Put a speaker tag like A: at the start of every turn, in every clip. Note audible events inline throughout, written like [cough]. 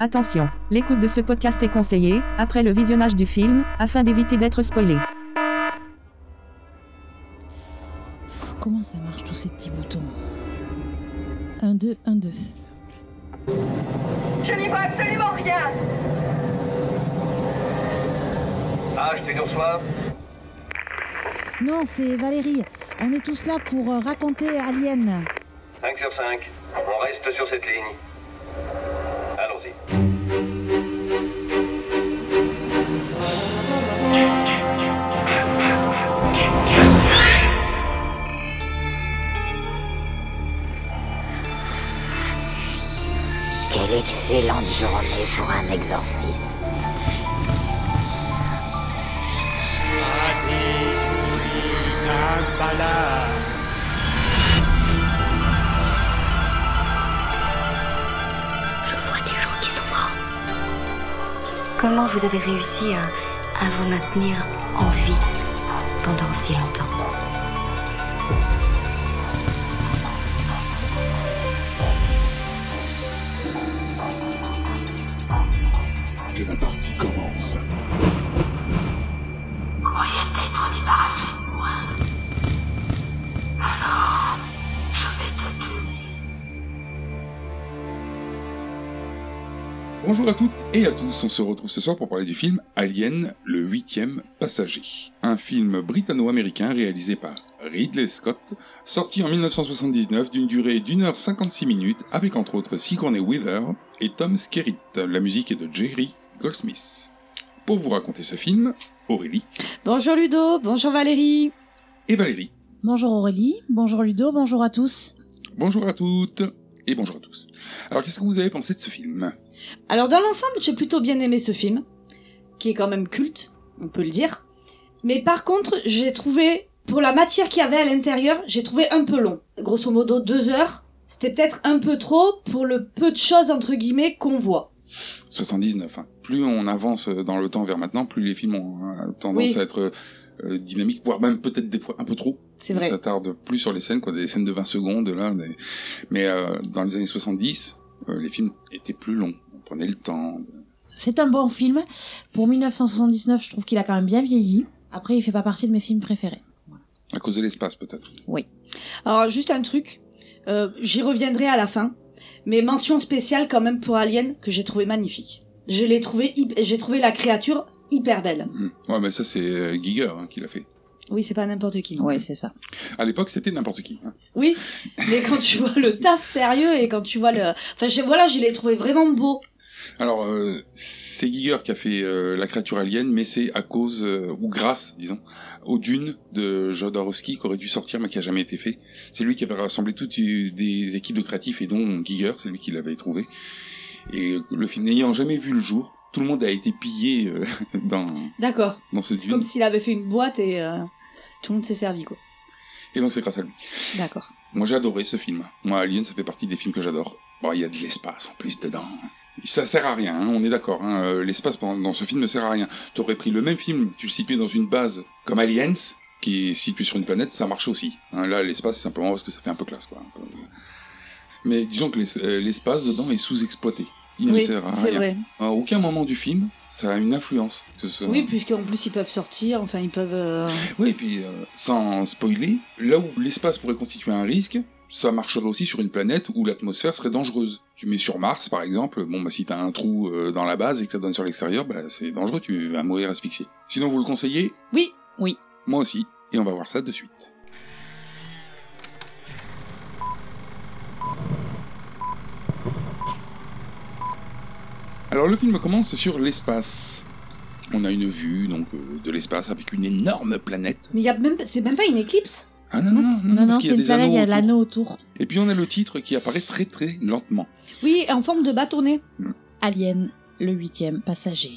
A: Attention, l'écoute de ce podcast est conseillée, après le visionnage du film, afin d'éviter d'être spoilé.
B: Comment ça marche tous ces petits boutons 1, 2, 1, 2.
C: Je n'y vois absolument rien.
D: Ah, je t'ai reçois.
B: Non, c'est Valérie. On est tous là pour euh, raconter Alien.
D: 5 sur 5. On reste sur cette ligne. Allons-y.
E: Quelle excellente journée pour un exorcisme. Je vois des gens qui sont morts.
F: Comment vous avez réussi à, à vous maintenir en vie pendant si longtemps
G: Et la partie commence.
E: Croyez t'être débarrassé de moi. Alors, je vais te tuer.
G: Bonjour à toutes et à tous, on se retrouve ce soir pour parler du film Alien, le huitième passager. Un film britanno-américain réalisé par Ridley Scott, sorti en 1979 d'une durée d'une heure 56 minutes avec entre autres Sigourney Weaver et Tom Skerritt. La musique est de Jerry Goldsmith. Pour vous raconter ce film, Aurélie
H: Bonjour Ludo, bonjour Valérie.
G: et Valérie.
B: Bonjour Aurélie, bonjour Ludo, bonjour à tous.
G: Bonjour à toutes et bonjour à tous. Alors qu'est-ce que vous avez pensé de ce film
H: Alors dans l'ensemble, j'ai plutôt bien aimé ce film, qui est quand même culte, on peut le dire. Mais par contre, j'ai trouvé, pour la matière qu'il y avait à l'intérieur, j'ai trouvé un peu long. Grosso modo, deux heures. C'était peut-être un peu trop pour le peu de choses, entre guillemets, qu'on voit.
G: 79. hein. Plus on avance dans le temps vers maintenant, plus les films ont euh, tendance
H: Oui.
G: à être euh, dynamiques, voire même peut-être des fois un peu trop.
H: C'est
G: On
H: vrai.
G: s'attarde plus sur les scènes, quoi, des scènes de 20 secondes. Là, des- Mais euh, dans les années 70, euh, les films étaient plus longs. On prenait le temps.
B: C'est un bon film. Pour 1979, je trouve qu'il a quand même bien vieilli. Après, il fait pas partie de mes films préférés.
G: À cause de l'espace, peut-être.
H: Alors juste un truc, euh, j'y reviendrai à la fin, mais mention spéciale quand même pour Alien, que j'ai trouvé magnifique. Je l'ai trouvé, hyp- j'ai trouvé la créature hyper belle.
G: Hmm. Ouais, mais ça, c'est euh, Giger hein, qui l'a fait.
H: Oui, c'est pas n'importe qui.
B: Oui, c'est ça.
G: À l'époque, c'était n'importe qui. hein.
H: Oui, mais quand tu vois le taf sérieux et quand tu vois le... Enfin, je- voilà, je l'ai trouvé vraiment beau.
G: Alors, euh, c'est Giger qui a fait euh, La créature alien, mais c'est à cause, euh, ou grâce, disons, aux dunes de Jodorowsky qui aurait dû sortir, mais qui a jamais été fait. C'est lui qui avait rassemblé toutes euh, des équipes de créatifs, et dont Giger, c'est lui qui l'avait trouvé. Et euh, le film n'ayant jamais vu le jour, tout le monde a été pillé euh, [laughs] dans,
H: D'accord.
G: dans ce
H: Comme
G: dune.
H: s'il avait fait une boîte et euh, tout le monde s'est servi, quoi.
G: Et donc c'est grâce à lui.
H: D'accord.
G: Moi j'ai adoré ce film. Moi Alien, ça fait partie des films que j'adore. Bon, il y a de l'espace en plus dedans. Ça sert à rien, hein, on est d'accord. hein, euh, L'espace pendant- dans ce film ne sert à rien. T'aurais pris le même film, tu le situais dans une base comme Aliens, qui est située sur une planète, ça marchait aussi. hein. là, l'espace, c'est simplement parce que ça fait un peu classe, quoi. un peu. Mais disons que l'es- euh, l'espace dedans est sous-exploité. Il ne
H: oui,
G: sert à
H: c'est
G: rien.
H: vrai.
G: À aucun moment du film, ça a une influence. Que ce...
H: Oui, puisqu'en plus, ils peuvent sortir, enfin, ils peuvent... euh,
G: Oui, et puis euh, sans spoiler, là où l'espace pourrait constituer un risque, ça marcherait aussi sur une planète où l'atmosphère serait dangereuse. Tu mets sur Mars, par exemple, bon, bah, si t'as un trou euh, dans la base et que ça donne sur l'extérieur, bah, c'est dangereux, tu vas mourir asphyxié. Sinon, vous le conseillez
H: Oui,
G: Moi aussi, et on va voir ça de suite. Alors le film commence sur l'espace. On a une vue donc euh, de l'espace avec une énorme planète
H: mais il y a même... c'est même pas une éclipse.
G: ah non, non, non, non,
B: Non, non,
G: parce qu'il y
B: c'est
G: a
B: une planète,
G: des
B: il y a
G: anneaux autour.
B: l'anneau autour.
G: Et puis on a le titre qui apparaît très très lentement.
H: Oui, en forme de bâtonnet.
B: Alien, le huitième passager.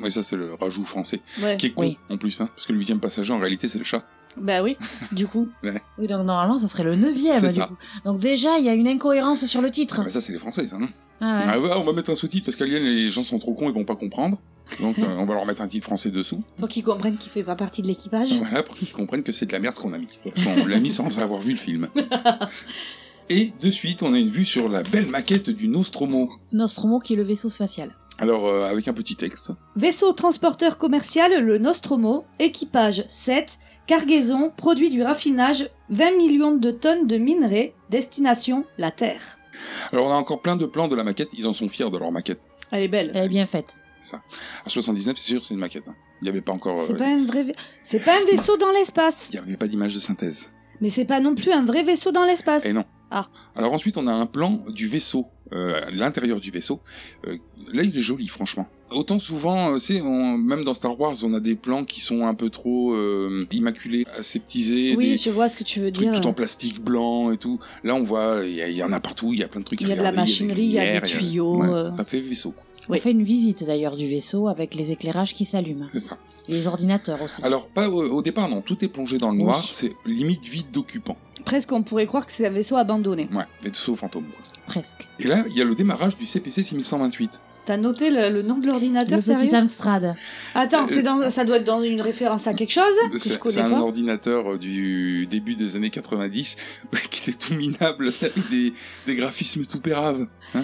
G: Oui, ça c'est le rajout français.
H: Ouais.
G: Qui est con
B: Oui.
G: en plus, hein, parce que le huitième passager en réalité c'est le chat.
H: Bah oui, du coup.
B: Oui, donc normalement, ça serait le neuvième.
G: C'est
B: du
G: ça.
B: coup. Donc déjà, il y a une incohérence sur le titre.
G: Ah, bah, ça c'est les français, ça, non
B: Ah ouais.
G: Ah, ouais, On va mettre un sous-titre parce qu'Alien les gens sont trop cons et vont pas comprendre. Donc euh, on va leur mettre un titre français dessous.
H: Pour qu'ils comprennent qu'il fait pas partie de l'équipage.
B: [laughs]
G: Voilà, pour qu'ils comprennent que c'est de la merde qu'on a mis. Parce qu'on l'a mis sans avoir vu le film. Et de suite, on a une vue sur la belle maquette du Nostromo.
B: Nostromo qui est le vaisseau spatial.
G: Alors, euh, avec un petit texte.
H: Vaisseau transporteur commercial, le Nostromo, équipage 7, cargaison, produit du raffinage, 20 millions de tonnes de minerais, destination la Terre.
G: Alors, on a encore plein de plans de la maquette. Ils en sont fiers de leur maquette.
H: Elle est belle.
B: Elle est bien faite.
G: À 79, c'est sûr, c'est une maquette. hein. Il n'y avait pas encore. euh,
H: C'est pas un vrai, vai- c'est pas un vaisseau dans l'espace,
G: Il n'y avait pas d'image de synthèse.
H: mais c'est pas non plus un vrai vaisseau dans l'espace.
G: Et non.
H: Ah.
G: Alors ensuite, on a un plan du vaisseau, euh, à l'intérieur du vaisseau. Euh, là, il est joli, franchement. Autant souvent, euh, c'est on- même dans Star Wars, on a des plans qui sont un peu trop euh, immaculés, aseptisés,
H: Oui,
G: des
H: je vois ce que tu veux
G: trucs
H: dire.
G: tout en plastique blanc et tout. Là, on voit, il y, a- il y en a partout, il y a plein de trucs.
H: Il y
G: à
H: a de la
G: regarder,
H: machinerie, il y a des
G: lumières,
H: tuyaux,
G: Ouais,
H: euh.
G: Ça fait vaisseau, quoi.
H: Oui.
B: On fait une visite d'ailleurs du vaisseau avec les éclairages qui s'allument.
G: c'est ça.
B: Les ordinateurs aussi.
G: Alors, pas au, au départ, non, tout est plongé dans le
B: Oui.
G: noir, c'est limite vide d'occupants.
H: Presque on pourrait croire que c'est un vaisseau abandonné.
G: Ouais, vaisseau fantôme. quoi.
B: Presque.
G: Et là, il y a le démarrage du CPC 6128.
H: T'as noté le, le nom de
B: Le
H: l'ordinateur sérieux
B: petit Amstrad.
H: Attends,
G: Euh,
H: c'est dans, ça doit être dans une référence à quelque chose que je
G: C'est c'est
H: connais
G: un
H: pas.
G: ordinateur euh, du début des années [laughs] 90 qui était tout minable [laughs] avec des, des graphismes tout péraves.
H: Ah,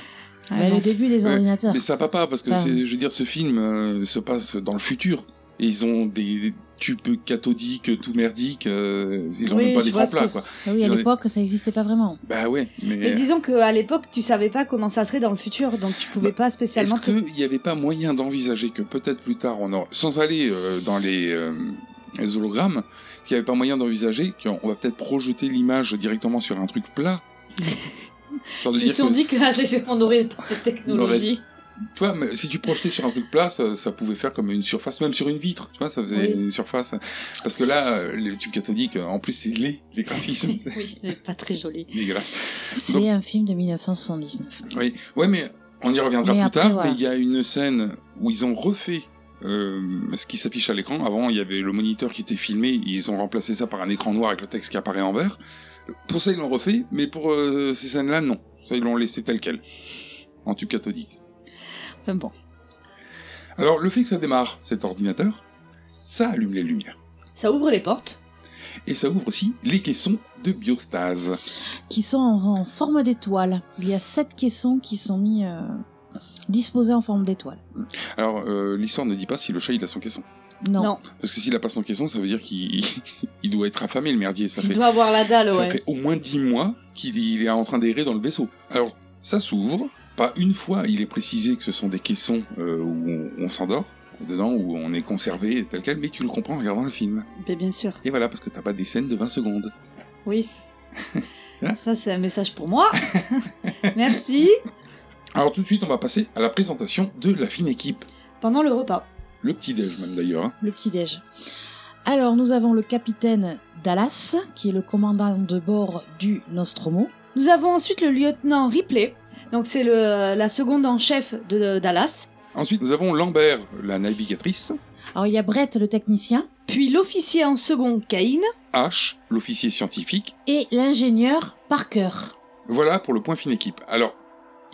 B: Bah,
H: bon.
B: le début des
G: Ouais.
B: ordinateurs.
G: Mais ça va pas parce que
B: Ah.
G: c'est- je veux dire ce film euh, se passe dans le futur et ils ont des tubes cathodiques tout merdiques, euh, ils ont
H: Oui,
G: même pas
H: je
G: des
H: vois
G: grands
H: ce
G: plats
H: que-
G: quoi.
B: Ah oui, à
G: J'en ai-
B: l'époque, ça n'existait pas vraiment.
G: Bah ouais,
H: Mais
G: mais
H: disons qu'à l'époque, tu savais pas comment ça serait dans le futur, donc tu pouvais pas
G: Bah, est-ce
H: spécialement. te-
G: qu'il n'y avait pas moyen d'envisager que peut-être plus tard on aura, sans aller euh, dans les, euh, les hologrammes, est-ce qu'il n'y avait pas moyen d'envisager qu'on va peut-être projeter l'image directement sur un truc
H: [laughs]
G: plat Histoire de
H: Ils se
G: dire
H: sont
G: que-
H: dit qu'on aurait pas
G: [laughs]
H: cette technologie.
G: Tu vois, mais si tu projetais sur un truc plat, ça, ça pouvait faire comme une surface, même sur une vitre, tu vois, ça faisait
H: Oui.
G: une surface. Parce que là, euh, les tubes cathodiques, euh, en plus, c'est laid, les graphismes, c'est
H: [laughs] oui, c'est pas très joli.
G: dégueulasse. Donc-
B: C'est un film de 1979.
G: Oui, ouais, mais on y reviendra
B: Mais
G: plus
B: après,
G: tard,
B: voilà.
G: mais il y a une scène où ils ont refait euh, ce qui s'affiche à l'écran. Avant, il y avait le moniteur qui était filmé, ils ont remplacé ça par un écran noir avec le texte qui apparaît en vert. Pour ça, ils l'ont refait, mais pour euh, ces scènes-là, non. Ça, ils l'ont laissé tel quel, en tube cathodique.
H: Enfin bon.
G: Alors, le fait que ça démarre cet ordinateur, ça allume les lumières.
H: Ça ouvre les portes.
G: Et ça ouvre aussi les caissons de biostase.
B: Qui sont en, en forme d'étoile. Il y a sept caissons qui sont mis euh, disposés en forme d'étoile.
G: Alors, euh, l'histoire ne dit pas si le chat il a son caisson.
B: Non.
H: Non.
G: Parce que s'il a pas son caisson, ça veut dire qu'il [laughs] il doit être affamé, le merdier. Ça
H: Il
G: fait,
H: doit avoir la dalle,
G: ça
H: ouais.
G: fait au moins dix mois qu'il il est en train d'errer dans le vaisseau. Alors, ça s'ouvre. Pas une fois, il est précisé que ce sont des caissons euh, où on, on s'endort dedans, où on est conservé tel quel, mais tu le comprends en regardant le film.
H: Mais bien sûr.
G: Et voilà, parce que t'as pas des scènes de 20 secondes.
H: Oui.
G: Hein
H: Ça, c'est un message
G: [laughs]
H: pour moi. Merci.
G: Alors tout de suite, on va passer à la présentation de la fine équipe.
H: Pendant le repas.
G: Le petit-déj même d'ailleurs. hein.
B: le petit-déj. Alors, nous avons le capitaine Dallas, qui est le commandant de bord du Nostromo.
H: Nous avons ensuite le lieutenant Ripley. Donc, c'est le- la seconde en chef de Dallas.
G: Ensuite, nous avons Lambert, la navigatrice,
B: Alors, il y a Brett, le technicien,
H: Puis l'officier en second, Cain.
G: H, l'officier scientifique.
B: et l'ingénieur Parker.
G: Voilà pour le point fine équipe. Alors,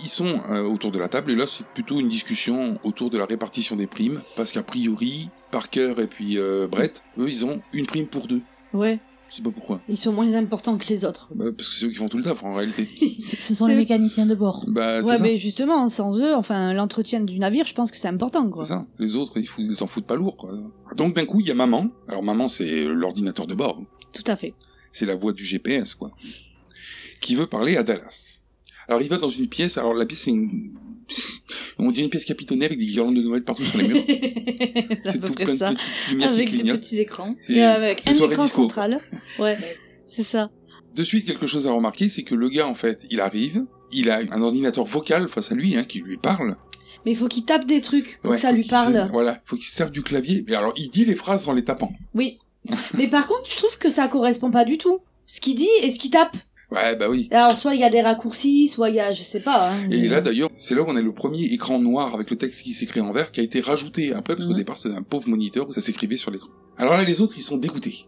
G: ils sont euh, autour de la table et là, c'est plutôt une discussion autour de la répartition des primes, parce qu'a priori, Parker et puis euh, Brett, eux, ils ont une prime pour deux.
H: Ouais.
G: Je sais pas pourquoi.
H: Ils sont moins importants que les autres.
G: Bah, parce que c'est eux qui font tout le taf en réalité.
H: [laughs]
B: C- Ce sont
H: C'est
B: les
H: eux.
B: mécaniciens de bord.
G: Bah, c'est
H: ouais,
G: ça.
H: mais justement, sans eux, enfin, l'entretien du navire, je pense que c'est important, quoi.
G: C'est ça. Les autres, ils, fou- ils s'en foutent pas lourd, quoi. Donc d'un coup, il y a maman. Alors maman, c'est l'ordinateur de bord.
H: Tout à fait.
G: c'est la voix du GPS, quoi, qui veut parler à Dallas. Alors il va dans une pièce, alors la pièce c'est une... [laughs] On dit une pièce capitonnée avec des guirlandes de Noël partout sur les murs.
H: c'est [laughs]
G: c'est tout plein de petites lumières
H: Avec
G: qui
H: des
G: clignotent.
H: petits écrans.
G: C'est-
H: Et avec
G: c'est
H: un
G: soirée
H: écran
G: disco, quoi.
H: central. Ouais, c'est ça.
G: De suite, quelque chose à remarquer, c'est que le gars, en fait, il arrive, il a un ordinateur vocal face à lui, hein, qui lui parle.
H: Mais il faut qu'il tape des trucs pour
G: Ouais,
H: que ça
G: faut
H: lui
G: qu'il se-
H: parle.
G: Voilà, faut qu'il se serve du clavier. Mais alors, il dit les phrases en les tapant.
H: Oui. Mais par contre, je trouve que ça correspond pas du tout. Ce qu'il dit et ce qu'il tape.
G: Ouais, bah oui.
H: Alors, soit il y a des raccourcis, soit il y a, je sais pas. hein,
G: Et
H: mais-
G: là, d'ailleurs, c'est là où on a le premier écran noir avec le texte qui s'écrit en vert qui a été rajouté après, parce qu'au
B: Mhm.
G: départ, c'était un pauvre moniteur où ça s'écrivait sur l'écran. Alors là, les autres, ils sont dégoûtés.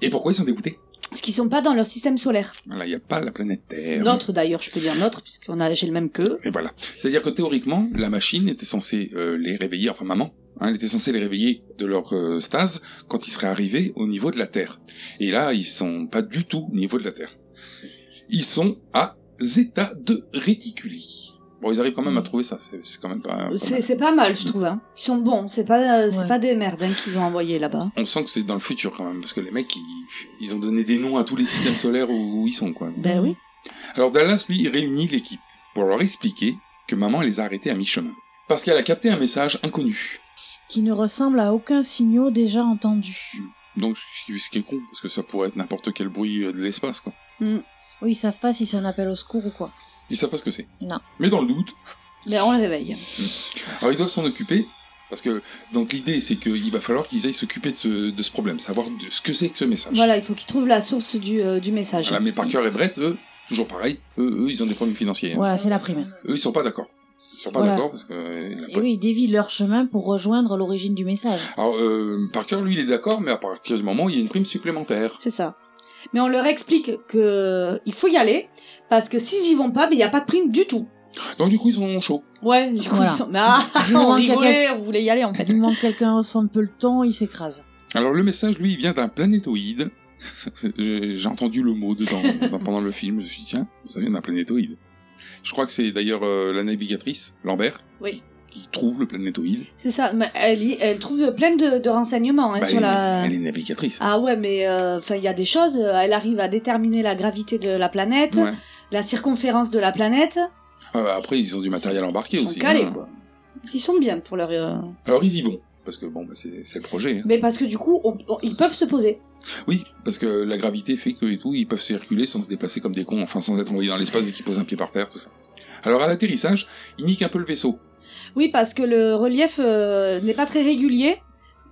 G: Et pourquoi ils sont dégoûtés
H: Parce qu'ils sont pas dans leur système solaire.
G: Là, il n'y a pas la planète Terre.
H: Notre d'ailleurs, je peux dire notre, puisqu'on a, j'ai le même qu'eux.
G: Et voilà. C'est-à-dire que théoriquement, la machine était censée euh, les réveiller, enfin maman, hein, elle était censée les réveiller de leur euh, stase quand ils seraient arrivés au niveau de la Terre. Et là, ils sont pas du tout au niveau de la Terre. Ils sont à Zeta de Reticuli. Bon, ils arrivent quand même à trouver ça, c'est c'est quand même pas... pas
H: C'est
G: mal.
H: c'est pas mal, je trouve. hein. Ils sont bons. C'est pas, euh, c'est
B: Ouais.
H: pas des merdes hein, qu'ils ont envoyés là-bas.
G: On sent que c'est dans le futur quand même, parce que les mecs, ils, ils ont donné des noms à tous les systèmes solaires où, où ils sont, quoi.
B: Euh,
H: Ben oui.
G: Alors Dallas, lui, réunit l'équipe pour leur expliquer que maman les a arrêtés à mi-chemin. Parce qu'elle a capté un message inconnu.
B: Qui ne ressemble à aucun signaux déjà entendu.
G: Donc, ce qui- ce qui est con, parce que ça pourrait être n'importe quel bruit euh, de l'espace, quoi.
B: Oui, ils savent pas si c'est un appel au secours ou quoi.
G: Ils savent pas ce que c'est.
B: Non.
G: Mais dans le doute,
H: Ben on les réveille.
G: alors ils doivent s'en occuper. Parce que, donc l'idée, c'est qu'il va falloir qu'ils aillent s'occuper de ce, de ce problème, savoir de ce que c'est que ce message.
H: Voilà, il faut qu'ils trouvent la source du, euh, du message.
G: Voilà, mais Parker et Brett, eux, toujours pareil, eux, eux, ils ont des problèmes financiers. hein.
B: Voilà, c'est la primaire.
G: Eux, ils sont pas d'accord. Ils sont pas
B: Voilà.
G: d'accord parce que. euh, la
B: Et
G: po-
B: oui, ils dévient leur chemin pour rejoindre l'origine du message.
H: [laughs]
G: Alors, euh, Parker, lui, il est d'accord, mais à partir du moment où il y a une prime supplémentaire.
H: C'est ça. Mais on leur explique que il faut y aller parce que s'ils y vont pas, mais il y a pas de prime du tout.
G: Donc, du coup, ils sont chauds.
H: Ouais, [laughs] du Mm. coup
B: Voilà.
H: ils sont. Mais ah,
B: Je
H: on
B: demande
H: rigolait, on voulait y aller en fait.
B: Il manque quelqu'un, on sent un peu le temps, il s'écrase.
G: Alors, le message, lui, il vient d'un planétoïde. [laughs] J'ai j'ai entendu le mot
H: [laughs]
G: dedans dans- pendant le film. Je me suis dit, tiens, ça vient d'un planétoïde. Je crois que c'est d'ailleurs euh, la navigatrice, Lambert,
H: Oui.
G: qui trouve le planétoïde.
H: C'est ça. Mais elle, y- elle trouve plein de, de renseignements hein,
G: Bah,
H: sur
G: elle,
H: la.
G: elle est navigatrice.
H: Ah ouais, mais enfin il y a des choses. euh, Elle arrive à déterminer la gravité de la planète,
G: Ouais.
H: la circonférence de la planète.
G: Euh, après, ils ont du matériel embarqué
H: Ils sont
G: aussi.
H: calés
G: hein.
H: quoi. Ils sont bien pour leur. euh,
G: Alors, ils y vont. Parce que bon, bah, c'est c'est le projet. hein.
H: Mais parce que du coup on- on- ils peuvent se poser.
G: Oui, parce que la gravité fait que et tout, ils peuvent circuler sans se déplacer comme des cons, enfin sans être envoyés dans l'espace et qu'ils posent un pied par terre, tout ça. Alors à l'atterrissage, ils niquent un peu le vaisseau.
H: Oui, parce que le relief euh, n'est pas très régulier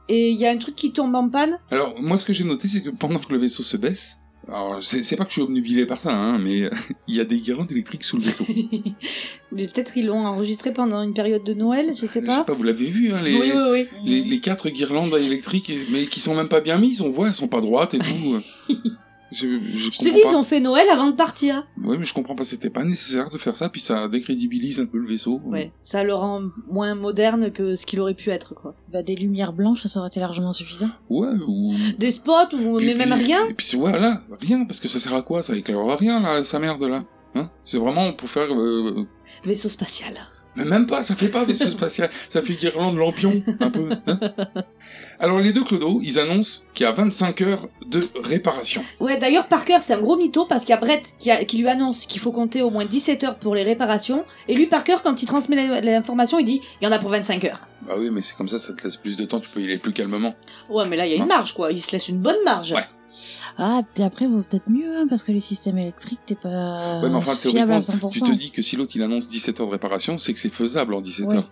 H: et il y a un truc qui tombe en panne.
G: Alors moi ce que j'ai noté c'est que pendant que le vaisseau se baisse, alors c'est c'est pas que je suis obnubilé par ça, hein, mais [laughs] il y a des guirlandes électriques sous le vaisseau.
H: Mais peut-être ils l'ont enregistré pendant une période de Noël,
G: Je
H: je sais
G: sais
H: pas.
G: pas, vous l'avez vu, hein, les,
H: Oui, oui, oui.
G: les, les quatre guirlandes électriques, mais qui sont même pas bien mises, on voit, elles sont pas droites et tout.
H: [laughs]
G: Je, je,
H: Je te
G: comprends
H: dis,
G: pas.
H: ils ont fait Noël avant de partir.
G: Ouais, mais je comprends pas, c'était pas nécessaire de faire ça, puis ça décrédibilise un peu le vaisseau.
H: Ouais. Ça le rend moins moderne que ce qu'il aurait pu être, quoi.
B: Bah, des lumières blanches, ça aurait été largement suffisant.
G: Ouais, ou
H: Des spots, ou
G: Puis-
H: mais même
G: puis-
H: rien.
G: Et puis c'est- voilà, rien, parce que ça sert à quoi Ça éclairera rien, là, sa merde, là. Hein c'est vraiment pour faire... euh,
H: Vaisseau spatial.
G: mais même pas, ça fait pas
H: [laughs]
G: vaisseau spatial, ça fait guirlande lampion, un peu. hein. Alors les deux clodos, ils annoncent qu'il y a 25 heures de réparation.
H: Ouais, d'ailleurs, Parker, c'est un gros mytho parce qu'il y a Brett qui, a- qui lui annonce qu'il faut compter au moins 17 heures pour les réparations. Et lui, Parker, quand il transmet la- l'information, il dit il y en a pour 25 heures.
G: Bah oui, mais c'est comme ça, ça te laisse plus de temps, tu peux y aller plus calmement.
H: Ouais, mais là, il y a
G: Ouais.
H: une marge, quoi. Il se laisse une bonne marge.
G: Ouais.
B: Ah, puis après, vaut peut-être mieux, hein, parce que les systèmes électriques, t'es pas
G: Ouais, mais enfin,
B: fiable à
G: théoriquement,
B: 100%.
G: tu te dis que si l'autre, il annonce 17 heures de réparation, c'est que c'est faisable en 17
B: Oui.
G: heures.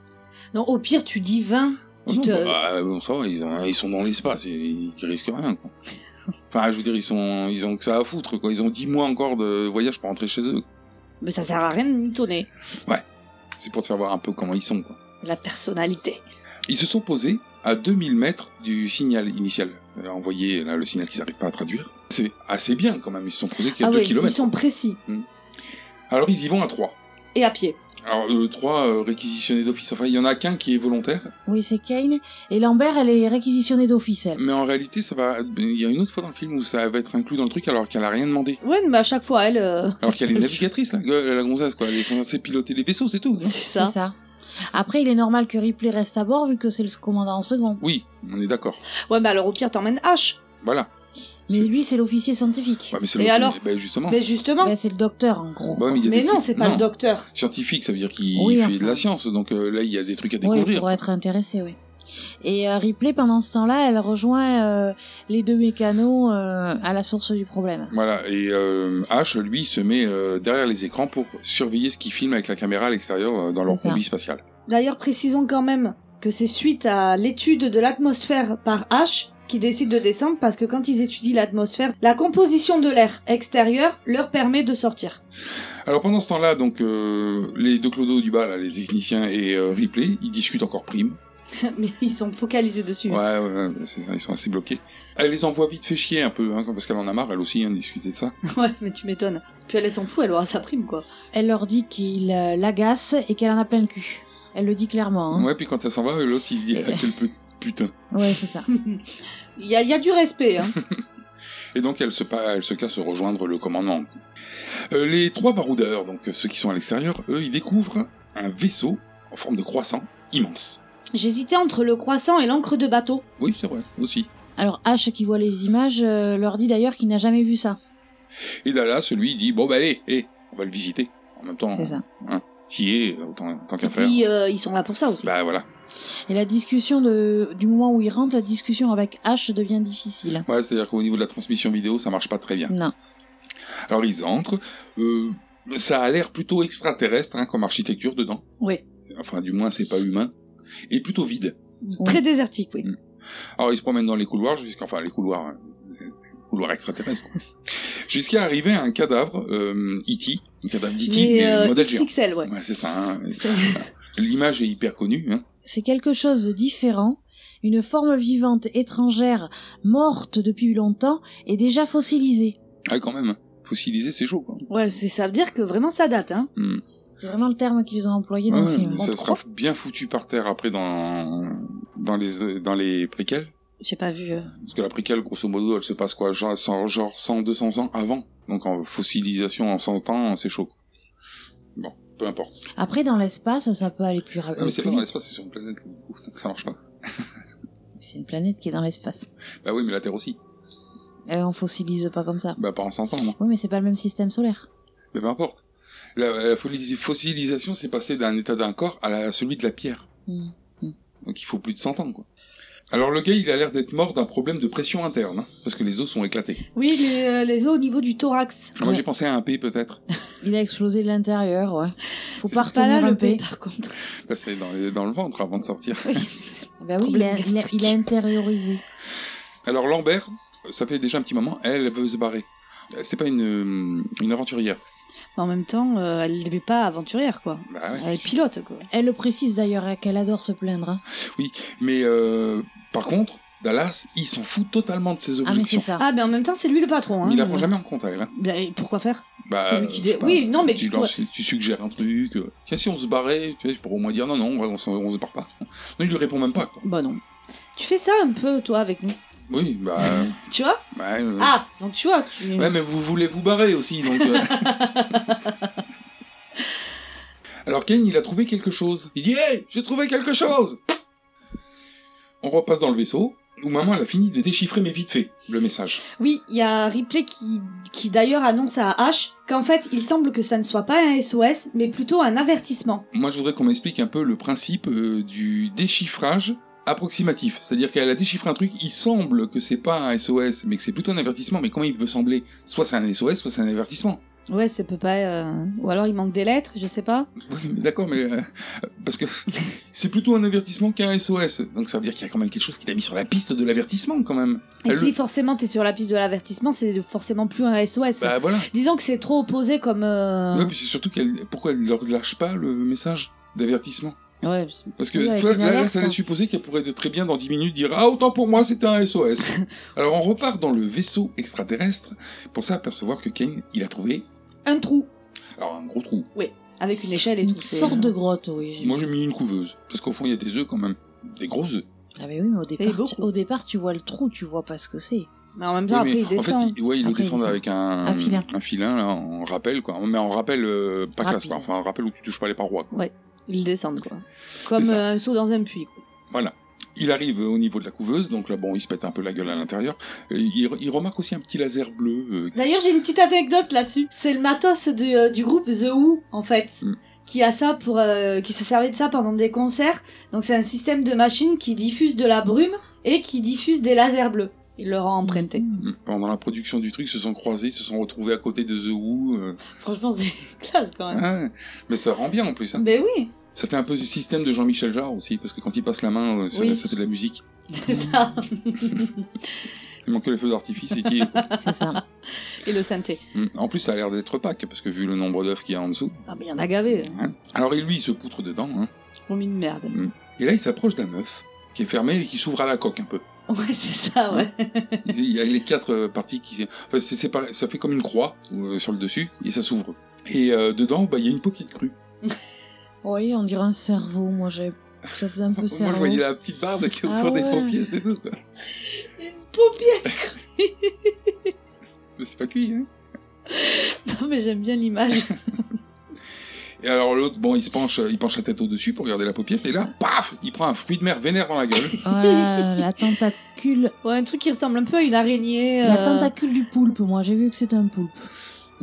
H: Non, au pire, tu dis 20.
G: Ah
H: Tu
G: non,
H: te-
G: bah, bon, ça va, ils, ont- ils sont dans l'espace, ils, ils risquent rien.
H: [laughs]
G: Quoi. Enfin, je veux dire, ils, sont, ils ont que ça à foutre, quoi. Ils ont 10 mois encore de voyage pour rentrer chez eux.
H: Mais ça sert à rien de mythonner.
G: C'est pour te faire voir un peu comment ils sont. Quoi.
H: La personnalité.
G: Ils se sont posés à 2000 mètres du signal initial euh, envoyé, là, le signal qu'ils n'arrivent pas à traduire. C'est assez bien quand même, ils se sont posés qu'il y a
H: Ah
G: 2
H: oui, ils
G: km.
H: sont précis.
G: Alors ils y vont à 3.
H: Et à pied.
G: Alors 3 réquisitionnés d'office, enfin il y en a qu'un qui est volontaire,
B: Oui, c'est Kane. Et Lambert, elle est réquisitionnée d'office, elle.
G: mais en réalité ça va. Il y a une autre fois dans le film où ça va être inclus dans le truc alors qu'elle a rien demandé.
H: Ouais, mais à chaque fois, elle. euh,
G: Alors qu'elle
H: [laughs]
G: est navigatrice, la, gueule, la gonzesse, quoi. Elle est censée piloter les vaisseaux, [laughs] c'est tout. non
H: C'est ça.
B: C'est ça. Après, il est normal que Ripley reste à bord, vu que c'est le commandant en second.
G: Oui, on est d'accord.
H: Ouais, mais alors au pire, t'emmènes H.
G: Voilà.
B: Mais
G: C'est-
B: lui, c'est l'officier scientifique.
G: Ouais, mais c'est
H: Et
G: le-
H: alors
G: Ben, justement.
H: Mais justement.
B: Bah, c'est le docteur, en gros.
G: Bah, mais il y a
H: mais
G: des
H: non,
G: trucs-
H: c'est pas le docteur.
G: Scientifique, ça veut dire qu'il
B: Oui,
G: fait
B: enfin.
G: de la science. Donc euh, là, il y a des trucs à
B: Oui,
G: découvrir.
B: pour être intéressé, oui. Et euh, Ripley, pendant ce temps-là, elle rejoint euh, les deux mécanos euh, à la source du problème.
G: Voilà. Et euh, H, lui, se met euh, derrière les écrans pour surveiller ce qu'il filme avec la caméra à l'extérieur euh, dans leur
B: C'est ça.
G: combi spatial.
H: D'ailleurs, précisons quand même que c'est suite à l'étude de l'atmosphère par H qui décide de descendre parce que quand ils étudient l'atmosphère, la composition de l'air extérieur leur permet de sortir. [laughs]
G: Alors pendant ce temps-là, donc euh, les deux clodos du bas, là, les techniciens et euh, Ripley, ils discutent encore prime.
H: mais ils sont focalisés dessus.
G: Ouais, ouais, ouais, c'est ça, ils sont assez bloqués. Elle les envoie vite fait chier un peu, hein, parce qu'elle en a marre, elle aussi, hein, de discuter de ça.
H: [laughs] Ouais, mais tu m'étonnes. Puis elle, elle s'en fout, elle aura sa prime, quoi. [laughs]
B: Elle leur dit qu'il euh, l'agace et qu'elle en a plein le cul. Elle le dit clairement. Hein.
G: Ouais, puis quand elle s'en va, l'autre il dit ah, quel petit putain.
B: Ouais, c'est ça.
G: [laughs]
H: Il y a, il y a du respect, hein.
G: Et donc elle se, pa- elle se casse rejoindre le commandement. Euh, les trois baroudeurs, donc euh, ceux qui sont à l'extérieur, eux, ils découvrent un vaisseau en forme de croissant immense.
H: J'hésitais entre le croissant et l'encre de bateau.
G: Oui, c'est vrai, aussi.
B: Alors H qui voit les images euh, leur dit d'ailleurs qu'il n'a jamais vu ça.
G: Et Dallas, lui, il dit Bon, bah allez, hé, on va le visiter. En même temps,
B: C'est ça.
G: qui est, euh, autant, tant
H: Et
G: qu'à faire.
H: puis, euh, ils sont là pour ça aussi.
G: Bah voilà.
B: Et la discussion de, du moment où il rentre, la discussion avec H devient difficile.
G: Ouais, c'est-à-dire qu'au niveau de la transmission vidéo, ça marche pas très bien.
B: Non.
G: Alors ils entrent. euh, ça a l'air plutôt extraterrestre hein, comme architecture dedans.
H: Oui.
G: Enfin, du moins, c'est pas humain. Et plutôt vide.
H: Très désertique, oui.
G: Alors ils se promènent dans les couloirs, jusqu'à enfin les couloirs, hein, les couloirs extraterrestres, quoi. jusqu'à arriver à un cadavre euh, E.T., un cadavre d'E.T., mais,
H: euh,
G: modèle géant.
H: XXL, ouais.
G: Ouais, c'est ça. hein.
H: C'est-
G: L'image est hyper connue. Hein.
B: C'est quelque chose de différent, une forme vivante étrangère morte depuis longtemps et déjà fossilisée.
G: Ah, quand même. Fossiliser, c'est chaud. Quoi.
H: Ouais, c'est- ça veut dire que vraiment ça date, hein.
G: Hmm.
B: C'est vraiment le terme qu'ils ont employé dans
G: Ouais,
B: le film.
G: Ah mais ça sera bien foutu par terre après dans dans les dans les préquels.
H: J'ai pas vu. euh.
G: Parce que la préquelle, grosso modo, elle se passe quoi Genre 100, genre 100, 200 ans avant. Donc en fossilisation en 100 ans, c'est chaud. Bon, peu importe.
B: Après, dans l'espace, ça peut aller plus
G: Ah, mais
B: rapidement.
G: c'est pas dans l'espace, c'est sur une planète. du coup, donc ça marche pas.
B: C'est une planète qui est dans l'espace.
G: Bah oui, mais la Terre aussi.
B: Euh, on fossilise pas comme ça.
G: Bah pas en 100 ans, non.
B: Oui, mais c'est pas le même système solaire.
G: Mais peu importe. La, la fossi- fossilisation, c'est passer d'un état d'un corps à, la, à celui de la pierre.
B: Mm.
G: Donc il faut plus de 100 ans, quoi. Alors le gars, il a l'air d'être mort d'un problème de pression interne, hein, parce que les os sont éclatés.
H: Oui, les, euh, les os au niveau du thorax.
G: Moi,
B: Ouais.
G: j'ai pensé à un
B: [laughs]
G: P, peut-être.
B: Il a explosé de l'intérieur, ouais. Faut pas
H: Pas là
B: retenir un
H: le
B: P.
H: P, par contre.
G: Bah, c'est dans, les- dans le ventre avant de sortir.
B: Ben oui, il a, il, a, il a intériorisé.
G: Alors Lambert, ça fait déjà un petit moment, elle, elle veut se barrer. Euh, C'est pas une, euh, une aventurière.
H: [laughs] Mais en même temps, euh, elle n'est pas aventurière, quoi.
G: Bah ouais.
H: Elle est pilote, quoi.
B: Elle le précise d'ailleurs hein, qu'elle adore se plaindre. hein.
G: Mais euh, par contre, Dallas, il s'en fout totalement de ses
B: Ah, mais
G: objections.
B: c'est ça.
H: Ah, mais en même temps, c'est lui le patron, hein.
G: il la prend jamais en compte à elle. hein.
H: Bah, et pourquoi faire
G: Bah,
H: Celui qui
G: je
H: dé-
G: sais pas,
H: oui, non, mais
G: tu,
H: tu
G: lances- tu suggères un truc. euh, Tiens, si on se barrait, tu vois, pour au moins dire non, non, on, va- on se- on se barre pas. Non, il lui répond même pas. quoi.
H: Bah non. Tu fais ça un peu, toi, avec nous.
G: Oui,
H: [laughs]
G: bah. euh,
H: Tu vois
G: bah, euh,
H: Ah, donc tu vois. tu-
G: Ouais, mais vous voulez vous barrer aussi, donc.
H: [laughs]
G: euh. Alors Kane, il a trouvé quelque chose. Il dit Hey, j'ai trouvé quelque chose On repasse dans le vaisseau, où maman, elle a fini de déchiffrer, mais vite fait, le message.
H: Oui, il y a Ripley qui, qui d'ailleurs annonce à Ash qu'en fait, il semble que ça ne soit pas un SOS, mais plutôt un avertissement.
G: Moi, je voudrais qu'on m'explique un peu le principe euh, du déchiffrage approximatif. C'est-à-dire qu'elle a déchiffré un truc, il semble que c'est pas un SOS, mais que c'est plutôt un avertissement. Mais comment il peut sembler Soit c'est un SOS, soit c'est un avertissement. [laughs]
H: Ouais, ça peut pas. euh, Ou alors il manque des lettres, je sais pas.
G: Oui, mais d'accord, mais euh, parce que [laughs] c'est plutôt un avertissement qu'un SOS. Donc ça veut dire qu'il y a quand même quelque chose qu'il a mis sur la piste de l'avertissement, quand même.
H: Et
G: Elle-
H: si forcément t'es sur la piste de l'avertissement, c'est forcément plus un SOS.
G: Bah voilà.
H: Disons que c'est trop opposé comme. euh,
G: Ouais, puis c'est surtout qu'elle, pourquoi elle leur lâche pas le message d'avertissement
B: Ouais,
G: Parce que
B: Oui, avec
G: toi,
B: une
G: là, là,
B: alerte,
G: ça allait
B: hein.
G: supposer qu'elle pourrait très bien dans 10 minutes dire Ah, autant pour moi, c'était un SOS.
B: [laughs]
G: Alors on repart dans le vaisseau extraterrestre pour s'apercevoir que Kane, il a trouvé.
H: Un trou,
G: Alors un gros trou.
H: avec une échelle et
B: une
H: tout. c'est-
B: sorte de grotte, oui.
G: Moi j'ai mis une couveuse. Parce qu'au fond, il y a des œufs quand même. Des gros œufs.
B: Ah mais oui, mais au
H: Et
B: départ,
H: beaucoup.
B: tu, au départ, tu vois le trou, tu vois pas ce que c'est.
H: Mais en même
G: Oui,
H: temps,
G: mais
H: après il descend.
G: En fait, il- ouais, ils le
B: Après, il
G: descendent
B: descend.
G: avec un,
B: Un filin.
G: un filin, là, en rappel, quoi. Mais en rappel euh, pas
B: Rapide.
G: classe, quoi. Enfin, en rappel où tu touches pas les parois, quoi.
H: Ils descendent, quoi. Comme
G: ça.
H: euh, un saut dans un puits, quoi.
G: Voilà. Il arrive au niveau de la couveuse, donc là, bon, il se pète un peu la gueule à l'intérieur. Et Il, il remarque aussi un petit laser bleu. euh,
H: D'ailleurs, j'ai une petite anecdote là-dessus. C'est le matos de, euh, du groupe The Who, en fait,
G: Mm.
H: qui a ça pour, euh, qui se servait de ça pendant des concerts. Donc, c'est un système de machines qui diffuse de la brume et qui diffuse des lasers bleus. Il leur a emprunté.
G: pendant la production du truc, se sont croisés, se sont retrouvés à côté de The Who. euh,
H: Franchement, c'est [laughs] classe quand même.
G: hein. Mais ça rend bien en plus. hein.
H: Mais oui,
G: Ça fait un peu ce système de Jean-Michel Jarre aussi, parce que quand il passe la main, euh, ça,
H: Oui.
G: ça fait de la musique.
B: [laughs]
H: c'est ça.
G: Il manque que les feux d'artifice et qui. Hum.
B: C'est ça.
H: Et le synthé.
G: en plus, ça a l'air d'être Pâques, parce que vu le nombre d'œufs qu'il y a en dessous.
H: Ah, mais il y en a gavé. Hein.
G: hein. Alors, et lui, il se poutre dedans. Hein.
H: Promis une merde.
G: Et là, il s'approche d'un œuf qui est fermé et qui s'ouvre à la coque
B: [laughs]
G: un peu.
H: Ouais, c'est ça, ouais.
G: Il y a les quatre euh, parties qui... Enfin, c'est séparé, ça fait comme une croix euh, sur le dessus et ça s'ouvre. Et euh, dedans, bah, il y a une petite crue.
B: [laughs] Oui, on dirait un cerveau. Moi, j'ai... ça faisait un peu
G: Moi, je
B: cerveau.
G: voyais la petite barbe qui est autour
B: Ah
G: des
B: ouais.
G: pompiers et tout. quoi.
H: Une paupière.
G: Mais c'est pas cuit, hein
B: Non, mais j'aime bien l'image.
G: Et alors l'autre, bon, il se penche, il penche la tête au-dessus pour garder la paupiette, et là, paf, il prend un fruit de mer vénère dans la gueule.
B: Voilà, Oh la
H: [laughs]
B: tentacule.
H: Ouais, un truc qui ressemble un peu à une araignée.
B: La
H: euh,
B: tentacule du poulpe, moi, j'ai vu que c'était un poulpe.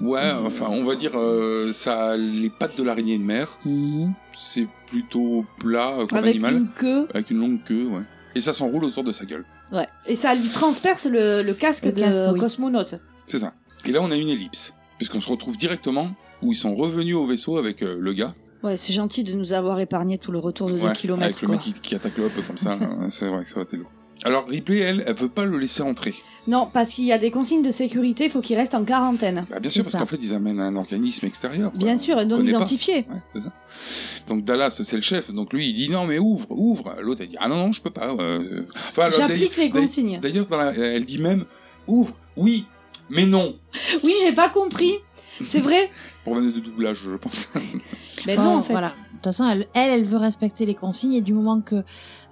G: Ouais, enfin, on va dire, euh, ça a les pattes de l'araignée de mer.
B: Mhm.
G: C'est plutôt plat euh, comme
H: Avec
G: animal,
H: une queue.
G: avec une longue queue, ouais. Et ça s'enroule autour de sa gueule.
H: Ouais. Et ça lui transperce le, le casque
B: Le
H: de
B: casque, oui.
H: cosmonaute.
G: C'est ça. Et là, on a une ellipse, puisqu'on se retrouve directement où ils sont revenus au vaisseau avec euh, le gars.
H: Ouais, c'est gentil de nous avoir épargné tout le retour de 2
G: Ouais,
H: km.
G: avec le mec qui, qui attaque le hop comme ça.
H: [laughs]
G: là. c'est vrai que ça va être lourd. Alors, Ripley, elle, elle veut pas le laisser entrer.
H: Non, parce qu'il y a des consignes de sécurité, il faut qu'il reste en quarantaine.
G: Bah, bien sûr,
B: C'est
G: parce
B: ça.
G: qu'en fait, ils amènent un organisme extérieur. quoi.
H: Bien sûr, non
G: connaît pas.
H: identifié.
G: Ouais, c'est ça. Donc Dallas, c'est le chef. Donc lui, il dit non, mais ouvre, ouvre. L'autre, elle dit ah non, non, je peux pas. euh. Enfin, alors,
H: J'applique les
G: d'ailleurs-
H: consignes.
G: D'ailleurs, dans la- elle dit même ouvre, oui, mais non.
H: Oui, j'ai pas compris. C'est vrai.
G: Problème de doublage, je pense. [laughs]
H: Mais
B: Bon,
H: non, en fait.
B: Voilà. De toute façon, elle, elle, elle veut respecter les consignes et du moment que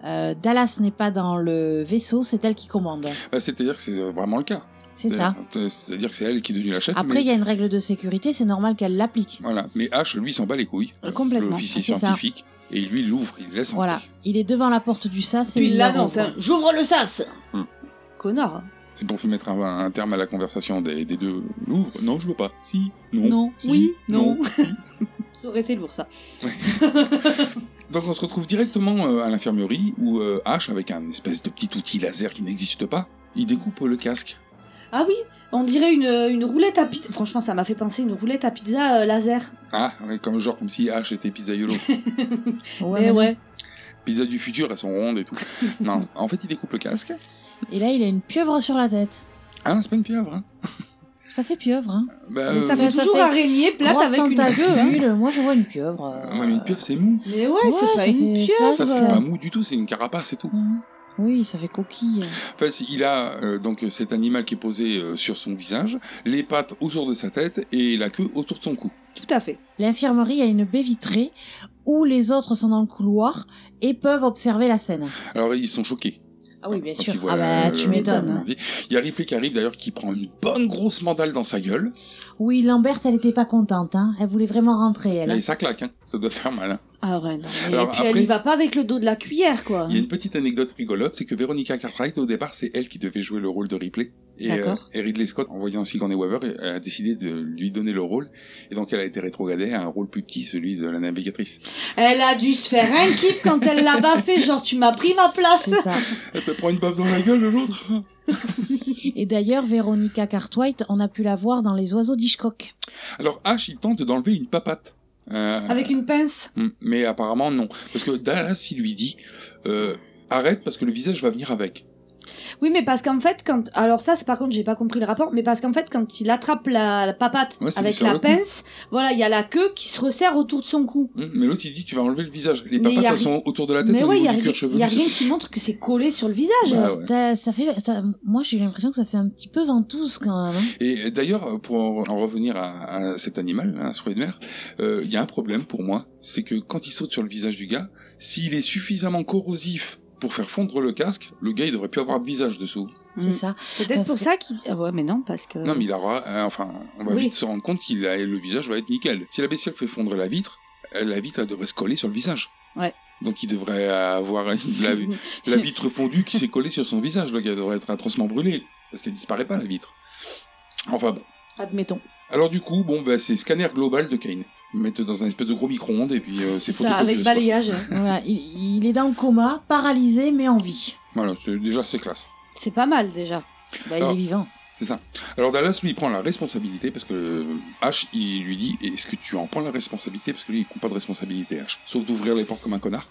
B: euh, Dallas n'est pas dans le vaisseau, c'est elle qui commande.
G: Bah, C'est-à-dire que c'est euh, vraiment le cas.
B: C'est ça.
G: C'est-à-dire que c'est elle qui est devenue la chef.
B: Après, il
G: mais...
B: y a une règle de sécurité, c'est normal qu'elle l'applique.
G: Voilà. Mais H, lui, s'en bat les couilles.
B: Euh, Complètement. Ah,
G: L'officier
B: C'est ça.
G: scientifique. Et lui, il l'ouvre, il laisse entrer.
B: Voilà. Il est devant la porte du SAS et
H: Puis il
B: la
H: l'annonce.
B: rouvre.
H: hein. J'ouvre le sas.
G: Hmm.
H: Hum. Connard.
G: C'est pour mettre un, un terme à la conversation des, des deux. Ouvre, non, je veux pas. Si, non.
H: Non.
G: si,
H: oui. Non.
G: si.
H: ça aurait été lourd ça.
G: Donc on se retrouve directement euh, à l'infirmerie où euh, H, avec un espèce de petit outil laser qui n'existe pas, il découpe le casque.
H: Ah oui, on dirait une, une roulette à pizza. Franchement, ça m'a fait penser une roulette à pizza euh, laser.
G: Ah, ouais, comme genre comme si H était
H: [laughs]
G: pizzaïolo.
B: Ouais,
H: Mais
B: mais
H: ouais.
G: Pizza du futur, elles sont rondes
H: [laughs]
G: et tout. non, en fait il découpe le casque.
B: non. Et là, il a une pieuvre sur la tête.
G: Ah, c'est pas une pieuvre. Hein.
B: Ça fait pieuvre, hein.
G: Bah,
H: Mais ça
G: euh,
H: fait
B: ça
H: toujours
B: fait
H: araignée plate
B: Grosse
H: avec une queue. hein.
B: tentacule. Moi, je vois une pieuvre. euh,
G: ouais, mais une pieuvre c'est mou.
H: Mais ouais,
B: Ouais,
H: c'est pas
B: ça
H: une
B: fait
H: pieuvre.
B: place,
G: Ça c'est
B: euh,
G: pas mou du tout, c'est une carapace et tout.
B: Mhm. Oui, ça fait coquille.
G: Enfin, c'est- il a euh, donc cet animal qui est posé euh, sur son visage, les pattes autour de sa tête et la queue autour de son cou.
H: Tout à fait.
B: L'infirmerie a une baie vitrée où les autres sont dans le couloir et peuvent observer la scène.
G: Alors ils sont choqués.
B: Ah oui, bien
G: Quand
B: sûr.
G: il voit
B: Ah bah,
G: le- hein.
B: tu
G: le-
B: m'étonnes.
G: le- Il y a Ripley qui arrive d'ailleurs qui prend une bonne grosse mandale dans sa gueule.
B: Oui, Lambert, elle était pas contente, hein. Elle voulait vraiment rentrer, elle.
G: Et ça claque, hein. ça doit faire mal. hein.
H: Ah ouais, non. mais-
G: Alors,
H: et puis
G: après-
H: elle y va pas avec le dos de la cuillère, quoi.
G: Il y a une petite anecdote rigolote, c'est que Veronica Cartwright, au départ, c'est elle qui devait jouer le rôle de Ripley. Et,
B: D'accord.
G: euh, et Ridley Scott, en voyant Sigourney Weaver, euh, a décidé de lui donner le rôle. Et donc elle a été rétrogradée à un rôle plus petit, celui de la navigatrice.
H: Elle a dû se faire un kiff quand elle l'a baffé, genre tu m'as pris ma place.
B: [laughs] C'est ça.
G: Elle te prend une baffe dans la gueule, l'autre
B: Et d'ailleurs, Véronica Cartwright, on a pu la voir dans Les Oiseaux d'Hitchcock.
G: Alors H, il tente d'enlever une papate. Euh,
H: Avec une pince.
G: Mm, Mais apparemment non, parce que Dallas il lui dit euh, arrête parce que le visage va venir avec.
H: Oui, mais parce qu'en fait, quand. Alors, ça, c'est par contre, j'ai pas compris le rapport, mais parce qu'en fait, quand il attrape la, la papate
G: Ouais, c'est hein.
H: avec
G: sur
H: la
G: le cou.
H: pince, voilà, il y a la queue qui se resserre autour de son cou.
G: Mm, Mais l'autre il dit tu vas enlever le visage. Les
H: Mais y
G: papates
H: a
G: elles
H: ri-
G: sont autour de la tête
H: Mais
G: au
H: ouais, il
G: niveau
H: y a,
G: du
H: ri-
G: cuir chevelu.
H: y a rien qui montre que c'est collé sur le visage.
G: Bah ouais.
B: Ça, ça fait, ça- moi, j'ai l'impression que ça fait un petit peu ventouse quand même. hein.
G: Et d'ailleurs pour en en revenir à, à cet animal, à ce fruit de mer, euh, il y a un problème pour moi, c'est que quand il saute sur le visage du gars, s'il est suffisamment corrosif pour faire fondre le casque, le gars il devrait plus avoir de visage dessous.
H: Mm.
B: C'est ça.
H: C'est peut-être
B: Parce
H: pour
B: que-
H: ça qu'il. Ah ouais, mais non, parce que.
G: Non mais il aura, euh, enfin on va
H: Oui.
G: vite se rendre compte qu'il a le visage va être nickel. Si la bestiole fait fondre la vitre, euh, la vitre elle devrait se coller sur le visage.
H: Ouais.
G: Donc il devrait avoir [laughs] la,
H: [laughs]
G: la vitre fondue qui s'est collée sur son visage. Le gars devrait être atrocement brûlé parce qu'elle disparaît pas la vitre. Enfin bon.
H: Admettons.
G: Alors du coup bon bah, c'est scanner global de Kane. Mettre dans un espèce de gros micro-ondes et puis euh, c'est
H: C'est ça, avec
G: photocopieuse, quoi.
H: balayage. hein.
B: Voilà, il, il est dans le coma, paralysé, mais en vie.
G: Voilà c'est- déjà c'est classe.
H: c'est pas mal déjà.
B: Bah, il
G: Ah.
B: est vivant.
G: Alors Dallas lui il prend la responsabilité parce que euh, H il lui dit est-ce que tu en prends la responsabilité parce que lui il prend pas de responsabilité H sauf d'ouvrir les portes comme un connard.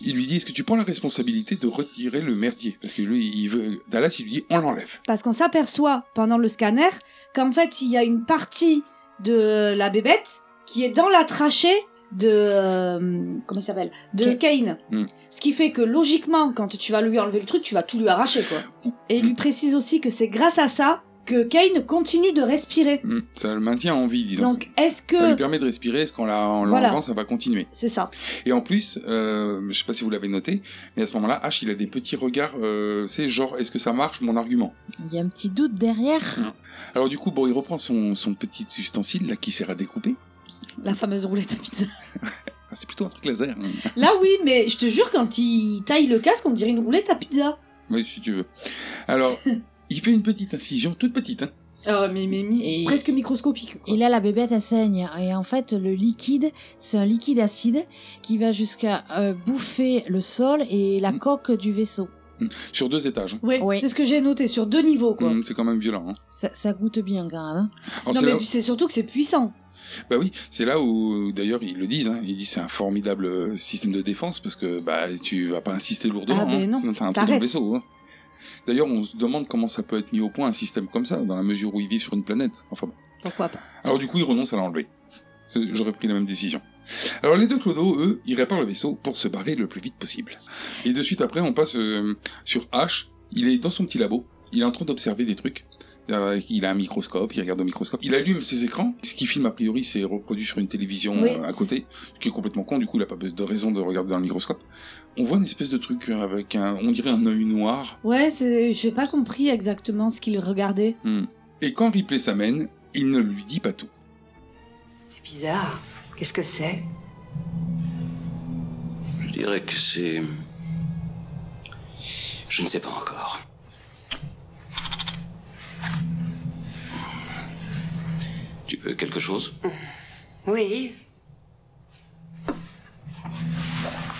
G: Il lui dit est-ce que tu prends la responsabilité de retirer le merdier parce que lui il veut Dallas il lui dit on l'enlève.
H: Parce qu'on s'aperçoit pendant le scanner qu'en fait, il y a une partie de la bébête qui est dans la trachée de. euh, comment il s'appelle De Kane.
G: Hmm.
H: Ce qui fait que logiquement, quand tu vas lui enlever le truc, tu vas tout lui arracher quoi. Et il lui précise aussi que c'est grâce à ça que Kane continue de respirer.
G: Hmm, Ça le maintient en vie, disons.
H: Donc est-ce
G: Ça lui
H: que...
G: permet de respirer, est-ce qu'en la- en
H: Voilà.
G: l'enlevant, ça va continuer
H: C'est ça.
G: Et en plus, euh, je sais pas si vous l'avez noté, mais à ce moment-là, H, il a des petits regards, euh, c'est genre, est-ce que ça marche, mon argument
B: Il y a un petit doute derrière.
G: Alors du coup, bon, il reprend son, son petit ustensile, là, qui sert à découper.
H: La fameuse roulette à pizza.
G: Ah, c'est plutôt un truc laser. hein.
H: Là oui, mais je te jure, quand il taille le casque, on dirait une roulette à pizza.
G: [laughs] Oui, si tu veux.
H: [laughs]
G: Alors, il fait une petite incision, toute petite, hein.
H: Ah mais, mais, mais
B: Et-
H: presque microscopique. quoi.
B: Et là, la bébête, elle saigne. Et en fait, le liquide, c'est un liquide acide qui va jusqu'à euh, bouffer le sol et la
G: Mm.
B: coque du vaisseau.
G: sur deux étages. hein.
H: Ouais,
B: Ouais.
H: c'est ce que j'ai noté sur deux niveaux quoi.
G: Hmm, c'est quand même violent. hein.
B: Ça, ça goûte bien, quand même. hein.
G: Alors,
H: non
G: Oh, c'est
H: mais
G: là-
H: c'est surtout que c'est puissant.
G: Bah oui, c'est là où d'ailleurs ils le disent. Hein, ils disent c'est un formidable euh, système de défense parce que bah tu vas pas insister lourdement,
H: Ah, ben
G: hein,
H: non,
G: sinon t'as un trou dans le
H: t'arrêtes.
G: vaisseau. hein. D'ailleurs, on se demande comment ça peut être mis au point un système comme ça dans la mesure où ils vivent sur une planète. Enfin bon.
H: Pourquoi pas
G: Alors du coup, ils renoncent à l'enlever. C'est- J'aurais pris la même décision. Alors les deux clodos, eux, ils réparent le vaisseau pour se barrer le plus vite possible. Et de suite après, on passe euh, sur H. Il est dans son petit labo. Il est en train d'observer des trucs. Euh, il a un microscope, il regarde au microscope. Il allume ses écrans. Ce qu'il filme, a priori, c'est reproduit sur une télévision
H: Oui,
G: euh, à côté, ce qui est complètement con. Du coup, il a pas de raison de regarder dans le microscope. On voit une espèce de truc avec un, on dirait un œil noir.
H: Ouais, c'est j'ai pas compris exactement ce qu'il regardait.
G: Et quand Ripley s'amène, il ne lui dit pas tout.
F: C'est bizarre. Qu'est-ce que c'est
C: Je dirais que c'est. Je ne sais pas encore. Tu veux quelque chose
F: Oui.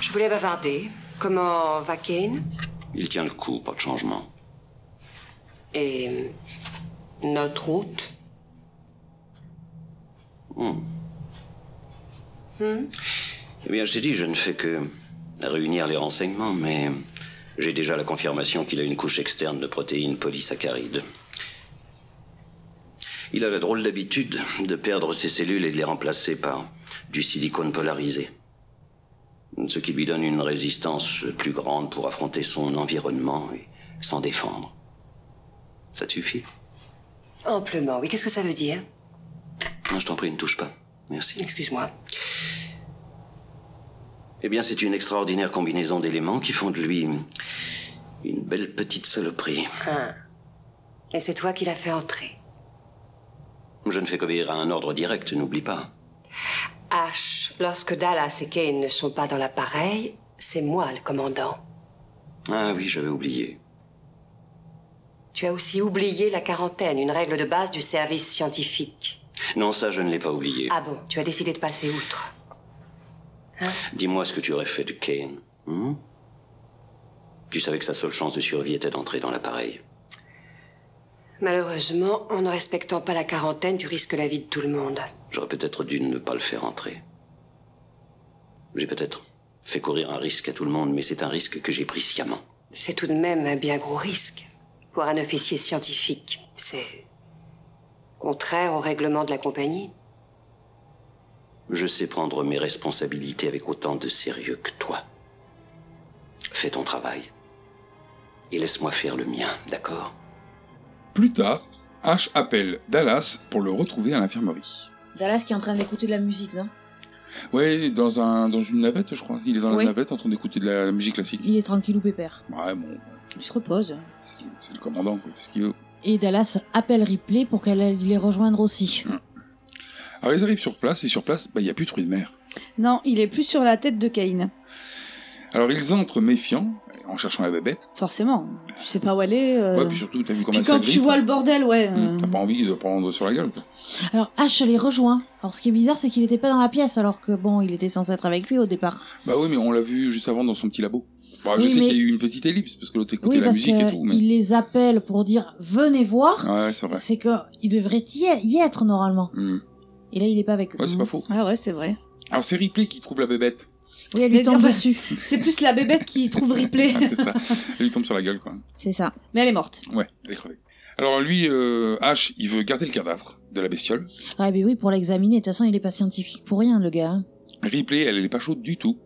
F: Je voulais bavarder. Comment va Kane
C: Il tient le coup, pas de changement.
F: Et notre route
C: Hmm. Eh bien, j'ai dit, je ne fais que réunir les renseignements, mais j'ai déjà la confirmation qu'il a une couche externe de protéines polysaccharides. Il a la drôle d'habitude de perdre ses cellules et de les remplacer par du silicone polarisé. Ce qui lui donne une résistance plus grande pour affronter son environnement et s'en défendre. Ça te suffit
F: Amplement, oui. Qu'est-ce que ça veut dire
C: Non, je t'en prie, ne touche pas. Merci.
F: Excuse-moi.
C: Eh bien, c'est une extraordinaire combinaison d'éléments qui font de lui une belle petite saloperie.
F: Ah. Et c'est toi qui l'as fait entrer.
C: Je ne fais qu'obéir à un ordre direct, n'oublie pas.
F: H, lorsque Dallas et Kane ne sont pas dans l'appareil, c'est moi le commandant.
C: Ah oui, j'avais oublié.
F: Tu as aussi oublié la quarantaine, une règle de base du service scientifique.
C: Non, ça, je ne l'ai pas oublié.
F: Ah bon, tu as décidé de passer outre. Hein
C: Dis-moi ce que tu aurais fait de Kane. hein tu savais que sa seule chance de survie était d'entrer dans l'appareil.
F: Malheureusement, en ne respectant pas la quarantaine, tu risques la vie de tout le monde.
C: J'aurais peut-être dû ne pas le faire entrer. J'ai peut-être fait courir un risque à tout le monde, mais c'est un risque que j'ai pris sciemment.
F: C'est tout de même un bien gros risque pour un officier scientifique. C'est contraire au règlement de la compagnie.
C: Je sais prendre mes responsabilités avec autant de sérieux que toi. Fais ton travail. Et laisse-moi faire le mien, d'accord
G: Plus tard, H appelle Dallas pour le retrouver à l'infirmerie.
B: Dallas qui est en train d'écouter de la musique, non
G: Ouais, dans, un, dans une navette, je crois. Il est dans
B: Oui.
G: la navette en train d'écouter de la, la musique classique.
B: Il est tranquille ou pépère.
G: Ouais, bon,
B: Il se repose.
G: c'est c'est le commandant, quoi, c'est ce qu'il veut.
B: Et Dallas appelle Ripley pour qu'elle aille les rejoindre aussi.
G: Alors, ils arrivent sur place, et sur place, bah, il n'y a plus de fruits de mer.
H: Non, il est plus sur la tête de Kane.
G: Alors, ils entrent méfiants, en cherchant la bébête.
H: Forcément. Tu sais pas où aller. euh,
G: Ouais, puis surtout, t'as vu comment
H: puis
G: elle
H: quand
G: s'agrippe,
H: tu vois
G: hein.
H: le bordel, ouais.
G: Hmm,
H: euh,
G: T'as pas envie de prendre sur la gueule, quoi.
B: Alors H les rejoint. Alors ce qui est bizarre, c'est qu'il n'était pas dans la pièce, alors que bon, il était censé être avec lui au départ.
G: Bah oui, mais on l'a vu juste avant dans son petit labo. Bah, je
B: Oui,
G: sais
B: mais-
G: qu'il y a eu une petite ellipse, parce que l'autre écoutait
B: Oui,
G: la
B: parce
G: musique
B: que
G: et tout, mais...
B: il les appelle pour dire venez voir.
G: Ouais, c'est vrai.
B: C'est que il devrait y y être normalement.
G: Hmm.
B: Et là, il est pas avec eux.
G: Ouais, c'est pas faux.
H: Ah ouais, c'est vrai.
G: Alors, c'est Ripley qui trouve la bébête.
B: Oui, elle lui
H: Mais
B: tombe
H: enfin-
B: dessus.
H: C'est plus la bébête qui trouve Ripley.
G: Ah, c'est
H: [laughs]
G: ça. Elle lui tombe sur la gueule, quoi.
B: C'est ça.
H: Mais elle est morte.
G: Ouais, elle est crevée. Alors lui, euh, H, il veut garder le cadavre de la bestiole.
B: Ouais, ben oui, pour l'examiner. De toute façon, il est pas scientifique pour rien, le gars. hein.
G: Ripley, elle, elle est pas chaude du tout.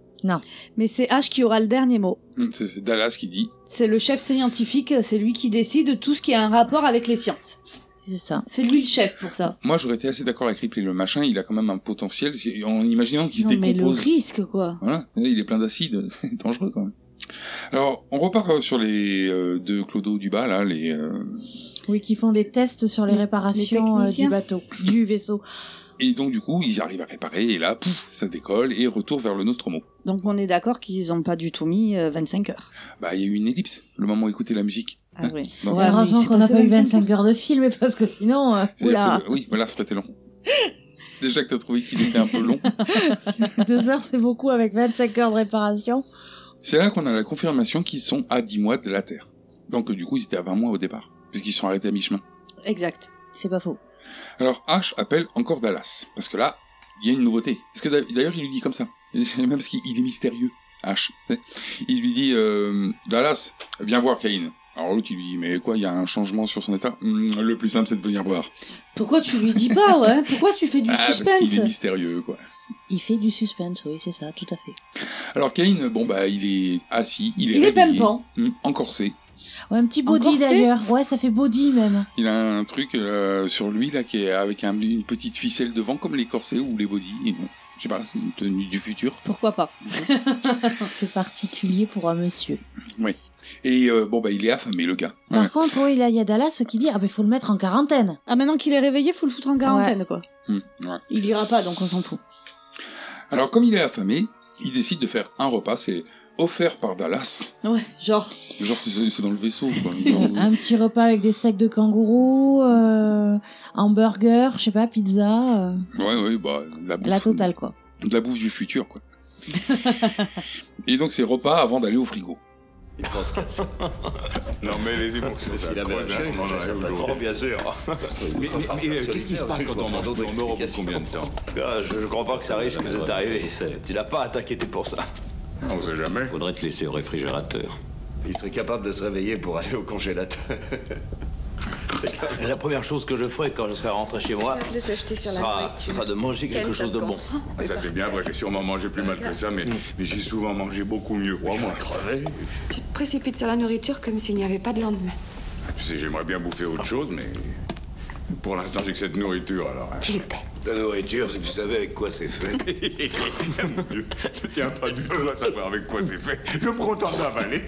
H: Mais c'est H qui aura le dernier mot.
G: Hum, C'est c'est Dallas qui dit.
H: C'est le chef scientifique, c'est lui qui décide tout ce qui a un rapport avec les sciences.
B: c'est ça.
H: C'est lui le chef pour ça.
G: Moi, j'aurais été assez d'accord avec Ripley. Le machin, il a quand même un potentiel. c'est- En imaginant qu'il se
H: non, mais le
G: décompose.
H: risque, quoi.
G: Voilà, il est plein d'acide, [laughs] c'est dangereux quand même. Alors, on repart euh, sur les euh, deux clodos du bas, là, les... euh,
B: Oui, qui font des tests sur les
H: Les-
B: réparations
H: les
B: euh,
H: techniciens.
B: du bateau, du vaisseau.
G: Et donc, du coup, ils arrivent à réparer, et là, pouf, ça décolle, et retour vers le Nostromo.
H: Donc on est d'accord qu'ils ont pas du tout mis euh, 25 heures.
G: Bah, il y a eu une ellipse, le moment où écouter la musique.
H: Ah oui.
G: Donc,
H: Ouais, mais
B: Heureusement
H: c'est
B: qu'on n'a
H: passé
B: pas eu
H: 25
B: 25 heures de film, [laughs] parce que sinon, euh,
G: c'est-à-dire
B: oula,
G: que- oui, voilà, ça aurait été long. Déjà que t'as trouvé qu'il était un peu long.
B: [laughs] deux heures c'est beaucoup avec 25 heures de réparation.
G: C'est là qu'on a la confirmation qu'ils sont à 10 mois de la Terre. Donc, euh, du coup, ils étaient à 20 mois au départ, puisqu'ils sont arrêtés à mi-chemin.
H: [laughs] Exact.
B: C'est pas faux.
G: Alors H appelle encore Dallas, parce que là, il y a une nouveauté. Parce que d'a- d'ailleurs, il lui dit comme ça. [laughs] Même parce qu'il il est mystérieux, H. Il lui dit, euh, Dallas, viens voir Cain. Alors l'autre, il lui dit, mais quoi, il y a un changement sur son état Hum, Le plus simple, c'est de venir voir.
H: Pourquoi tu lui dis pas, ouais Pourquoi tu fais du
G: ah, parce
H: suspense
G: qu'il est mystérieux, quoi.
B: Il fait du suspense, oui, c'est ça, tout à fait.
G: Alors Cain, bon, bah, il est assis, il est
H: Il est
G: réveillé,
H: pimpant.
G: hum, encorsé.
B: Ouais, un petit body
H: Encore c'est
B: d'ailleurs. Ouais, ça fait body même.
G: Il a un truc euh, sur lui, là, qui est avec un- une petite ficelle devant, comme les corsets ou les bodys. Et bon, Je sais pas, c'est une tenue du futur.
H: Pourquoi pas
B: C'est particulier pour un monsieur.
G: Et euh, bon, bah, il est affamé, le gars.
B: Par contre, oui, là, il y a Dallas qui dit Ah, mais faut le mettre en quarantaine.
H: Ah maintenant qu'il est réveillé, faut le foutre en quarantaine, quoi.
G: Hum, ouais.
H: Il ira pas, donc on s'en fout.
G: Alors, comme il est affamé, il décide de faire un repas, c'est offert par Dallas.
H: Ouais, genre.
G: Genre, c'est c'est dans le vaisseau,
B: [laughs]
G: quoi. Genre,
B: un petit repas avec des steaks de kangourou, euh, hamburger, je sais pas, pizza, euh,
G: ouais, ouais, bah, la bouffe,
B: la totale quoi.
G: De la bouffe du futur, quoi. Et donc, c'est repas avant d'aller au frigo.
I: Non mais les émotions,
D: Si la belle
I: incroyable,
D: chaîne,
I: on en
D: ça
I: rêve
D: peut être
I: toujours.
D: trop, bien sûr. [laughs]
I: Mais, mais- mais, euh, qu'est-ce qui se passe quand on mange
D: d'autres
I: en Europe combien de temps
D: [laughs] Ah, je, je crois pas que ça risque d'être arrivé. ça. Tu l'as pas à t'inquiéter pour ça.
I: On sait jamais.
C: Faudrait te laisser au réfrigérateur.
D: Il serait capable de se réveiller pour aller au congélateur. [laughs] La première chose que je ferai quand je serai rentré chez moi sera, sera de manger quelque chose de bon.
I: Ah, ça c'est bien vrai, j'ai sûrement mangé plus mal que ça, mais, mais j'ai souvent mangé beaucoup mieux, crois-moi.
J: Tu te précipites sur la nourriture comme s'il n'y avait pas de lendemain.
I: Tu sais, j'aimerais bien bouffer autre chose, mais pour l'instant j'ai que cette nourriture, alors. hein.
J: Il est paix.
D: La nourriture, si tu savais avec quoi c'est fait.
I: Je tiens pas du tout à savoir avec quoi c'est fait. Je prends tant d'avaler.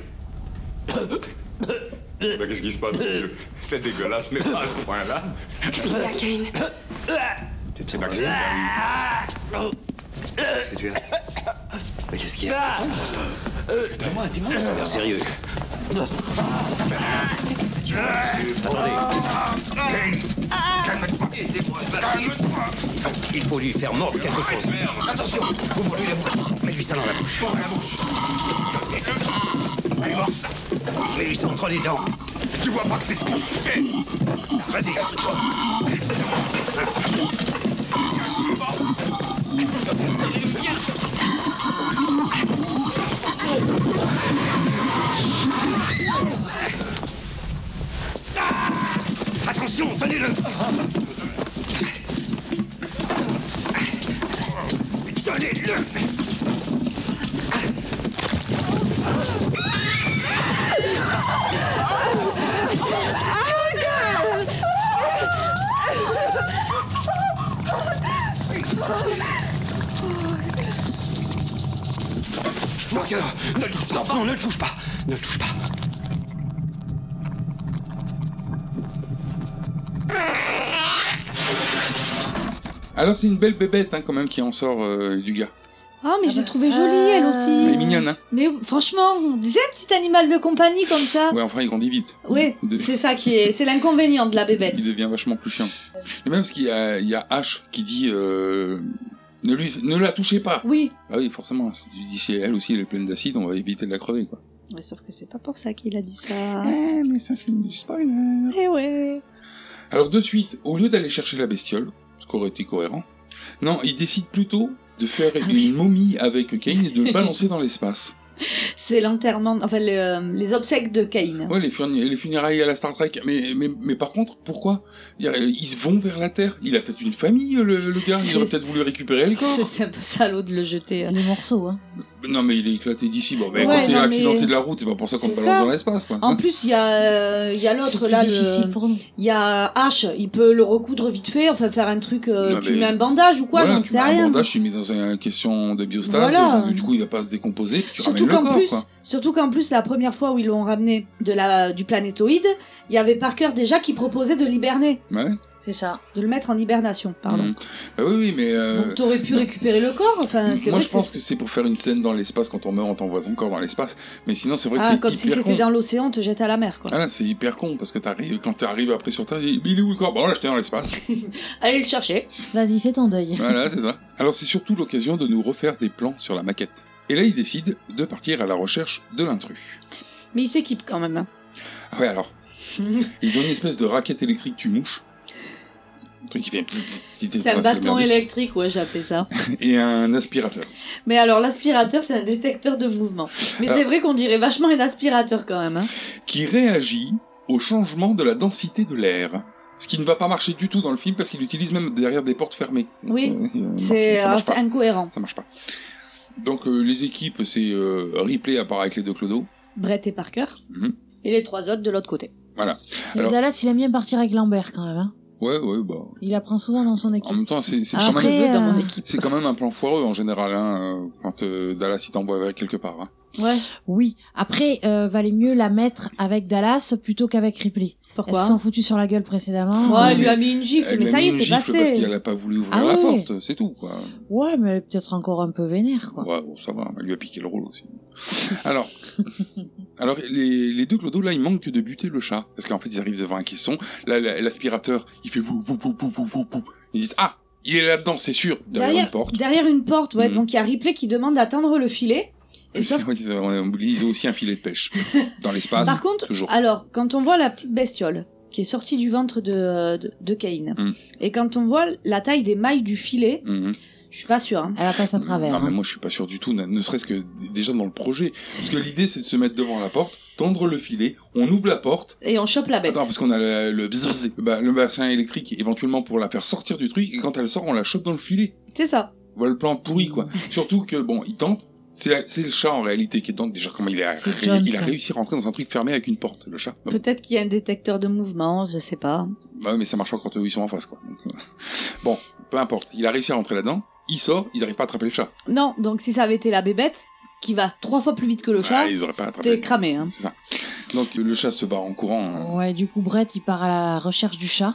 I: Bah, qu'est-ce qui se passe mon Dieu C'est dégueulasse, mais pas à ce point-là.
J: Qu'est-ce qu'il y a, Kane
D: Tu te sens
I: Bah,
D: mal Qu'est-ce
I: qu'est-ce qui t'arrive
D: que tu as Mais qu'est-ce qu'il y a Ah euh, Dis-moi, dis-moi, ça a l'air sérieux. Attendez. Calme-toi. Aidez-moi, Valérie. Il faut- Il faut lui faire mordre quelque chose. Attention, vous voulez la bouche. Mets-lui ça dans la bouche. Dans la bouche. Allez, mors ça. Mets-lui ça entre les dents.
I: Tu vois pas que c'est ce que je fais
D: Vas-y, calme-toi. Attention, tenez-le Tenez-le Mon cœur, ne le touche pas Non, ne le touche pas Ne le touche pas
G: Alors, c'est une belle bébête, hein, quand même, qui en sort euh, du gars.
H: Ah, mais
B: Ah
H: je l'ai
B: bah.
H: trouvée jolie,
G: Elle
H: elle
G: est
H: aussi.
G: mignonne, hein.
H: Mais franchement, on disait un petit animal de compagnie comme ça.
G: Ouais, enfin, il grandit vite.
H: Oui,
G: De-
H: c'est ça qui est. C'est l'inconvénient de la bébête.
G: Il devient vachement plus chiant. Et même parce qu'il y a, il y a H qui dit euh, ne, lui, ne la touchez pas.
H: Oui.
G: Ah oui, forcément, si tu dis si elle aussi elle est pleine d'acide, on va éviter de la crever quoi.
H: Ouais, sauf que c'est pas pour ça qu'il a dit ça.
G: Eh, mais ça c'est du spoiler.
H: Eh ouais.
G: Alors de suite, au lieu d'aller chercher la bestiole, ce qui aurait été cohérent, non, il décide plutôt de faire une momie avec Kane et de le balancer dans l'espace.
H: C'est l'enterrement, enfin le, euh, les obsèques de Caïn.
G: Ouais, les, funérailles- les funérailles à la Star Trek. Mais, mais, mais par contre, pourquoi Il y a- Ils se vont vers la Terre. Il a peut-être une famille, le, le gars. Il
H: C'est-
G: aurait peut-être voulu récupérer le corps.
H: C'est un peu salaud de le jeter.
B: Les morceaux, hein.
G: Bah, Non, mais il est éclaté d'ici. Bon, mais
H: Ouais,
G: quand il est
H: non, mais-
G: accidenté de la route, c'est pas pour ça qu'on le
H: C'est
G: balance
H: ça.
G: dans l'espace, quoi. Hein.
H: En plus, il y a, euh, il y a
B: C'est
H: l'autre
B: plus
H: là,
B: difficile
H: le-
B: pour nous.
H: il y a H, il peut le recoudre vite fait, enfin faire un truc, euh,
G: Non,
H: tu
G: mais-
H: mets un bandage ou quoi,
G: voilà,
H: j'en
G: tu
H: sais
G: mets un
H: rien.
G: bandage, tu mets dans une question de biostase,
H: Voilà.
G: donc, du coup il va pas se décomposer, puis tu
H: Surtout
G: ramènes
H: qu'en
G: le corps,
H: plus,
G: quoi.
H: surtout qu'en plus, la première fois où ils l'ont ramené de la, du planétoïde, il y avait Parker déjà qui proposait de l'hiberner,
G: Ouais.
B: C'est ça.
H: de le mettre en hibernation, pardon.
G: Mhm. Bah oui, oui, mais. euh,
H: Donc t'aurais pu récupérer le corps, enfin Euh, c'est
G: Moi,
H: vrai
G: je pense
H: c'est-
G: que c'est pour faire une scène dans l'espace. Quand on meurt, on t'envoie ton corps dans l'espace. Mais sinon, c'est vrai que
H: Ah,
G: c'est
H: comme
G: hyper
H: si
G: con.
H: c'était dans l'océan, on te jette à la mer, quoi.
G: Ah là, c'est hyper con parce que t'arrives, quand t'arrives après sur Terre, il dit, Mais il est où le corps Bon, là, j'étais dans
H: [laughs]
G: l'espace.
H: Allez le chercher.
B: Vas-y, fais ton deuil.
G: voilà, c'est ça. Alors, c'est surtout l'occasion de nous refaire des plans sur la maquette. Et là, il décide de partir à la recherche de l'intrus.
H: Mais il s'équipe quand même. hein.
G: Ah ouais,
H: [laughs]
G: alors, ils ont une espèce de raquette électrique tu mouches. Un truc qui fait un petit- [laughs] petit petit
H: c'est un
G: étincelle
H: bâton
G: merdique.
H: électrique, ouais, j'appelais ça.
G: Et un aspirateur.
H: Mais alors, l'aspirateur, c'est un détecteur de mouvement. Mais
G: Alors-
H: c'est vrai qu'on dirait vachement un aspirateur quand même. hein.
G: qui réagit au changement de la densité de l'air. Ce qui ne va pas marcher du tout dans le film parce qu'il l'utilise même derrière des portes fermées.
H: Oui,
G: Euh, euh,
H: C'est
G: ça marche
H: alors, c'est
G: pas.
H: incohérent.
G: Ça marche pas. Donc euh, les équipes, c'est euh, Ripley à part avec les deux clodos.
H: Brett et Parker.
G: Mhm.
H: Et les trois autres de l'autre côté.
G: Voilà.
B: Et
G: Alors-
B: Dallas, il aime bien partir avec Lambert quand même. Hein.
G: Ouais, ouais, bah.
B: Il apprend souvent dans son
G: En
B: équipe.
G: même temps, c'est c'est
B: Après,
G: quand, même-
H: veux dans mon
B: euh,
H: équipe.
G: c'est quand même un plan foireux en général, hein, euh, quand euh, Dallas il t'envoie avec quelque part. hein.
H: Ouais.
B: Oui. Après, euh, valait mieux la mettre avec Dallas plutôt qu'avec Ripley. Elles
H: Pourquoi
B: se sont foutues sur la gueule précédemment.
H: Ouais, elle
G: mais-
H: lui a mis une gifle,
G: Elle
H: mais
G: lui a
H: ça
G: mis
H: y est,
G: une
H: c'est
G: gifle Parce
H: passé.
G: qu'elle a pas voulu ouvrir
B: Ah
G: la
B: ouais.
G: porte, c'est tout, quoi.
B: Ouais, mais elle est peut-être encore un peu vénère, quoi.
G: Ouais, bon, ça va, elle lui a piqué le rôle aussi. Alors, alors les, les deux clodos, là, ils manquent de buter le chat. Parce qu'en fait, ils arrivent devant un caisson. Là, la- l'aspirateur, il fait bou, bou, bou, bou, bou, bou, bou. Ils disent Ah, il est là-dedans, c'est sûr, derrière, une porte.
H: derrière une porte, ouais.
G: Mhm.
H: Donc il y a Ripley qui demande d'attendre le filet.
G: Et c'est vrai qu'ils ont- on oublie, [laughs] ils ont aussi un filet de pêche. Dans l'espace.
H: Par contre,
G: toujours.
H: alors, quand on voit la petite bestiole qui est sortie du ventre de, de, de Cain,
G: Mm.
H: et quand on voit la taille des mailles du filet,
G: Mhm.
H: je suis pas sûre. hein.
B: Elle la passe à travers.
G: Non, mais
B: hein.
G: moi, je suis pas sûr du tout, ne, ne serait-ce que d- déjà dans le projet. Parce que l'idée, c'est de se mettre devant la porte, tendre le filet, on ouvre la porte,
H: Et on chope la bête.
G: Attends, parce qu'on a le, le, bzzz, bah, le bassin électrique éventuellement pour la faire sortir du truc, et quand elle sort, on la chope dans le filet.
H: C'est ça.
G: Voilà le plan pourri, quoi. Surtout que, bon, il tente. C'est la- c'est le chat en réalité qui tente déjà comment il a,
B: C'est John,
G: il a
B: ça.
G: réussi à rentrer dans un truc fermé avec une porte, le chat. Bah,
H: Peut-être qu'il y a un détecteur de mouvement, je sais pas.
G: bah ouais, mais ça marche pas quand eux, ils sont en face, quoi. Donc, euh, [laughs] bon, peu importe. Il a réussi à rentrer là-dedans, il sort, ils arrivent pas à attraper le chat.
H: Non, donc si ça avait été la bébête, qui va trois fois plus vite que le chat,
G: ils auraient pas attrapé.
H: c'était cramé. Hein.
G: C'est ça. Donc euh, le chat se barre en courant. hein,
B: Ouais, du coup, Brett, il part à la recherche du chat.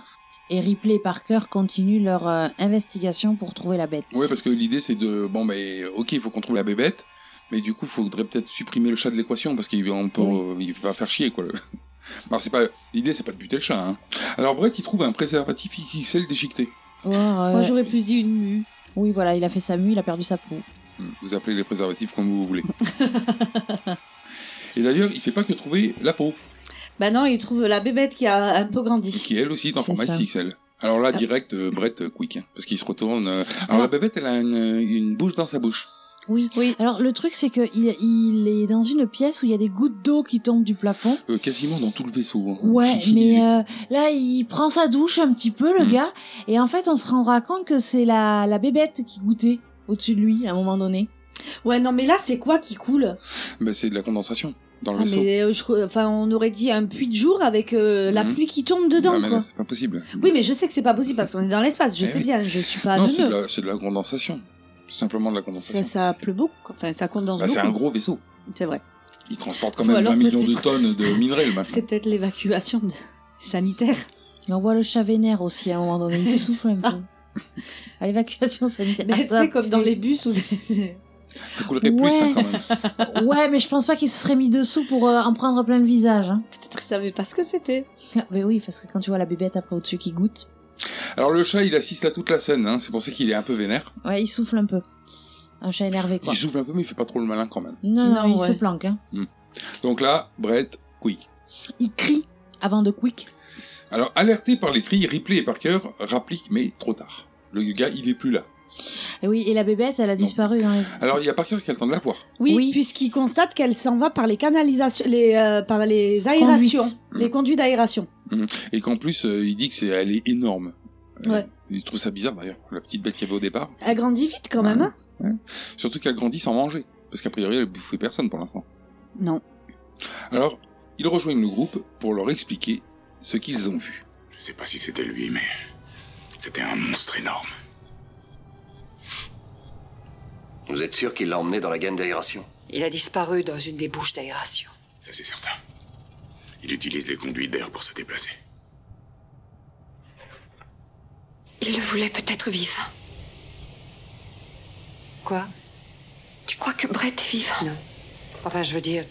B: Et Ripley et Parker continuent leur euh, investigation pour trouver la bête.
G: Ouais, parce que l'idée c'est de bon, mais ok, il faut qu'on trouve la bébête, mais du coup, faudrait peut-être supprimer le chat de l'équation parce qu'il va- on peut,
B: Oui.
G: euh, il va faire chier quoi. le- [laughs] Alors, c'est pas l'idée, c'est pas de buter le chat. Hein. Alors Brett, il trouve un préservatif XXL déchiqueté.
B: Ou alors, euh,
H: Moi j'aurais plus dit une mue.
B: Oui, voilà, il a fait sa mue, il a perdu sa peau.
G: Vous appelez les préservatifs comme
B: [laughs]
G: vous voulez. Et d'ailleurs, il fait pas que trouver la peau,
H: Bah non, il trouve la bébête qui a un peu grandi.
G: qui elle aussi est en
B: C'est
G: format
B: ça. Ah.
G: XXL. Alors là, direct, euh, Brett euh, quick, hein, parce qu'il se retourne. euh, Alors la bébête, elle a une, euh, une bouche dans sa bouche.
B: Oui.
H: Oui.
B: Alors, le truc, c'est que il, il est dans une pièce où il y a des gouttes d'eau qui tombent du plafond.
G: Euh, quasiment dans tout le vaisseau. hein.
B: Ouais,
G: [laughs] Il-
B: mais euh, là, il prend sa douche un petit peu, le
G: Mm.
B: gars. Et en fait, on se rendra compte que c'est la, la bébête qui goûtait au-dessus de lui à un moment donné.
H: Ouais, non, mais là c'est quoi qui coule
G: Bah, c'est de la condensation dans le
H: Ah,
G: vaisseau.
H: mais euh, je crois- enfin, on aurait dit un puits de jour avec euh, la
G: Mhm.
H: pluie qui tombe dedans.
G: Non, mais
H: quoi.
G: là, c'est pas possible.
H: Oui, mais je sais que c'est pas possible parce qu'on est dans l'espace. Je
G: Eh
H: sais
G: oui.
H: bien, je suis pas
G: non, c'est
H: neveu.
G: de, la, c'est de la condensation. Tout simplement de la
H: Ça,
G: condensation.
H: ça pleut beaucoup. quoi. Enfin, ça condense
G: Bah, c'est un
H: beaucoup.
G: gros vaisseau.
H: C'est vrai.
G: Il transporte quand
H: Ou
G: même
H: alors
G: 20 millions de
H: peut-être-
G: tonnes
H: [laughs]
G: de minerais, le machin.
H: C'est peut-être l'évacuation de-
B: [laughs]
H: [laughs] sanitaire.
B: Et on voit le chat vénère aussi à un moment donné.
H: [laughs]
B: Il souffle un peu. À [laughs] l'évacuation sanitaire.
H: Mais
B: Ah, ça
H: Ben, c'est comme dans
B: pue.
H: les bus [laughs] où c'est-
G: Ça coulerait
B: Ouais.
G: plus, hein, quand
H: [laughs]
G: même.
B: Ouais, mais je pense pas qu'il se serait mis dessous pour euh, en prendre plein le visage. Hein.
H: peut-être ils savaient pas ce que c'était.
B: Ah, Mais oui, parce que quand tu vois la bébête après au-dessus qui goûte,
G: Alors, le chat, il assiste à toute la scène. Hein. C'est pour ça qu'il est un peu vénère.
B: ouais, il souffle un peu. Un chat énervé, quoi.
G: Il souffle un peu, mais il fait pas trop le malin, quand même.
B: Non, non,
H: Non,
B: il
H: ouais.
B: se planque. Hein.
G: Donc là, Brett, quick.
B: Il crie avant de quick.
G: Alors, alerté par les cris, Ripley et Parker rappliquent, mais trop tard. Le gars, il est plus là.
B: Et oui, et la bébête, elle a disparu. Hein.
G: Alors, il y a Parker qui a le temps de la voir.
H: Oui,
B: Oui.
H: puisqu'il constate qu'elle s'en va par les canalisations, les, euh, par les aérations,
B: Conduite.
H: les conduits d'aération.
G: Et qu'en plus, euh, il dit que c'est, elle est énorme. Euh,
H: Ouais.
G: Il trouve ça bizarre, d'ailleurs, la petite bête qu'il y avait au départ.
H: Elle grandit vite quand même. hein.
G: Surtout qu'elle grandit sans manger. Parce qu'a priori, elle bouffait personne pour l'instant.
H: Non.
G: Alors, ils rejoignent le groupe pour leur expliquer ce qu'ils ont vu.
I: Je sais pas si c'était lui, mais c'était un monstre énorme.
C: Vous êtes sûr qu'il l'a emmené dans la gaine d'aération
F: Il a disparu dans une des bouches d'aération.
I: Ça, c'est certain. Il utilise les conduits d'air pour se déplacer.
J: Il le voulait peut-être vivant.
F: Quoi
J: Tu crois que Brett est vivant
F: Non. Enfin, je veux dire,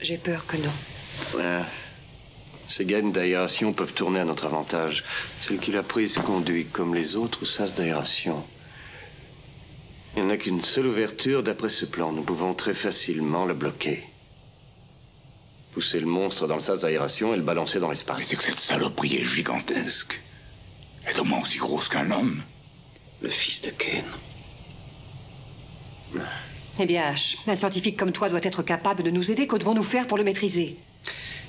F: j'ai peur que non.
C: Ouais. Ces gaines d'aération peuvent tourner à notre avantage. Celle qu'il a prise conduit comme les autres sas d'aération. Il n'y en a qu'une seule ouverture d'après ce plan. Nous pouvons très facilement la bloquer. Pousser le monstre dans le sas d'aération et le balancer dans
I: Mais
C: l'espace.
I: c'est que cette saloperie est gigantesque. Elle est au moins aussi grosse qu'un homme.
C: Le fils de Ken.
F: Eh bien, H, un scientifique comme toi doit être capable de nous aider. Que devons-nous faire pour le maîtriser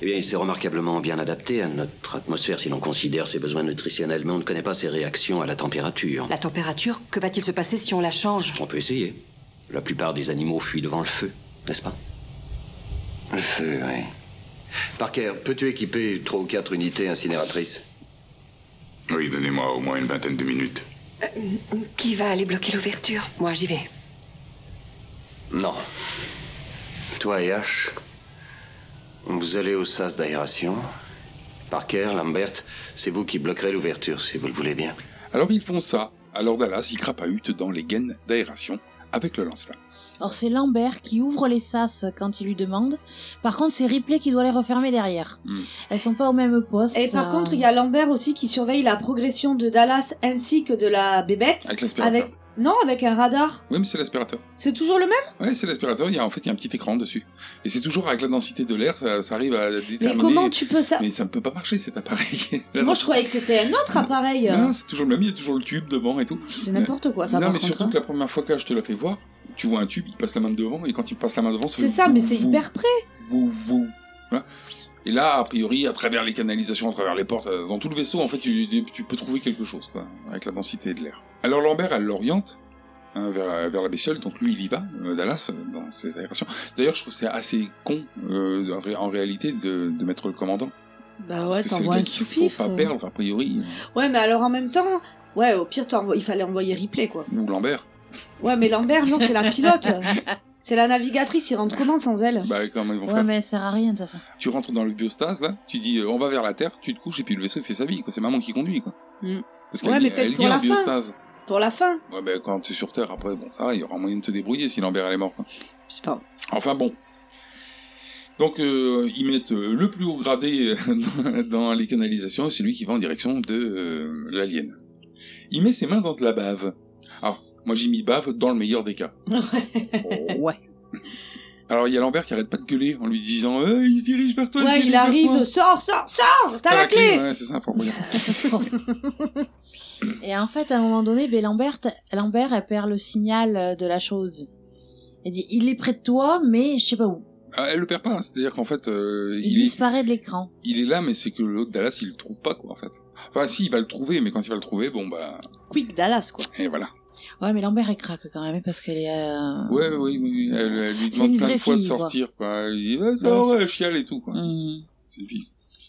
C: Eh bien, il s'est remarquablement bien adapté à notre atmosphère si l'on considère ses besoins nutritionnels, mais on ne connaît pas ses réactions à la température.
F: La température, que va-t-il se passer si on la change
C: On peut essayer. La plupart des animaux fuient devant le feu, n'est-ce pas Le feu, oui. Parker, peux-tu équiper trois ou quatre unités incinératrices
I: Oui, donnez-moi au moins une vingtaine de minutes.
J: Qui va aller bloquer l'ouverture
F: Moi, j'y vais.
C: Non. Toi et Ash, vous allez au sas d'aération. Parker, Lambert, c'est vous qui bloquerez l'ouverture, si vous le voulez bien.
G: Alors ils font ça. Alors Dallas, il crapahute dans les gaines d'aération avec le lance-flamme.
B: Alors c'est Lambert qui ouvre les sas quand il lui demande. Par contre, c'est Ripley qui doit les refermer derrière.
G: Hmm.
B: Elles sont pas au même poste.
H: Et par
B: euh,
H: contre, il y a Lambert aussi qui surveille la progression de Dallas ainsi que de la bébête.
G: Avec l'aspirateur.
H: Avec- Non, avec un radar.
G: Oui, mais c'est l'aspirateur.
H: C'est toujours le même
G: Ouais, c'est l'aspirateur. Il y a en fait il y a un petit écran dessus. Et c'est toujours avec la densité de l'air, ça, ça arrive à déterminer.
H: Mais comment tu peux ça
G: Mais ça ne peut pas marcher cet appareil. [laughs] La
H: Moi, je
G: densité-
H: croyais que c'était un autre appareil. euh.
G: Non, c'est toujours le même. Il y a toujours le tube devant et tout.
H: C'est n'importe quoi, ça,
G: non,
H: par
G: mais
H: contre,
G: surtout
H: hein.
G: que la première fois que je te l'ai fait voir, tu vois un tube, il passe la main devant et quand il passe la main devant,
H: C'est ça, mais c'est hyper près.
G: Vou, vou. Voilà. hein. Et là, a priori, à travers les canalisations, à travers les portes, euh, dans tout le vaisseau, en fait, tu, tu peux trouver quelque chose, quoi, avec la densité de l'air. Alors Lambert, elle l'oriente hein, vers, vers la bestiole, donc lui, il y va, euh, Dallas, euh, dans ses aérations. D'ailleurs, je trouve que c'est assez con, euh, en ré- en réalité, de, de mettre le commandant.
H: Bah
G: parce
H: ouais,
G: que c'est
H: t'envoies
G: le
H: un
G: mec qu'il faut
H: soufif.
G: pas
H: euh.
G: perdre, a priori,
H: Ouais, mais alors en même temps, ouais, au pire, t'envoies- il fallait envoyer Ripley, quoi.
G: ou Lambert.
H: Ouais, mais Lambert, non, c'est la [laughs] pilote. C'est la navigatrice, il rentre comment sans elle
G: Bah, comment ils vont
B: Ouais,
G: faire
B: mais elle sert à rien de toute façon.
G: Tu rentres dans le biostase, là, tu dis, euh, on va vers la Terre, tu te couches, et puis le vaisseau, il fait sa vie, quoi. C'est maman qui conduit, quoi.
H: Mm.
G: Parce
H: Ouais,
G: qu'elle
H: mais
G: vient-
H: peut-être
G: elle
H: pour
G: vient en
H: la fin.
G: biostase.
H: Pour la fin
G: Ouais, ben quand tu es sur Terre, après, bon, ça va, il y aura moyen de te débrouiller si Lambert elle est morte. hein.
H: Je sais pas.
G: Enfin bon. Donc, euh, ils mettent euh, le plus haut gradé euh, [laughs] dans les canalisations, et c'est lui qui va en direction de euh, l'alien. Il met ses mains dans de la bave. Ah, moi j'ai mis bave dans le meilleur
H: [laughs]
G: des cas.
B: Ouais.
G: Alors, il y a Lambert qui arrête pas de gueuler en lui disant euh, Il se dirige vers toi,
H: Ouais,
G: se dirige
H: il
G: vers toi.
H: arrive, sors, sors, sors T'as la clé
G: Ouais, c'est ça, faut regarder.
B: [laughs] Et en fait, à un moment donné, ben, Lambert, Lambert, elle perd le signal euh, de la chose. Elle dit, il est près de toi, mais je sais pas où.
G: Ah, elle le perd pas, c'est-à-dire qu'en fait, euh,
B: Il,
G: il, est,
B: disparaît de l'écran.
G: il est là, mais c'est que l'autre Dallas, il le trouve pas, quoi, en fait. Enfin, si, il va le trouver, mais quand il va le trouver, bon, bah,
H: Quick Dallas, quoi.
G: et voilà.
B: Ouais, mais Lambert, elle craque quand même, parce qu'elle est... euh,
G: Ouais, oui, oui, elle, elle lui
B: C'est
G: demande
B: une
G: plein de
B: vraie
G: fois de
B: fille, quoi.
G: sortir, quoi. Elle dit, ah,
B: Ouais,
G: sort, elle chiale et tout, quoi.
B: hmm.
G: C'est une fille.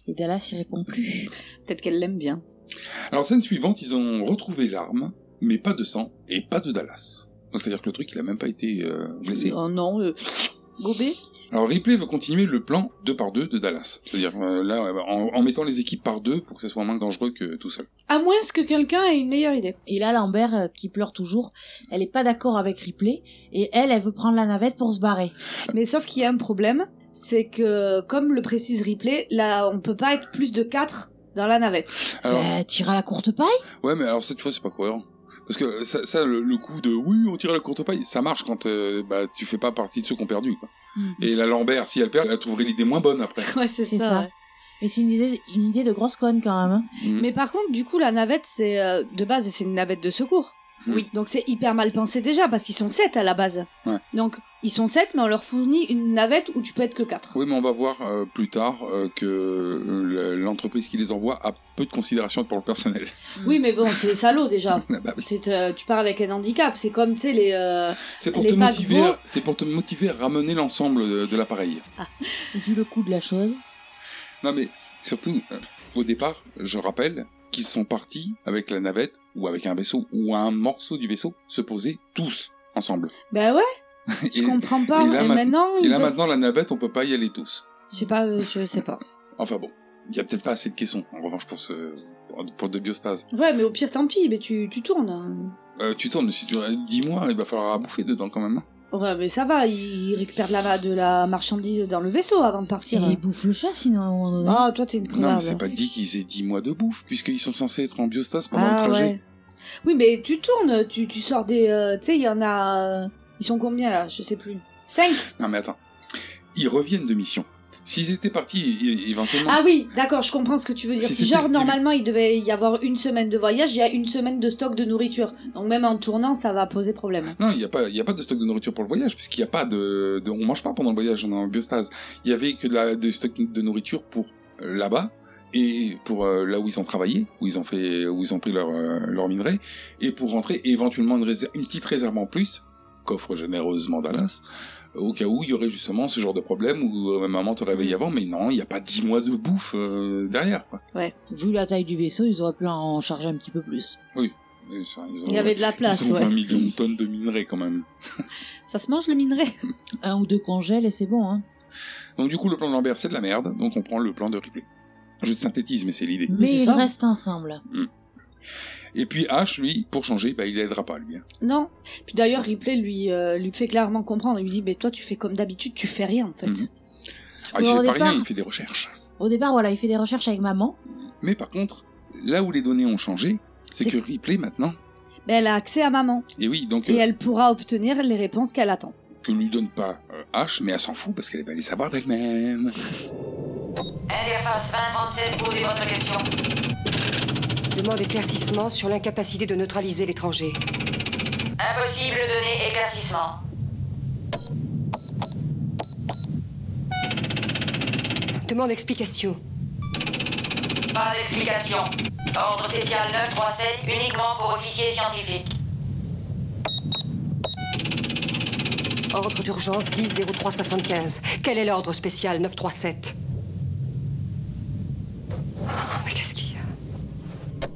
B: Et Dallas, il répond plus.
H: Peut-être qu'elle l'aime bien.
G: Alors, scène suivante, ils ont retrouvé l'arme, mais pas de sang et pas de Dallas. Donc, c'est-à-dire que le truc, il a même pas été euh, blessé.
H: Oh non, euh, gobé
G: Alors, Ripley veut continuer le plan deux par deux de Dallas. C'est-à-dire, euh, là, en, en mettant les équipes par deux pour que ça soit moins dangereux que tout seul.
H: À moins que quelqu'un ait une meilleure idée.
B: Et là, Lambert, euh, qui pleure toujours, elle est pas d'accord avec Ripley, et elle, elle veut prendre la navette pour se barrer.
H: Mais sauf qu'il y a un problème, c'est que, comme le précise Ripley, là, on peut pas être plus de 4 dans la navette.
G: Alors,
B: Euh, tire à la courte paille
G: Ouais, mais alors cette fois, c'est pas cohérent. Parce que ça, ça, le, le coup de oui, on tire à la courte paille, ça marche quand euh, bah, tu fais pas partie de ceux qui ont perdu. Quoi. Et la Lambert, si elle perd, elle trouverait l'idée moins bonne après.
H: [laughs] Ouais, c'est
B: C'est ça.
H: ouais.
B: Mais c'est une idée, une idée de grosse conne, quand même. hein.
G: Mm.
H: Mais par contre, du coup, la navette, c'est euh, de base, c'est une navette de secours.
G: Oui.
H: Donc c'est hyper mal pensé déjà parce qu'ils sont sept à la base.
G: Ouais.
H: Donc ils sont sept mais on leur fournit une navette où tu peux être que quatre.
G: Oui, mais on va voir euh, plus tard euh, que euh, l'entreprise qui les envoie a peu de considération pour le personnel. [laughs]
H: Oui, mais bon, c'est salaud déjà.
G: Ah bah oui.
H: C'est, euh, tu pars avec un handicap, c'est comme tu sais les euh,
G: C'est pour,
H: Les
G: te motiver
H: paquebots.
G: à- c'est pour te motiver à ramener l'ensemble de, de l'appareil.
B: Vu le coût de la chose.
G: Non, mais surtout, euh, au départ, je rappelle qu'ils sont partis avec la navette ou avec un vaisseau ou un morceau du vaisseau se poser tous ensemble. [laughs]
H: Ben ouais,
G: Et-
H: je comprends pas.
G: et
H: Et,
G: là, ma-
H: maintenant,
G: et
H: ils
G: là
H: veulent-
G: maintenant, la navette, on peut pas y aller tous.
H: je sais pas, euh, je sais pas.
G: Enfin bon, il y a peut-être pas assez de caissons, en revanche, pour, ce, pour- pour de biostase.
H: [laughs] Ouais, mais au pire, tant pis, mais tu, tu tournes.
G: Euh, tu tournes, mais si tu dis moi, il va falloir bouffer dedans quand même. hein.
H: Ouais, mais ça va, ils récupèrent de la, de la marchandise dans le vaisseau avant de
B: Et
H: partir.
B: ils bouffent le chat sinon à un moment donné.
H: Ah, toi, t'es une
G: Non, mais
H: crevarde.
G: c'est pas dit qu'ils aient 10 mois de bouffe, puisqu'ils sont censés être en biostase pendant
H: ah,
G: le trajet.
H: ouais. Oui, mais tu tournes, tu, tu sors des. euh, tu sais, il y en a. euh, ils sont combien là Je sais plus. 5
G: Non, mais attends. Ils reviennent de mission. S'ils étaient partis é- éventuellement.
H: Ah oui, d'accord, je comprends ce que tu veux dire.
G: Si
H: Si,
G: c'était-
H: genre, normalement, il devait y avoir une semaine de voyage, il y a une semaine de stock de nourriture. Donc, même en tournant, ça va poser problème.
G: Non, il n'y a, pas- il y a pas de stock de nourriture pour le voyage, puisqu'il n'y a pas de, de- On mange pas pendant le voyage, on est en biostase. Il y avait que de la, de stock de nourriture pour euh, là-bas, et pour euh, là où ils ont travaillé, où ils ont, fait, où ils ont pris leur, euh, leur minerai, et pour rentrer, et éventuellement une, réserve- une petite réserve en plus, coffre généreusement Dallas, au cas où il y aurait justement ce genre de problème où euh, maman te réveille avant, mais non, il n'y a pas 10 mois de bouffe euh, derrière. Quoi.
B: Vu la taille du vaisseau, ils auraient pu en charger un petit peu plus.
G: Et ça, ils ont-
H: Il y avait de la place,
G: Ils ont
H: ouais.
G: 20 millions de tonnes de minerai quand même.
H: Ça se mange le minerai
B: Un ou deux congèles et c'est bon, hein.
G: Donc du coup, le plan de Lambert, c'est de la merde, donc on prend le plan de Ripley. Je synthétise, mais c'est l'idée.
B: Mais
H: c'est
B: ils
H: ça.
B: restent ensemble.
G: Et puis H, lui, pour changer, bah, il aidera pas, lui. hein.
H: Non. Puis d'ailleurs, Ripley lui, euh, lui fait clairement comprendre. Il lui dit Mais toi, tu fais comme d'habitude, tu fais rien en fait.
G: Mhm. Ah, il
B: Mais au
G: fait pas
B: départ-
G: rien, il fait des recherches.
B: Au départ, voilà, il fait des recherches avec maman.
G: Mais par contre, là où les données ont changé, c'est
H: C'est-
G: que Ripley, maintenant...
H: Ben, elle a accès à maman.
G: Et oui, donc,
H: Et
G: euh,
H: elle pourra obtenir les réponses qu'elle attend.
G: que lui donne pas euh, H, mais elle s'en fout, parce qu'elle va les savoir d'elle-même.
E: Interface 2037, posez votre question.
F: Demande éclaircissement sur l'incapacité de neutraliser l'étranger.
E: Impossible de donner éclaircissement.
F: Demande explication.
E: Pas d'explication. Ordre spécial 937 uniquement pour officiers scientifiques.
F: Ordre d'urgence 10-0375. Quel est l'ordre spécial 937 Oh, Mais qu'est-ce qu'il y a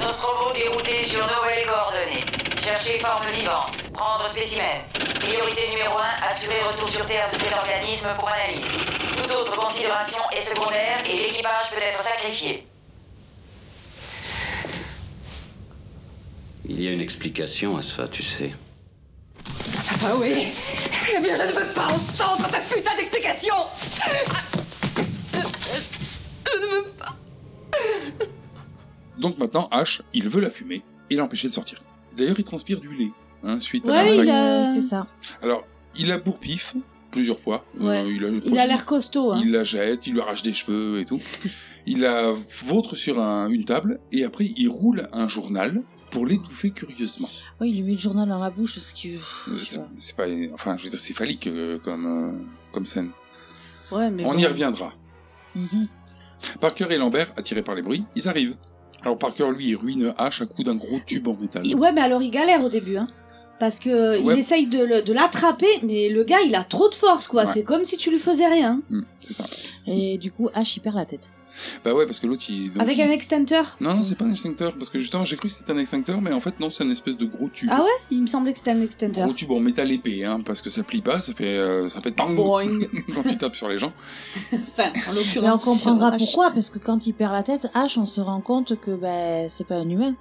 E: Notre robot dérouté sur nouvelles coordonnées. Chercher forme vivante. Prendre spécimen. Priorité numéro 1, assurer retour sur Terre de cet organisme pour analyse. Toute autre considération est secondaire et l'équipage peut être sacrifié.
C: Il y a une explication à ça, tu sais.
F: Ah oui Eh bien, je ne veux pas entendre ta putain d'explication
G: Donc maintenant, H, il veut la fumer et l'empêcher de sortir. D'ailleurs, il transpire du lait, hein, suite à
H: Ouais,
G: l'impact.
H: il a-
B: Euh, C'est ça.
G: Alors, il a pour pif, plusieurs fois. Euh,
H: Ouais.
G: il a,
H: Il a l'air costaud. Hein.
G: Il la jette, il lui arrache des cheveux et tout. Il la vautre sur un- une table et après il roule un journal pour l'étouffer curieusement.
B: Oui, il lui met le journal dans la bouche, ce qui...
G: Euh,
B: tu
G: C'est
B: vois.
G: c'est pas, enfin, je veux dire, c'est phallique euh, comme euh, comme scène.
H: Ouais, mais
G: On
H: bon.
G: y reviendra.
B: Mhm.
G: Parker et Lambert, attirés par les bruits, ils arrivent. Alors Parker lui, il ruine H à coup d'un gros tube en métal.
H: Il- Ouais, mais alors il galère au début. Hein. Parce que euh,
G: Ouais.
H: il essaye de, le- de l'attraper, mais le gars, il a trop de force, quoi.
G: Ouais.
H: C'est comme si tu lui faisais rien.
G: Hmm, c'est ça.
B: Et du coup, H, il perd la tête.
G: Bah ouais, parce que l'autre il. donc,
H: Avec
G: il-
H: un extincteur.
G: Non, non, c'est pas un extincteur parce que justement j'ai cru que c'était un extincteur, mais en fait non, c'est une espèce de gros tube.
H: Ah ouais Il me semblait que c'était un extincteur.
G: Gros tube en métal épais, hein, parce que ça plie pas, ça fait euh, ça fait
H: Ah,
G: tang [laughs] quand tu tapes sur les gens.
H: Enfin, en
B: Et on
H: l'occurrence.
B: comprendra
H: sur H.
B: pourquoi, parce que quand il perd la tête, H, on se rend compte que ben, c'est pas un humain.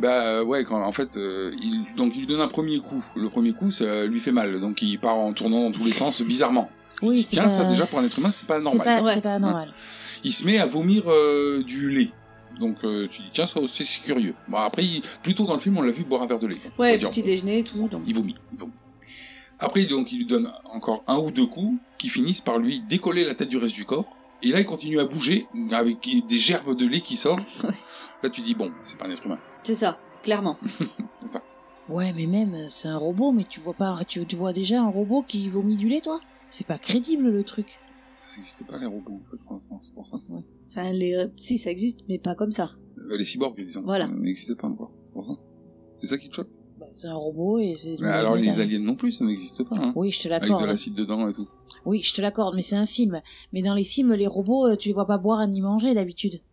G: Bah euh, ouais, quand, en fait, euh, il, donc il lui donne un premier coup. Le premier coup, ça lui fait mal, donc il part en tournant dans tous les sens bizarrement.
B: Oui, c'est
G: Tiens,
B: pas...
G: ça déjà pour un être humain, c'est pas
B: C'est
G: normal.
B: pas,
H: Ouais.
B: c'est pas normal.
G: Il se met à vomir euh, du lait. Donc euh, tu dis tiens, ça aussi, c'est curieux. Bon après, il, plus tôt dans le film, on l'a vu boire un verre de lait. Donc, on
H: Ouais,
G: va dire,
H: petit déjeuner et tout. Donc.
G: il vomit, il vomit. Après, donc, il lui donne encore un ou deux coups qui finissent par lui décoller la tête du reste du corps Et là, il continue à bouger avec des gerbes de lait qui sortent. Là, tu dis, bon, c'est pas un être humain.
H: C'est ça, clairement.
B: Ouais, mais même, euh, c'est un robot, mais tu vois pas, tu, tu vois déjà un robot qui vomit du lait, toi C'est pas crédible le truc.
G: Ça n'existe pas, les robots, en fait, pour l'instant, c'est pour ça.
H: Enfin, les... euh, si, ça existe, mais pas comme ça.
G: Euh, Les cyborgs, disons.
H: Voilà.
G: Ça n'existe pas encore, c'est pour ça. C'est ça qui te choque.
B: Bah, c'est un robot et c'est. du
G: Mais alors, les
B: métal.
G: aliens non plus, ça n'existe pas. Hein.
B: Oui, je te
G: Avec
B: l'accorde.
G: de l'acide dedans et tout.
B: Oui, je te l'accorde, mais c'est un film. Mais dans les films, les robots, euh, tu les vois pas boire ni manger d'habitude.
G: Ah,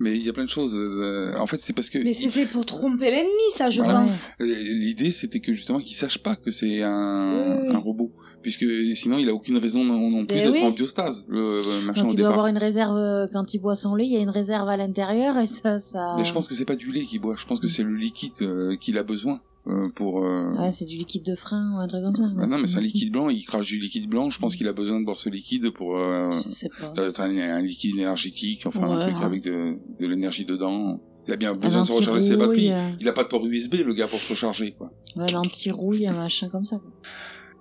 G: Mais il y a plein de choses. euh, en fait, c'est parce que
H: Mais c'était pour tromper l'ennemi, ça, je
G: Voilà.
H: pense.
G: euh, l'idée, c'était que justement, qu'ils sachent pas que c'est un,
H: Oui, oui.
G: un robot, puisque sinon, il a aucune raison non, non plus
B: Eh
G: d'être
B: oui.
G: en biostase. Le euh, machin
B: Donc
G: au
B: il doit
G: départ.
B: avoir une réserve euh, quand il boit son lait, il y a une réserve à l'intérieur et ça, ça.
G: Mais je pense que c'est pas du lait qu'il boit. Je pense que c'est le liquide euh, qu'il a besoin euh, pour. euh,
B: Ouais, c'est du liquide de frein ou un truc comme ça.
G: bah non, mais c'est un liquide blanc. Il crache du liquide blanc. Je pense qu'il a besoin de boire ce liquide pour. euh,
B: Je sais pas.
G: doit être un, un liquide énergétique, enfin un
B: Ouais.
G: truc avec de, de l'énergie dedans. Il a bien
B: Un
G: besoin de se recharger ses
B: anti-rouille,
G: batteries.
B: euh,
G: Il a pas de port USB, le gars, pour se recharger. Quoi.
B: Ouais, l'anti-rouille, un machin comme ça.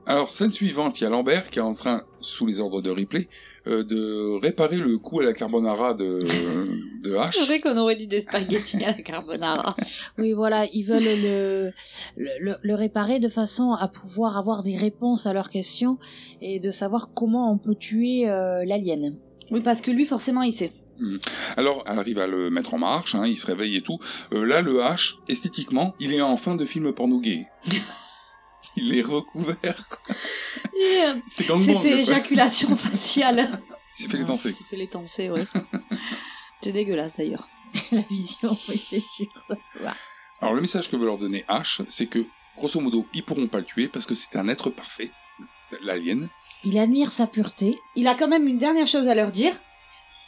G: Alors, scène suivante, il y a Lambert qui est en train, sous les ordres de Ripley, euh, de réparer le coup à la carbonara de,
B: [laughs]
G: de
H: C'est
G: H.
H: vrai qu'on aurait dit des spaghettis à la carbonara.
B: Oui, voilà, ils veulent le, le, le- le réparer de façon à pouvoir avoir des réponses à leurs questions et de savoir comment on peut tuer euh, l'alien. [laughs]
H: Oui, parce que lui, forcément, il sait.
G: Alors, elle arrive à le mettre en marche, hein, il se réveille et tout. Euh, là, le H, esthétiquement, il est en fin de film
B: [laughs]
G: porno gay. il est recouvert, quoi.
H: Et, euh,
G: C'est dans le monde.
H: C'était éjaculation [laughs] faciale.
G: C'est fait les danser.
H: Ah, Il s'est fait les danser, ouais. [laughs] C'est dégueulasse, d'ailleurs.
B: La vision, oui, c'est sûr.
G: Alors le message que veut leur donner H, c'est que, grosso modo, ils pourront pas le tuer parce que c'est un être parfait, c'est l'alien.
B: Il admire sa pureté.
H: Il a quand même une dernière chose à leur dire.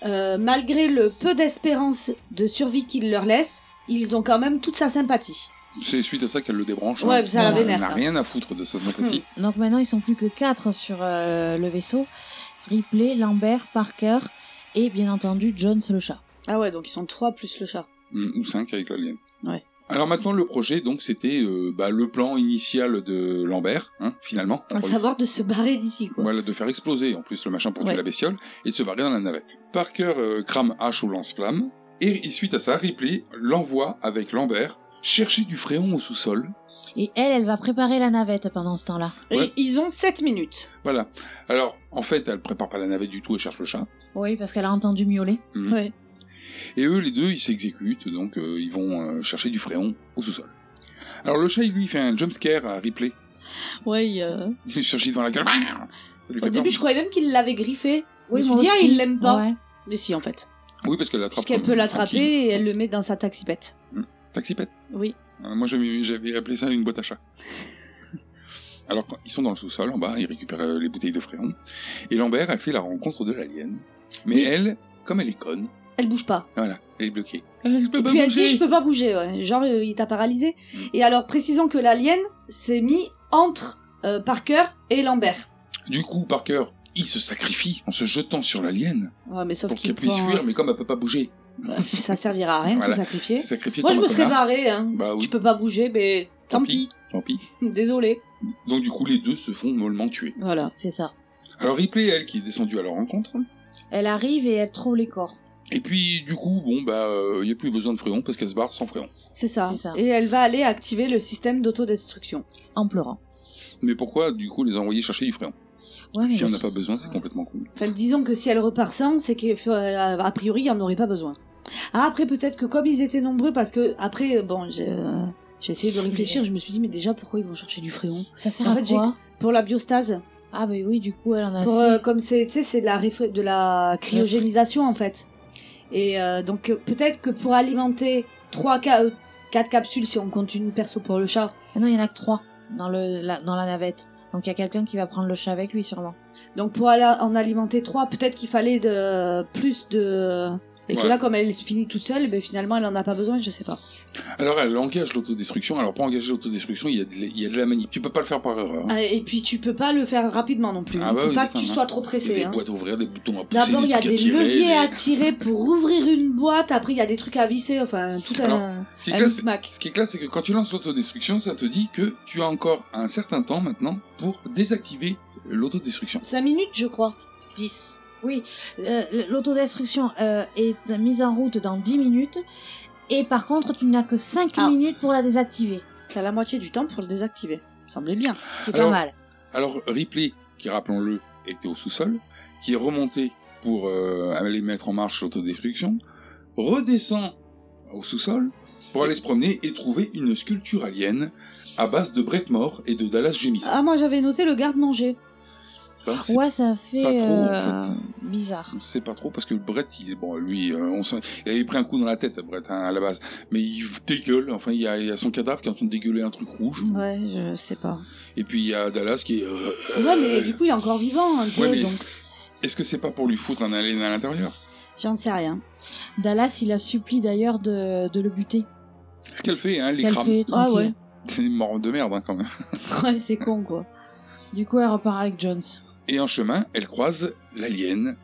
H: Euh, malgré le peu d'espérance de survie qu'il leur laisse, ils ont quand même toute sa sympathie.
G: C'est suite à ça qu'elle le débranche. hein.
H: Ouais, ça la
G: Elle
H: vénère,
G: n'a
H: ça.
G: rien à foutre de sa sympathie.
B: Donc maintenant, ils sont plus que quatre sur euh, le vaisseau. Ripley, Lambert, Parker et bien entendu Jones le chat.
H: Ah ouais, donc ils sont trois plus le chat.
G: Mm, Ou cinq avec l'alien.
B: Ouais.
G: Alors maintenant, le projet, donc, c'était euh, bah, le plan initial de Lambert, hein, finalement.
H: À savoir de se barrer d'ici, Ah, quoi.
G: Voilà, de faire exploser en plus le machin pour
H: Ouais.
G: tuer la bestiole et de se barrer dans la navette. Parker euh, crame H au lance-flamme et suite à ça, Ripley l'envoie avec Lambert chercher du fréon au sous-sol
B: Et elle, elle va préparer la navette pendant ce temps-là.
G: Ouais.
H: Et ils ont 7 minutes.
G: Voilà. Alors, en fait, elle prépare pas la navette du tout et cherche le chat.
B: Oui, parce qu'elle a entendu miauler.
G: Mhm.
H: Ouais.
G: Et eux, les deux, ils s'exécutent, donc euh, ils vont euh, chercher du fréon au sous-sol. Alors le chat, il lui fait un jumpscare à Ripley. [laughs]
H: Ouais, euh,
G: Il surgit devant la gueule. Ça lui fait
H: Au
G: peur.
H: début, je croyais même qu'il l'avait griffé. Oui, je me
B: moi
H: suis dit, ah,
B: aussi.
H: il l'aime pas.
B: Ouais.
H: Mais si, en fait.
G: Oui, parce qu'elle l'attrape.
H: Parce qu'elle
G: comme-
H: peut
G: tranquille.
H: l'attraper et elle le met dans sa taxipette.
G: Taxipette.
H: Oui.
G: Euh, moi, j'avais j'avais appelé ça une boîte à chat. [laughs] Alors, quand ils sont dans le sous-sol, en bas, ils récupèrent euh, les bouteilles de fréon. Et Lambert, elle fait la rencontre de l'alien. Mais
H: Oui.
G: elle, comme elle est conne,
H: Elle bouge pas.
G: voilà, elle est bloquée. Ah, je peux
H: Et
G: pas
H: puis elle dit,
G: bouger.
H: je peux pas bouger. ouais. Genre, euh, il t'a paralysé.
G: Mm.
H: Et alors, précisons que l'alien s'est mis entre euh, Parker et Lambert.
G: Du coup, Parker, il se sacrifie en se jetant sur l'alien
H: Ouais, mais sauf
G: pour
H: qu'il
G: qu'elle puisse
H: prend- euh,
G: fuir, mais comme elle peut pas bouger,
H: Ouais, ça servira à rien de
G: Voilà.
H: se sacrifier.
G: c'est sacrifié
H: Moi, je
G: comme
H: me
G: un
H: serais
G: connard.
H: barré. Hein.
G: Bah oui,
H: Je peux pas bouger, mais
G: Tant
H: tant,
G: pis.
H: pis.
G: tant pis.
H: Désolé.
G: Donc du coup, les deux se font mollement tuer.
H: Voilà.
B: C'est ça.
G: Alors Ripley, elle, qui est descendue à leur rencontre,
B: Elle arrive et elle trouve les corps.
G: et puis du coup, bon, bah, il n'y a plus besoin de fréon parce qu'elle se barre sans fréon.
H: C'est ça.
B: C'est ça.
H: Et elle va aller activer le système d'autodestruction.
B: En pleurant.
G: Mais pourquoi, du coup, les envoyer chercher du fréon
B: Ouais,
G: Si on n'a
B: mais...
G: pas besoin, c'est complètement con.
H: Enfin, disons que si elle repart sans, c'est qu'a priori, il n'y en aurait pas besoin. Ah, après, peut-être que comme ils étaient nombreux, parce que après, bon, j'ai euh, j'ai essayé de réfléchir, je me suis dit, mais déjà, pourquoi ils vont chercher du fréon
B: Ça sert
H: En
B: à
H: fait, j'ai-
B: quoi
H: Pour la biostase
B: Ah bah oui, du coup, elle en a
H: Pour,
B: six.
H: euh, comme c'est, tu sais, c'est de la, réfré- de la cryogénisation en fait. Et euh, donc euh, peut-être que pour alimenter trois ca- euh, quatre capsules si on compte une perso pour le chat.
B: Ah non, il y en a que trois dans, le, la, dans la navette. Donc il y a quelqu'un qui va prendre le chat avec lui sûrement.
H: Donc pour aller en alimenter trois, peut-être qu'il fallait de plus de et que
G: Ouais.
H: là comme elle se finit toute seule, ben finalement elle en a pas besoin, je sais pas.
G: Alors elle engage l'autodestruction. Alors pour engager l'autodestruction, il y, a de la- il y a de la manip. Tu peux pas le faire par erreur. hein.
H: Ah, Et puis tu peux pas le faire rapidement non plus.
G: Ah
H: Il
G: bah
H: faut
G: oui,
H: pas
G: c'est
H: que tu
G: ça, hein.
H: sois trop
G: Il y a
H: pressé.
G: des
H: hein.
G: boîtes à ouvrir, des boutons à pousser,
H: D'abord il y a
G: trucs à
H: des
G: tirer,
H: leviers
G: des-
H: à tirer pour ouvrir une boîte, après il y a des trucs à visser, enfin tout
G: Alors,
H: un,
G: Ce qui est
H: un
G: classe,
H: micmac.
G: Ce qui est clair, c'est que quand tu lances l'autodestruction, ça te dit que tu as encore un certain temps maintenant pour désactiver l'autodestruction.
H: Cinq minutes je crois.
B: 10. Oui, euh, l'autodestruction euh, est mise en route dans 10 minutes. Et par contre, tu n'as que 5
H: Ah.
B: minutes pour la désactiver.
H: Tu as la moitié du temps pour le désactiver. Semblait bien.
B: Ce qui est
G: Alors-
B: pas mal.
G: Alors Ripley, qui rappelons-le, était au sous-sol, qui est remonté pour euh, aller mettre en marche l'autodestruction, redescend au sous-sol pour aller se promener et trouver une sculpture alien à base de break mort et de Dallas gémissant.
H: Ah, moi j'avais noté le garde-manger.
G: Ben, c'est-
B: Ouais, ça fait
G: pas trop, en
B: euh,
G: fait.
B: bizarre.
G: on sait pas trop parce que Brett, il, bon, lui, euh, on s'en- il avait pris un coup dans la tête, Brett, hein, à la base. Mais il dégueule, enfin, il y, a, il y a son cadavre qui est en train de dégueuler un truc rouge.
H: Ouais, je sais pas.
G: Et puis il y a Dallas qui est. euh,
H: Ouais, mais du coup il est encore vivant un peu,
G: Ouais, mais est-ce
H: donc
G: est-ce que c'est pas pour lui foutre un alien à l'intérieur
H: j'en sais rien.
B: Dallas, il la supplie d'ailleurs de, de le buter.
G: Ce qu'elle fait, hein,
B: Ce
G: les
B: qu'elle
G: crame.
B: fait,
H: Ah
B: tranquille.
H: ouais. [laughs]
G: C'est une mort de merde, hein, quand même.
H: Ouais, c'est con quoi.
B: Du coup, elle repart avec Jones.
G: Et en chemin, elle croise l'alien.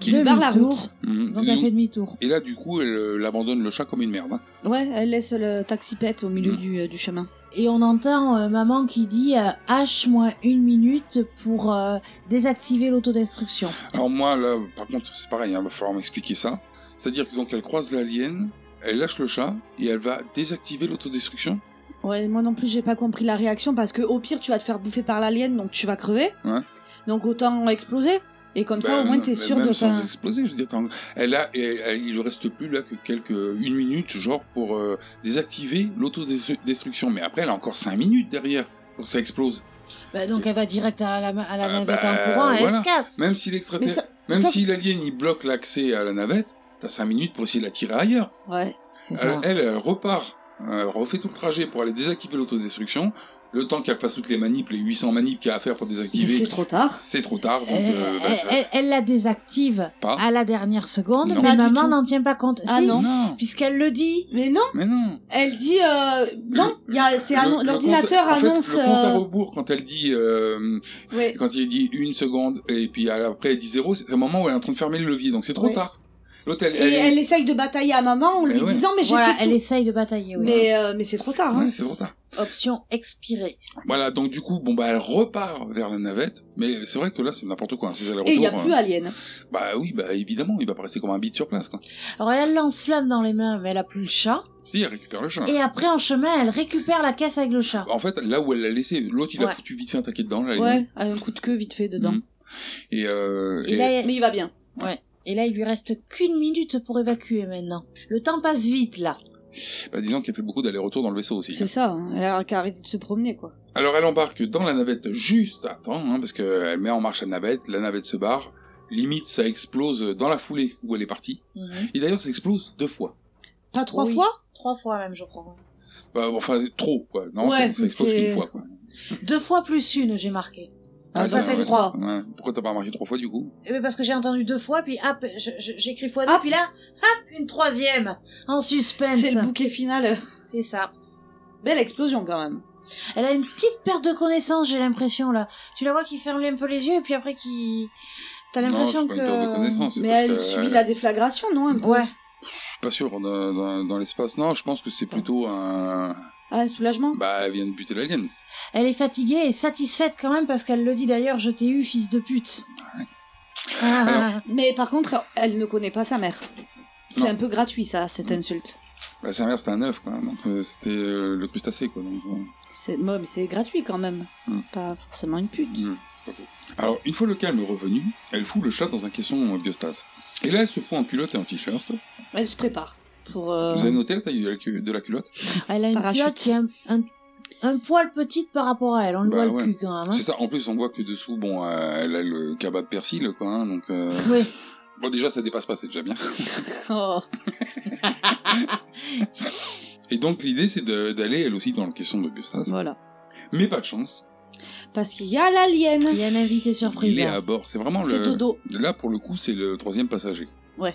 G: Qui
B: Demi-tour,
H: barre la route.
G: Hum,
B: Donc
G: et
B: elle
G: donc-
B: fait demi-tour.
G: Et là, du coup, elle, euh, elle abandonne le chat comme une merde. hein.
H: Ouais, elle laisse le taxi pète au milieu
G: Mm.
H: du, euh, du chemin.
B: Et on entend euh, maman qui dit euh, H moins une minute pour euh, désactiver l'autodestruction.
G: Alors moi, là, par contre, c'est pareil, il va falloir m'expliquer ça. C'est-à-dire que donc elle croise l'alien, elle lâche le chat et elle va désactiver l'autodestruction.
H: Ouais, moi non plus j'ai pas compris la réaction parce que au pire tu vas te faire bouffer par l'alien donc tu vas crever.
G: Ouais.
H: Donc autant exploser. Et comme ça
G: Ben,
H: au moins t'es
G: mais
H: sûr
G: même
H: de
G: sans
H: pas.
G: exploser, je veux dire. t'en- Elle a, elle- elle- il lui reste plus là que quelques une minute, genre pour euh, désactiver l'autodestruction. Mais après, elle a encore cinq minutes derrière pour que ça explose.
B: Bah, donc elle va direct à la, à la
G: Ah
B: navette
G: bah,
B: en courant et elle
G: voilà.
B: se casse.
G: Même si
H: Mais
G: l'extraterrestre,
H: ça-
G: même
H: ça-
G: si l'alien il bloque l'accès à la navette, t'as cinq minutes pour essayer de la tirer ailleurs.
H: Ouais.
B: C'est ça.
G: Elle, elle, elle repart, euh, refait tout le trajet pour aller désactiver l'autodestruction. Le temps qu'elle fasse toutes les manips, les 800 manips qu'il y a à faire pour
H: Mais
G: désactiver,
H: c'est Eh, trop tard.
G: c'est trop tard. Donc,
B: Elle,
G: euh, bah,
B: elle-
G: ça
B: elle- elle la désactive
G: part.
B: à la dernière seconde,
G: Hein Non.
B: mais
H: Pas du
B: maman
H: tout.
B: n'en tient pas compte.
H: Ah
B: Si,
H: non.
B: Puisqu'elle le dit.
H: Mais non,
G: mais non.
H: elle dit euh, non, il y a- c'est
G: Le-
H: annon-
G: le
H: l'ordinateur
G: compte- en fait,
H: annonce.
G: le compte à
H: euh,
G: rebours quand elle dit, euh,
H: ouais.
G: quand il dit une seconde et puis à la- après elle dit zéro, c'est un moment où elle est en train de fermer le levier, donc c'est trop
H: Ouais.
G: tard. L'autre, elle,
H: Et
G: elle
H: elle,
G: est-
H: essaye de batailler à maman en
G: Mais
H: lui
G: ouais.
H: disant mais j'ai
B: Voilà,
H: fait
B: elle
H: tout.
B: essaye de batailler. oui.
H: Mais, euh, mais c'est trop tard. Hein.
G: Ouais, c'est trop tard.
B: Option expirée.
G: Voilà, donc du coup, bon bah elle repart vers la navette, mais c'est vrai que là c'est n'importe quoi, hein, ces
H: Et il n'y a
G: allers-retours,
H: plus
G: euh,
H: Alien.
G: Bah oui, bah évidemment, il va pas rester comme un bide sur place quoi.
B: Alors elle a le lance-flamme dans les mains, mais elle a plus le chat.
G: Si, elle récupère le chat.
B: Et après, en chemin, elle récupère la caisse avec le chat.
G: En fait, là où elle l'a laissé, l'autre il a
B: Ouais.
G: foutu vite fait un taquet dedans. Là, elle-
H: Ouais, un coup de queue vite fait dedans.
G: Mhm. Et, euh,
B: Et
G: et-
B: là, elle-
H: Mais il va bien.
B: Et là, il lui reste qu'une minute pour évacuer maintenant. Le temps passe vite là.
G: bah, disons qu'elle fait beaucoup d'allers-retours dans le vaisseau aussi.
H: C'est ça. hein. Elle a qu'à arrêter de se promener quoi.
G: Alors elle embarque dans la navette juste à temps, hein, parce qu'elle met en marche la navette, la navette se barre, limite ça explose dans la foulée où elle est partie. Et d'ailleurs ça explose deux fois.
H: Pas Mhm. trois
B: Oui.
H: fois
B: Trois fois même, je crois.
G: Bah, enfin trop quoi. Non,
H: Ouais,
G: ça- ça explose
H: c'est-
G: qu'une fois quoi.
B: Deux fois plus une, j'ai marqué.
H: Ah,
B: ça fait trois.
G: Ouais. Pourquoi t'as pas marqué trois fois du coup
B: Eh bien, parce que j'ai entendu deux fois, puis hop, je- je- j'écris fois deux,
H: Hop.
B: puis là, hop, une troisième. En suspense.
H: C'est le bouquet final.
B: C'est ça.
H: Belle explosion quand même.
B: Elle a une petite perte de connaissance, j'ai l'impression là. Tu la vois qui ferme un peu les yeux, et puis après qui. T'as l'impression
G: Non, c'est pas une perte de
B: que.
G: connaissance. c'est
H: Mais
G: parce
H: elle
G: que-
H: subit la déflagration, non un peu
B: Ouais.
G: Je suis pas sûr dans, dans- dans l'espace. Non, je pense que c'est plutôt un.
H: Ah, un soulagement
G: Bah, elle vient de buter l'alien.
B: Elle est fatiguée et satisfaite quand même parce qu'elle le dit d'ailleurs, je t'ai eu, fils de pute. Ah.
H: Mais par contre, elle ne connaît pas sa mère. C'est
G: Non. Mm.
H: un peu gratuit ça, cette insulte.
G: Bah, sa mère, c'était un œuf, quoi. Donc, euh, c'était euh, le crustacé, quoi. Donc, euh,
H: C'est bon, mais c'est gratuit quand même.
G: Mm.
H: C'est Pas forcément une pute.
G: Mm. Alors, une fois le calme revenu, elle fout le chat dans un caisson euh, biostas. Et là, elle se fout en culotte et en t-shirt.
H: Elle se prépare pour. euh,
G: Vous avez noté la taille de la cu- de la culotte
B: Elle a une
H: Parachute.
B: culotte qui est un, un, un poil petite par rapport à elle. On le
G: Bah
B: voit
G: ouais.
B: le cul quand même.
G: C'est
B: hein.
G: ça. En plus, on voit que dessous, bon, euh, elle a le cabas de persil, quoi. hein, donc, euh,
B: Oui.
G: bon, déjà, ça dépasse pas, c'est déjà bien.
H: [laughs] oh.
G: Et donc, l'idée, c'est de- d'aller, elle aussi, dans le caisson de biostas.
H: Voilà.
G: Mais pas de chance.
H: Parce qu'il y a l'alien.
B: Il y a un invité surprise.
G: Il est
B: là.
G: à bord. C'est vraiment
H: C'est
G: le.
H: dodo.
G: Là, pour le coup, c'est le troisième passager. [laughs]
H: Ouais.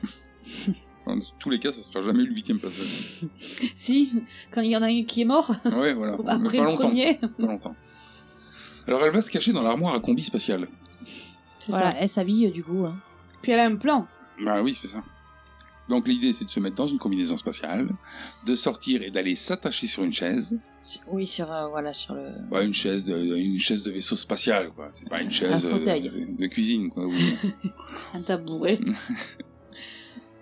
G: Dans tous les cas, ça sera jamais le huitième passager.
H: Si, quand il y en a un qui est mort,
G: Ouais, voilà. Mais
H: après
G: pas
H: le
G: longtemps.
H: premier.
G: Pas longtemps. Alors, elle va se cacher dans l'armoire à combi spatiale.
H: C'est
B: Voilà,
H: ça.
B: elle s'habille euh, du coup. hein.
H: Puis elle a un plan.
G: Bah oui, c'est ça. Donc l'idée, c'est de se mettre dans une combinaison spatiale, de sortir et d'aller s'attacher sur une chaise.
B: Sur- Oui, sur, euh, voilà, sur le.
G: Ouais, une chaise de, une chaise de vaisseau spatial, quoi. C'est pas une chaise euh,
B: fauteuil.
G: de, de cuisine, quoi. ou
H: Un tabouret.
G: Mm.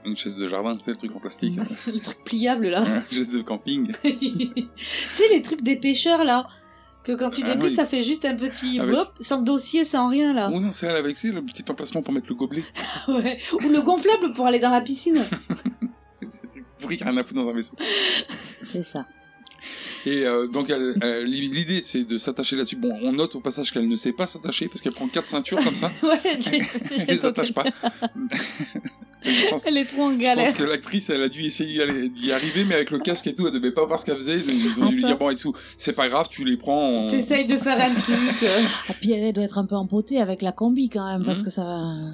G: une chaise de jardin, c'est le truc en plastique.
H: [laughs] le truc pliable, là.
G: [laughs] une chaise de camping.
H: tu sais, les trucs des pêcheurs, là. Que quand tu
G: Ah
H: déplies,
G: oui. Ah
H: ça fait juste un petit
G: Avec-
H: blop, sans dossier, sans rien, là.
G: Oh non, c'est elle avec c'est le petit emplacement pour mettre le gobelet.
H: [laughs]
G: [laughs]
H: Ouais. Ou le gonflable pour aller dans la piscine.
G: Pourri qu'il y a rien à foutre dans un vaisseau.
B: C'est ça.
G: Et euh, donc elle- elle- l'idée, c'est de s'attacher là-dessus. Bon, on note au passage qu'elle ne sait pas s'attacher parce qu'elle prend quatre ceintures comme ça.
H: ouais, j'ai-
G: elle
H: j'ai
G: les attache
H: noté. [laughs]
G: pas. je pense,
H: Elle est trop en
G: je pense
H: galère.
G: que l'actrice, elle a dû essayer d'aller- d'y arriver, mais avec le casque et tout, elle devait pas voir ce qu'elle faisait. Ils ont dû lui dire bon et tout, c'est pas grave, tu les prends. on-
H: T'essayes de faire
G: [laughs]
H: un truc. euh.
B: Ah, puis elle doit être un peu empotée avec la combi quand même,
G: Mhm.
B: parce que ça va. euh,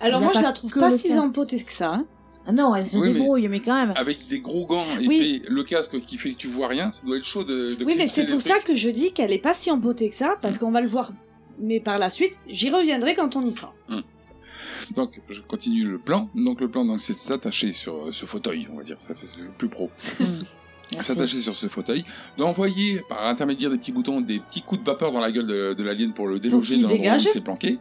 H: Alors
B: Il y a
H: moi, je
B: pas
H: la trouve
B: que
H: pas
B: le
H: si
B: casque.
H: empotée que ça. hein.
B: Ah non, elle se
G: Oui, mais-
B: débrouille, mais... quand même.
G: Avec des gros gants épais,
H: Oui.
G: le casque qui fait que tu vois rien, ça doit être chaud de. de
H: Oui, mais
G: clipser
H: c'est
G: les
H: pour
G: trucs.
H: ça que je dis qu'elle est pas si empotée que ça, parce qu'on va le voir. Mais par la suite, j'y reviendrai quand on y sera.
G: Donc, je continue le plan. Donc, le plan, donc, c'est s'attacher sur euh, ce fauteuil, on va dire, ça c'est le plus pro.
B: Merci.
G: S'attacher sur ce fauteuil, d'envoyer par intermédiaire des petits boutons des petits coups de vapeur dans la gueule de, de l'alien pour le déloger
H: qu'il
G: dans l'endroit où
H: dégage.
G: il s'est planqué.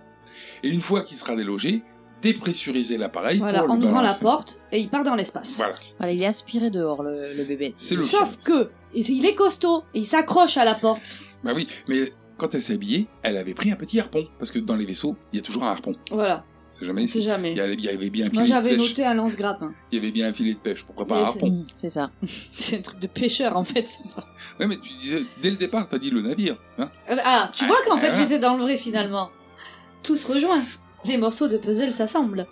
G: Et une fois qu'il sera délogé, dépressuriser l'appareil
H: Voilà,
G: pour
H: en
G: le
H: ouvrant la
G: balancer.
H: porte et il part dans l'espace.
G: Voilà,
B: Voilà, il est aspiré dehors, le, le bébé.
G: c'est le plan.
H: Sauf que il est costaud et il s'accroche à la porte.
G: Bah oui, mais quand elle s'est habillée, elle avait pris un petit harpon. Parce que dans les vaisseaux, il y a toujours un harpon.
H: Voilà,
G: C'est
H: on
G: jamais...
H: sait
G: Il
H: jamais.
G: y avait il y avait bien un filet
H: Moi
G: de
H: j'avais
G: pêche.
H: noté un lance-grappin. [laughs]
G: Il y avait bien un filet de pêche. Pourquoi pas
H: Mais
G: un
H: c'est-
G: harpon
B: Mm, C'est ça.
H: C'est un truc de pêcheur en fait.
G: Ouais, mais tu disais, dès le départ, t'as dit le navire. Hein
H: Euh, Ah, tu vois qu'en
G: Ah,
H: fait
G: ah.
H: j'étais dans le vrai finalement. Tout se rejoint. Les morceaux de puzzle s'assemblent.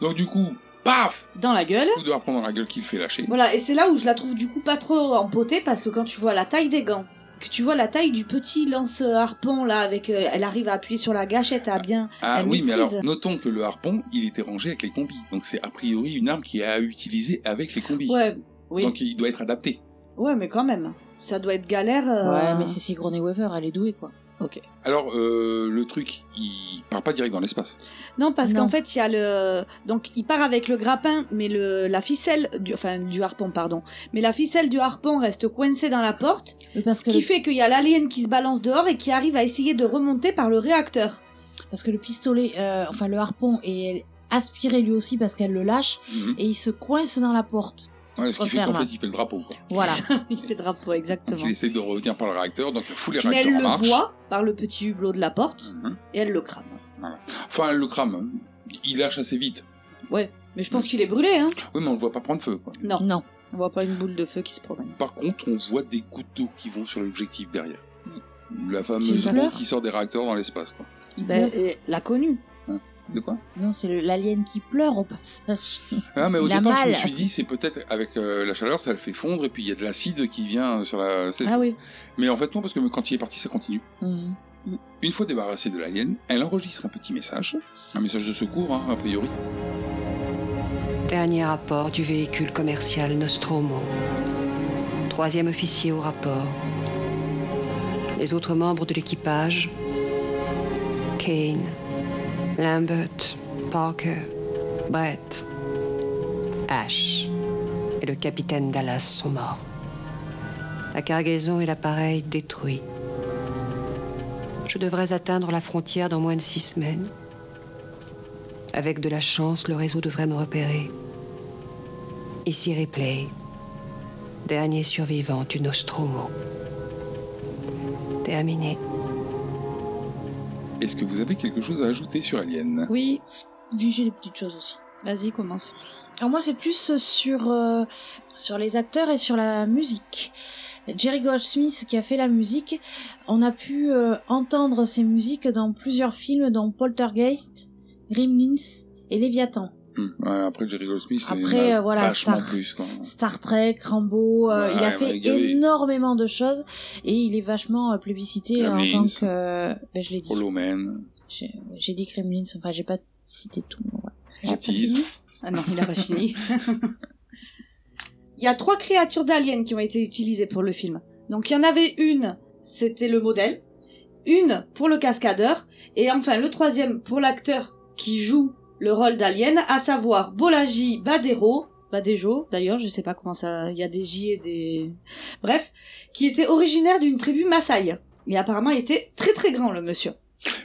G: Donc du coup, paf
H: Dans la gueule.
G: Coup de harpon dans la gueule qui le fait lâcher.
H: Voilà, et c'est là où je la trouve du coup pas trop empotée parce que quand tu vois la taille des gants, que tu vois la taille du petit lance-harpon là, avec euh, elle arrive à appuyer sur la gâchette, à bien.
G: Ah
H: Elle
G: oui, mais
H: maîtrise.
G: alors, notons que le harpon, il était rangé avec les combis. Donc c'est a priori une arme qui est à utiliser avec les combis.
H: Ouais, oui.
G: Donc il doit être adapté.
H: Ouais, mais quand même. Ça doit être galère. euh,
B: Ouais, mais c'est Sigourney Weaver, elle est douée, quoi. Ok.
G: Alors, euh, le truc, il part pas direct dans l'espace.
H: Non, parce
B: Non.
H: qu'en fait, il y a le. Donc, il part avec le grappin, mais le... la ficelle. Du... Enfin, du harpon, pardon. Mais la ficelle du harpon reste coincée dans la porte,
B: Mais parce
H: ce
B: que,
H: qui
B: le,
H: fait qu'il y a l'alien qui se balance dehors et qui arrive à essayer de remonter par le réacteur. [laughs]
B: parce que le pistolet, euh, enfin le harpon, est aspiré lui aussi parce qu'elle le lâche
G: Mhm.
B: et il se coince dans la porte.
G: Ouais,
B: Il
G: ce
B: se
G: qui fait qu'en
B: referme.
G: fait, il fait le drapeau. Quoi.
B: Voilà.
H: il fait drapeau,
G: Donc
H: exactement.
G: il essaie de revenir par le réacteur, donc il fout les
H: Mais elle
G: réacteurs en
H: le
G: marche.
H: voit par le petit hublot de la porte
G: Mhm.
H: et elle le crame.
G: Enfin, elle le crame. hein. Il lâche assez vite.
H: Mais je pense qu'il est brûlé, hein.
G: Oui, mais on le voit pas prendre feu. Quoi.
H: Non.
B: Non.
H: On voit pas une boule de feu qui se promène.
G: Par contre, on voit des gouttes d'eau qui vont sur l'objectif derrière. La
B: Qui
G: fameuse eau
B: pleure
G: qui sort des réacteurs dans l'espace. quoi.
B: Il
H: Ben,
B: pleure.
H: euh, la connue.
G: De quoi
B: Non, c'est le- l'alien qui pleure au passage.
G: Ah, mais au
B: Il a
G: départ, je me
B: mal.
G: suis dit, c'est peut-être avec euh, la chaleur, ça le fait fondre, et puis il y a de l'acide qui vient sur la. c'est-
H: Ah oui.
G: Mais en fait, non, parce que quand il est parti, ça continue.
B: Mhm.
G: Une fois débarrassée de l'alien, elle enregistre un petit message, un message de secours, hein, a priori.
F: Dernier rapport du véhicule commercial Nostromo. Troisième officier au rapport. Les autres membres de l'équipage Kane, Lambert, Parker, Brett, Ash et le capitaine Dallas sont morts. La cargaison et l'appareil détruits. Je devrais atteindre la frontière dans moins de six semaines. Avec de la chance, le réseau devrait me repérer. Ici Ripley, dernier survivant du Nostromo. Terminé.
G: Est-ce que vous avez quelque chose à ajouter sur Alien
H: Oui.
B: Vu j'ai des petites choses aussi.
H: Vas-y, commence.
B: Alors moi, c'est plus sur, euh, sur les acteurs et sur la musique. Jerry Goldsmith qui a fait la musique, on a pu euh, entendre ses musiques dans plusieurs films dont Poltergeist, Gremlins et Léviathan.
G: Hum, ouais, Après Jerry Goldsmith, il y en
B: Après,
G: a
B: euh, voilà,
G: vachement
B: Star.
G: plus. Quoi.
B: Star Trek, Rambo, euh,
G: Ouais,
B: il a
G: ouais,
B: fait
G: il y avait-
B: énormément de choses et il est vachement euh, publicité euh, en
G: Gremlins.
B: tant que... euh, ben, je l'ai dit.
G: Hollow Man,
B: J'ai j'ai dit Gremlins, enfin j'ai pas cité tout. mais voilà.
G: Antilles.
H: Ah non, il a pas fini. [laughs] il y a trois créatures d'aliens qui ont été utilisées pour le film. Donc il y en avait une, c'était le modèle, une pour le cascadeur, et enfin le troisième pour l'acteur qui joue le rôle d'alien, à savoir Bolaji Badero, bah des Jo, d'ailleurs, je sais pas comment ça, il y a des J et des, bref, qui était originaire d'une tribu Maasai. Mais apparemment, il était très très grand, le monsieur.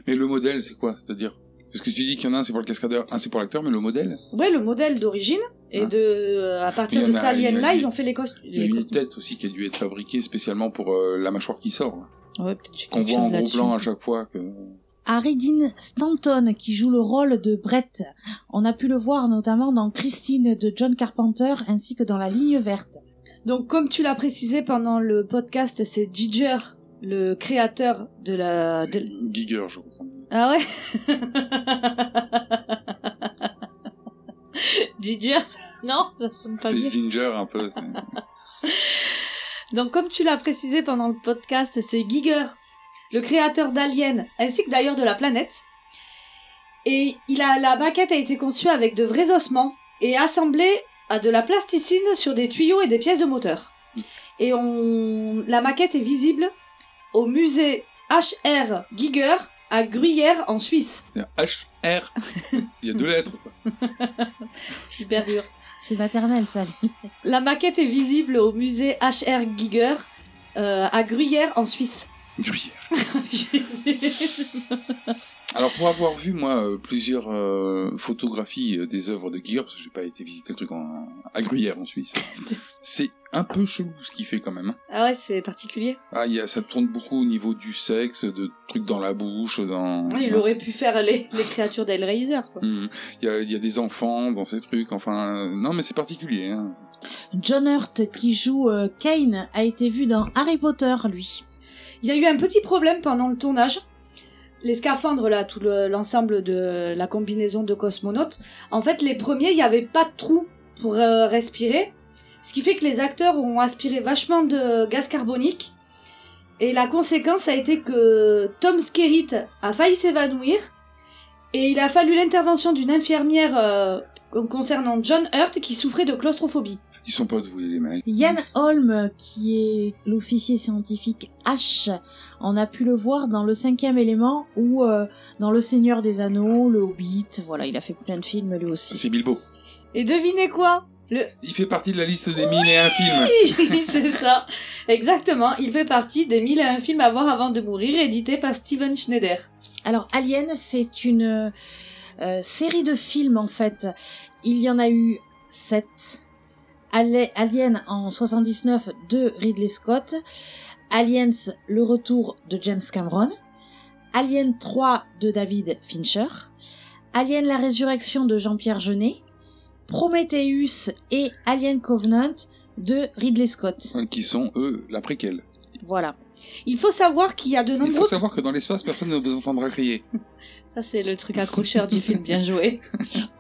G: Mais le modèle, c'est quoi C'est-à-dire Parce que tu dis qu'il y en a un, c'est pour le cascadeur, un, c'est pour l'acteur, mais le modèle
H: Ouais, le modèle d'origine, et
G: Hein
H: de, euh, à partir
G: Il y
H: de
G: en a-
H: cette
G: il y a-
H: alien-là,
G: il y a-
H: ils ont fait les, cost-
G: Il y a
H: les
G: une
H: costumes.
G: tête aussi qui a dû être fabriquée spécialement pour euh, la mâchoire qui sort, là.
H: Ouais, peut-être j'ai
G: qu'on
H: quelque
G: voit en
H: chose
G: gros
H: là-dessus.
G: plan à chaque fois. Que...
B: Harry Dean Stanton qui joue le rôle de Brett. On a pu le voir notamment dans Christine de John Carpenter ainsi que dans La Ligne Verte.
H: Donc, comme tu l'as précisé pendant le podcast, c'est Giger, le créateur de la.
G: C'est
H: Euh, de-
G: Giger, je crois.
H: Ah ouais [laughs] Giger Non, ça sonne pas
G: C'est
H: bien.
G: Ginger un peu.
H: [laughs]
G: c'est-
H: Donc, comme tu l'as précisé pendant le podcast, c'est Giger, le créateur d'Alien, ainsi que d'ailleurs de la planète. Et il a, la maquette a été conçue avec de vrais ossements et assemblée à de la plasticine sur des tuyaux et des pièces de moteur. Et on, la maquette est visible au musée HR Giger à Gruyère en Suisse.
G: H, R. Il y a deux lettres. quoi.
H: Super dur.
B: C'est maternel ça.
H: La maquette est visible au musée HR Giger euh, à Gruyère en [laughs] Suisse.
G: Gruyère. Alors, pour avoir vu, moi, euh, plusieurs euh, photographies euh, des œuvres de Giger, parce que j'ai pas été visiter le truc en, à Gruyère, en
H: [laughs]
G: Suisse, c'est un peu chelou ce qu'il fait quand même. hein.
H: ah ouais, c'est particulier.
G: Ah, il y a, ça tourne beaucoup au niveau du sexe, de trucs dans la bouche, dans.
H: Oui, Ah, il aurait pu faire les, les créatures d'Hellraiser. quoi.
G: Hmm. Il y, a, il y a des enfants dans ces trucs, enfin... euh, Non, mais c'est particulier. Hein.
B: John Hurt qui joue euh, Kane a été vu dans Harry Potter lui.
H: Il y a eu un petit problème pendant le tournage. Les scaphandres, là, tout le- l'ensemble de la combinaison de cosmonautes, en fait, les premiers, il n'y avait pas de trou pour euh, respirer. Ce qui fait que les acteurs ont aspiré vachement de gaz carbonique. Et la conséquence a été que Tom Skerritt a failli s'évanouir. Et il a fallu l'intervention d'une infirmière euh, concernant John Hurt qui souffrait de claustrophobie.
G: Ils sont pas doués, les mecs.
B: Yann Holm qui est l'officier scientifique H. On a pu le voir dans le cinquième élément ou euh, dans Le Seigneur des Anneaux, Le Hobbit. Voilà, il a fait plein de films lui aussi.
G: C'est Bilbo.
H: Et devinez quoi
G: Il fait partie de la liste des mille et un films.
H: [laughs] c'est ça, exactement. Il fait partie des 1001 films à voir avant de mourir, édité par Steven Schneider.
B: Alors Alien, c'est une euh, série de films en fait. Il y en a eu sept. Ale- Alien en 79 de Ridley Scott, Aliens le retour de James Cameron, Alien 3 de David Fincher, Alien la résurrection de Jean-Pierre Jeunet, Prometheus et Alien Covenant de Ridley Scott.
G: Euh, Qui sont, eux, la préquelle.
B: Voilà.
H: Il faut savoir qu'il y a de
G: Il faut
H: nombreux...
G: savoir que dans l'espace, personne ne vous entendra crier.
H: Ça c'est le truc accrocheur du film,
G: [laughs]
H: bien joué.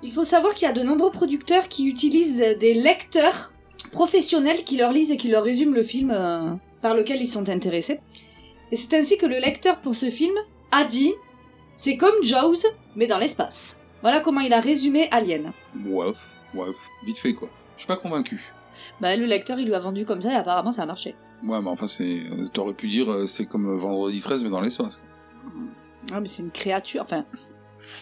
H: Il faut savoir qu'il y a de nombreux producteurs qui utilisent des lecteurs professionnels qui leur lisent et qui leur résument le film euh, par lequel ils sont intéressés. Et c'est ainsi que le lecteur pour ce film a dit « C'est comme Jaws, mais dans l'espace ». Voilà comment il a résumé Alien.
G: Wouaf, wouaf. Vite fait, quoi. Je suis pas convaincu.
H: Bah, le lecteur, il lui a vendu comme ça et apparemment ça a marché.
G: Ouais, mais enfin, c'est... euh, T'aurais pu dire, euh, c'est comme euh, Vendredi 13, mais dans l'espace. quoi.
H: Ah, mais c'est une créature, enfin.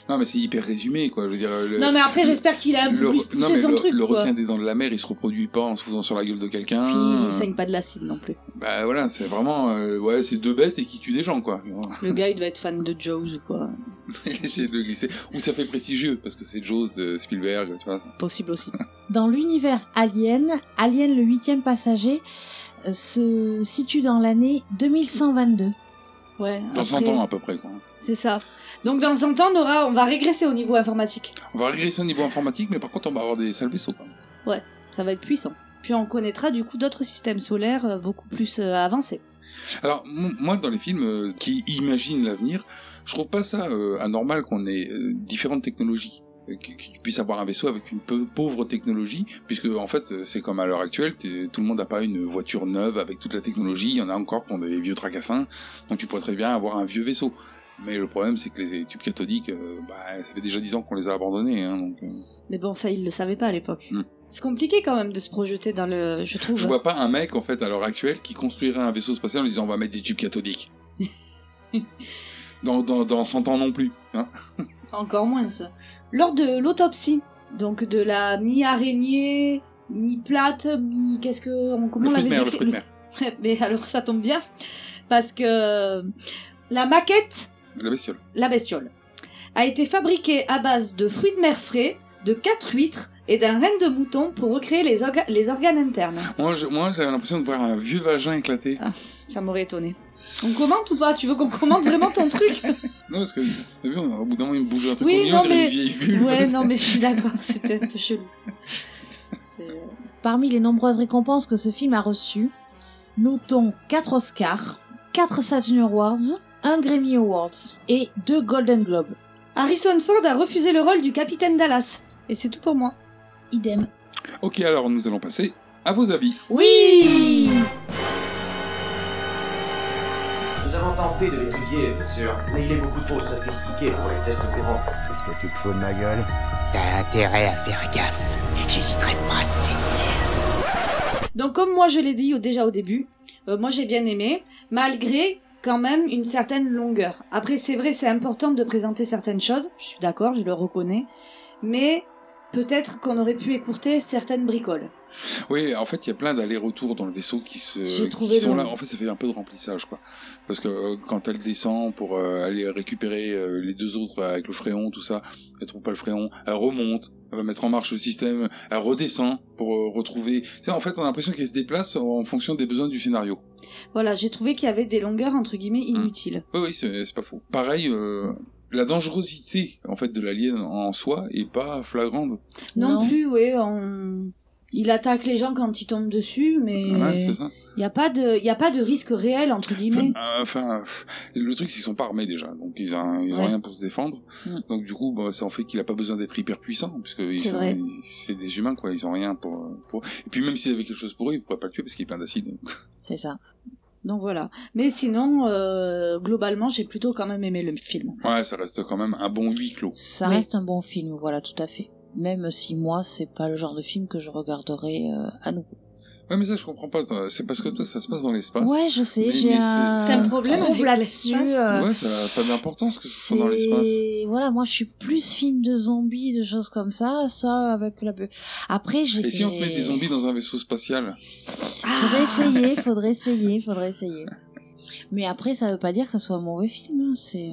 G: Non, mais c'est hyper résumé, quoi. Je veux dire... euh, Le...
H: non, mais après, j'espère qu'il a un peu
G: le-
H: plus
G: non,
H: poussé
G: mais
H: son
G: le,
H: truc,
G: le
H: quoi.
G: requin des dents de euh. la mer, il se reproduit pas en se faisant sur la gueule de quelqu'un.
H: Puis, il saigne pas de l'acide non plus.
G: Bah voilà, c'est vraiment... euh, ouais, c'est deux bêtes et qui tuent des gens, quoi. [laughs]
H: Le gars, il doit être fan de Jaws ou quoi.
G: Essayer de le glisser. Ou ça fait prestigieux, parce que c'est Jaws de Spielberg, tu vois.
H: Possible aussi.
B: Dans l'univers Alien, Alien le huitième passager euh, se situe dans l'année 2122.
H: Ouais.
G: Dans 100
H: après,
G: ans à peu près, quoi.
H: C'est ça. Donc, dans 100 ans, on, aura- on va régresser au niveau informatique.
G: On va régresser au niveau informatique, mais par contre, on va avoir des sales vaisseaux. quoi.
H: Ça va être puissant. Puis, on connaîtra du coup d'autres systèmes solaires euh, beaucoup plus euh, avancés.
G: Alors, m- moi, dans les films euh, qui imaginent l'avenir, je trouve pas ça euh, anormal qu'on ait euh, différentes technologies. Euh, que- que tu puisses avoir un vaisseau avec une peu- pauvre technologie, puisque en fait euh, c'est comme à l'heure actuelle, t'es- tout le monde n'a pas une voiture neuve avec toute la technologie, il y en a encore qui ont des vieux tracassins, donc tu pourrais très bien avoir un vieux vaisseau. Mais le problème c'est que les tubes cathodiques, euh, bah, ça fait déjà 10 ans qu'on les a abandonnés. Hein, donc, euh,
H: Mais bon, ça, ils le savaient pas à l'époque.
G: Hmm.
H: C'est compliqué quand même de se projeter dans le. Je trouve.
G: Je vois pas un mec en fait à l'heure actuelle qui construirait un vaisseau spatial en disant on va mettre des tubes
H: [laughs]
G: cathodiques. dans, dans, dans 100 ans non plus. Hein
H: Encore moins ça. Lors de l'autopsie, donc de la mi-araignée ni plate, ni qu'est-ce que. Comment
G: le
H: on
G: fruit
H: l'avait
G: de mer, le
H: décrit-
G: fruit de mer.
H: Ouais, [laughs] Mais alors ça tombe bien, parce que la maquette,
G: La bestiole.
H: la bestiole, a été fabriquée à base de fruits de mer frais, de quatre huîtres et d'un renne de mouton pour recréer les, orga- les organes internes.
G: Moi, je- moi, j'avais l'impression de voir un vieux vagin éclater.
H: Ah. Ça m'aurait étonné. On commente ou pas Tu veux qu'on commente vraiment ton
G: [laughs]
H: truc
G: Non, parce que, t'as vu, on- au bout d'un moment, il me bougeait un truc
H: Oui,
G: au milieu,
H: non,
G: on dirait
H: mais-
G: une vieille vulve. [laughs]
H: Ouais, non, mais je suis d'accord, c'était un peu chelou. C'est-
B: Parmi les nombreuses récompenses que ce film a reçues, notons 4 Oscars, 4 Saturn Awards, 1 Grammy Awards et 2 Golden Globes.
H: Harrison Ford a refusé le rôle du capitaine Dallas. Et c'est tout pour moi.
B: Idem.
G: Ok, alors, nous allons passer à vos avis.
B: Oui
K: Nous avons tenté de l'étudier, bien sûr, mais il est beaucoup trop sophistiqué pour les tests courants.
L: Qu'est-ce que tu te fous de ma gueule T'as intérêt à faire gaffe. J'hésiterai pas de
H: Donc comme moi je l'ai dit au- déjà au début, euh, moi j'ai bien aimé, malgré quand même une certaine longueur. Après c'est vrai, c'est important de présenter certaines choses, je suis d'accord, je le reconnais, mais peut-être qu'on aurait pu écourter certaines bricoles.
G: Oui, en fait, il y a plein d'allers-retours dans le vaisseau qui se
H: J'ai trouvé
G: qui sont
H: long.
G: là. En fait, ça fait un peu de remplissage, quoi. Parce que euh, quand elle descend pour euh, aller récupérer euh, les deux autres avec le fréon, tout ça, elle trouve pas le fréon, elle remonte, elle va mettre en marche le système, elle redescend pour euh, retrouver. Tu sais, en fait, on a l'impression qu'elle se déplace en fonction des besoins du scénario.
H: Voilà, j'ai trouvé qu'il y avait des longueurs entre guillemets
G: Hum.
H: inutiles.
G: Oui, oui, c'est c'est pas faux. Pareil, euh, la dangerosité en fait de l'alien en soi est pas flagrante.
H: Non,
B: Non.
H: plus, oui, on- il attaque les gens quand ils tombent dessus, mais
G: Ouais, c'est ça.
H: il n'y a, pas de- il y a pas de risque réel entre guillemets.
G: Euh, Enfin, pff, le truc, c'est qu'ils sont pas armés déjà, donc ils ont, ils ont
H: Ouais.
G: rien pour se défendre.
H: Mm.
G: Donc du coup, bah, ça en fait qu'il a pas besoin d'être hyper puissant, puisque ils
H: C'est
G: sont-
H: vrai.
G: ils- c'est des humains quoi, ils ont rien pour, pour. Et puis même s'ils avaient quelque chose pour eux, ils pourraient pas le tuer parce qu'il est plein d'acide.
B: C'est ça.
H: Donc voilà. Mais sinon, euh, globalement, j'ai plutôt quand même aimé le film.
G: Ouais, ça reste quand même un bon huis clos.
B: Ça
H: Oui.
B: reste un bon film, voilà, tout à fait. Même si moi, c'est pas le genre de film que je regarderai euh, à nouveau.
G: Ouais, mais ça je comprends pas. toi. C'est parce que toi, ça se passe dans l'espace.
B: Ouais, je sais,
G: Mais-
B: j'ai
G: mais
B: un,
G: c'est- C'est un
H: problème
B: trouble
H: avec
B: là-dessus. euh,
G: Ouais, ça a pas d'importance que ce soit dans l'espace.
B: c'est- Voilà, moi je suis plus film de zombies, de choses comme ça, ça avec la. Après, j'ai.
G: Et si on te met des zombies dans un vaisseau spatial [laughs]
B: Faudrait essayer, faudrait essayer, faudrait essayer. Mais après, ça veut pas dire que ça soit un mauvais film. hein, C'est.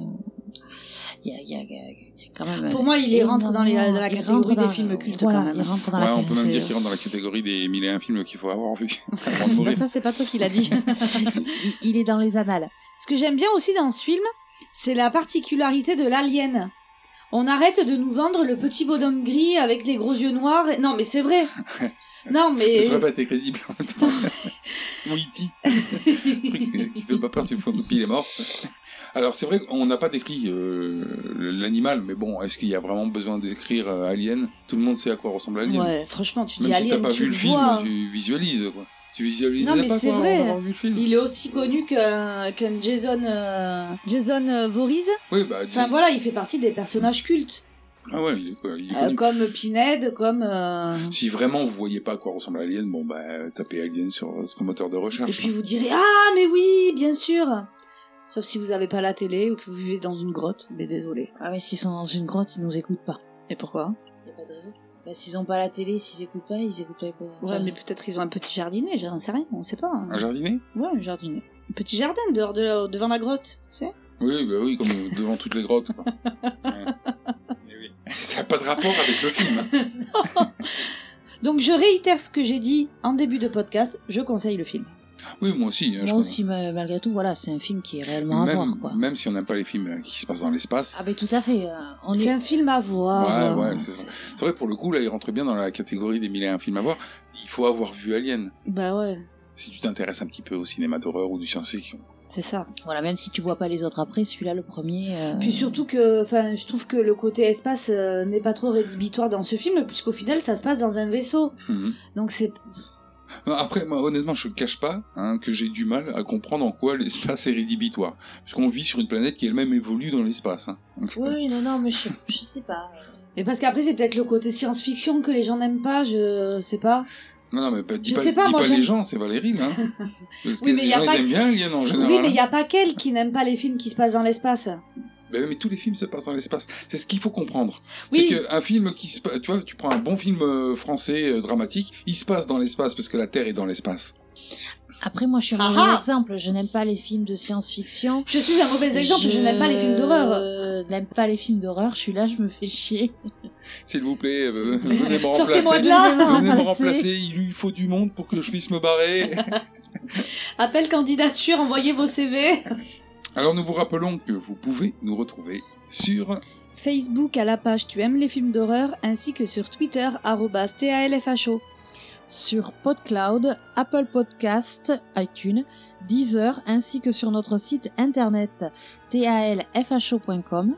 B: Il y a, il y a- il y a- il y a quand même.
H: Pour moi, il y rentre dans les- dans la
B: il
H: catégorie
B: rentre
H: des
B: dans-
H: films cultes,
B: voilà,
H: quand même.
B: Il rentre dans
G: Ouais,
B: la
G: on peut même dire
B: c'est-
G: qu'il rentre dans la catégorie des mille et un films qu'il faut
B: [laughs]
G: avoir vu. avant de mourir.
H: Bah, ça, c'est pas toi qui l'as dit.
B: il- Il est dans les annales.
H: Ce que j'aime bien aussi dans ce film, c'est la particularité de l'alien. On arrête de nous vendre le petit bonhomme gris avec les gros yeux noirs. et- Non, mais c'est vrai. Non, mais.
G: Ça aurait pas été crédible en même temps. [laughs] Mon E.T. Le truc qui fait pas peur, tu peux il est mort. Alors c'est vrai qu'on n'a pas décrit euh, l'animal, mais bon, est-ce qu'il y a vraiment besoin d'écrire euh, Alien Tout le monde sait à quoi ressemble Alien.
H: [laughs] Ouais, franchement, tu dis
G: Même si t'as
H: alien,
G: pas
H: tu
G: vu le
H: le
G: film, hein,
H: vois. hein.
G: tu visualises quoi. Tu visualises
H: Non,
G: pas
H: mais
G: quoi
H: c'est vrai.
G: en avoir vu le film.
H: Il est aussi connu qu'un qu'un Jason, euh, Jason euh, Voorhees.
G: Oui, bah, dis-
H: Enfin voilà, il fait partie des personnages cultes,
G: ah ouais, il est, quoi, il est
H: Euh, [laughs]
G: connu.
H: comme Pinhead, comme. euh,
G: Si vraiment vous voyez pas à quoi ressemble Alien, bon bah tapez Alien sur votre moteur de
H: Et
G: recherche.
H: puis vous direz Ah, mais oui, bien sûr Sauf si vous n'avez pas la télé ou que vous vivez dans une grotte, mais désolé.
B: Ah, mais s'ils sont dans une grotte, ils nous écoutent pas.
H: Et pourquoi
B: Y a pas de raison. Bah, s'ils ont pas la télé, s'ils écoutent pas, ils écoutent pas les pauvres.
H: Ouais, mais peut-être ils ont un petit jardinet, j'en sais rien, on sait pas. hein.
G: Un jardinet
H: Ouais, un jardinet. Un petit jardin dehors de, devant la grotte, tu sais
G: Oui, bah oui, comme euh, devant toutes les grottes. Quoi. Ouais. [laughs] Eh oui. [laughs] Ça n'a pas de rapport avec le film. hein.
H: Donc je réitère ce que j'ai dit en début de podcast, je conseille le film.
G: Oui, moi aussi. hein, je
B: Moi aussi, ma- malgré tout, voilà, c'est un film qui est réellement à
G: même,
B: voir, quoi.
G: même si on n'aime pas les films euh, qui se passent dans l'espace.
B: Ah, mais tout à fait. euh, On
H: C'est
B: est...
H: un film à
B: Ah,
H: voir.
B: bah,
G: ouais, ouais, c'est ça. C'est vrai, pour le coup, là, il rentre bien dans la catégorie des mille et un films à voir. Il faut avoir vu Alien.
H: Bah ouais,
G: Si tu t'intéresses un petit peu au cinéma d'horreur ou du science-fiction.
H: c'est ça.
B: Voilà, même si tu vois pas les autres après, celui-là, le premier. euh,
H: Puis surtout que, enfin, je trouve que le côté espace euh, n'est pas trop rédhibitoire dans ce film, puisqu'au final, ça se passe dans un vaisseau.
G: Mhm.
H: Donc c'est
G: Non, Après, moi, honnêtement, je ne cache pas hein, que j'ai du mal à comprendre en quoi l'espace est rédhibitoire. Puisqu'on vit sur une planète qui elle-même évolue dans l'espace. hein. Donc,
B: [laughs] Oui, oui, non, non, mais je, je sais pas.
H: Mais parce qu'après, c'est peut-être le côté science-fiction que les gens n'aiment pas, je sais pas.
G: Non, non, mais bah, dis
H: Je
G: pas,
H: sais pas,
G: dis
H: moi,
G: pas
H: j'aime-
G: les gens, c'est Valérie, là. hein.
H: [laughs]
G: Parce que
H: Oui, mais
G: les
H: y a
G: gens,
H: pas
G: ils aiment
H: que-
M: Ah
G: bien Alien en général.
H: Oui, mais il n'y
G: hein.
H: a pas qu'elle qui n'aime pas les films qui se passent dans l'espace.
G: Ben oui, mais tous les films se passent dans l'espace. C'est ce qu'il faut comprendre.
H: Oui.
G: C'est qu'un film qui se pa- tu vois, tu prends un bon film euh, français euh, dramatique, il se passe dans l'espace parce que la Terre est dans l'espace.
B: Après, moi, je suis un
H: Ah
B: mauvais
H: ah
B: exemple. Je n'aime pas les films de science-fiction.
H: Je suis un mauvais exemple, je n'aime pas les films d'horreur.
B: Je n'aime pas les films d'horreur. Je suis là, je me fais chier.
G: S'il vous plaît,
H: [laughs]
G: euh, venez me remplacer.
H: Sortez-moi de là.
G: Venez me remplacer.
H: Remplacer.
G: Il lui faut du monde pour que je puisse me
H: [laughs]
G: barrer.
H: Appel candidature, envoyez vos CV.
G: Alors nous vous rappelons que vous pouvez nous retrouver sur
M: [laughs] Facebook à la page Tu aimes les films d'horreur ainsi que sur Twitter arrobas TALFHO.
B: Sur PodCloud, Apple Podcast, iTunes, Deezer, ainsi que sur notre site internet talfho.com,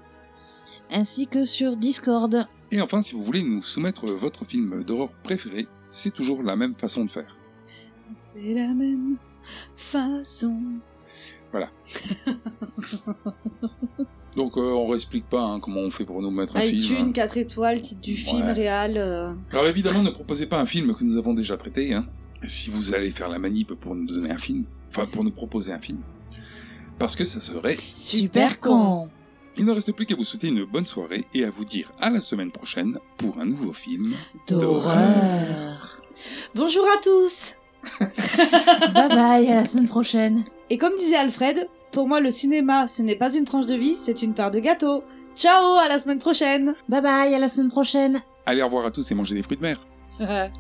B: ainsi que sur Discord.
G: Et enfin, si vous voulez nous soumettre votre film d'horreur préféré, c'est toujours la même façon de faire.
M: C'est la même façon.
G: Voilà. Donc euh, on réexplique pas hein, comment on fait pour nous mettre un film. hein.
H: iTunes, 4 étoiles, titre du film,
G: Ouais.
H: réal. euh,
G: Alors évidemment, ne proposez pas un film que nous avons déjà traité. hein. Si vous allez faire la manip pour nous donner un film, enfin pour nous proposer un film, parce que ça serait
B: Super con
G: Il ne reste plus qu'à vous souhaiter une bonne soirée et à vous dire à la semaine prochaine pour un nouveau film
H: Bonjour à tous
B: Bye bye, à la semaine prochaine
M: Et comme disait Alfred, pour moi le cinéma ce n'est pas une tranche de vie, c'est une part de gâteau. Ciao, à la semaine prochaine
B: Bye bye, à la semaine prochaine
G: Allez, au revoir à tous et mangez des fruits de mer.
M: [laughs]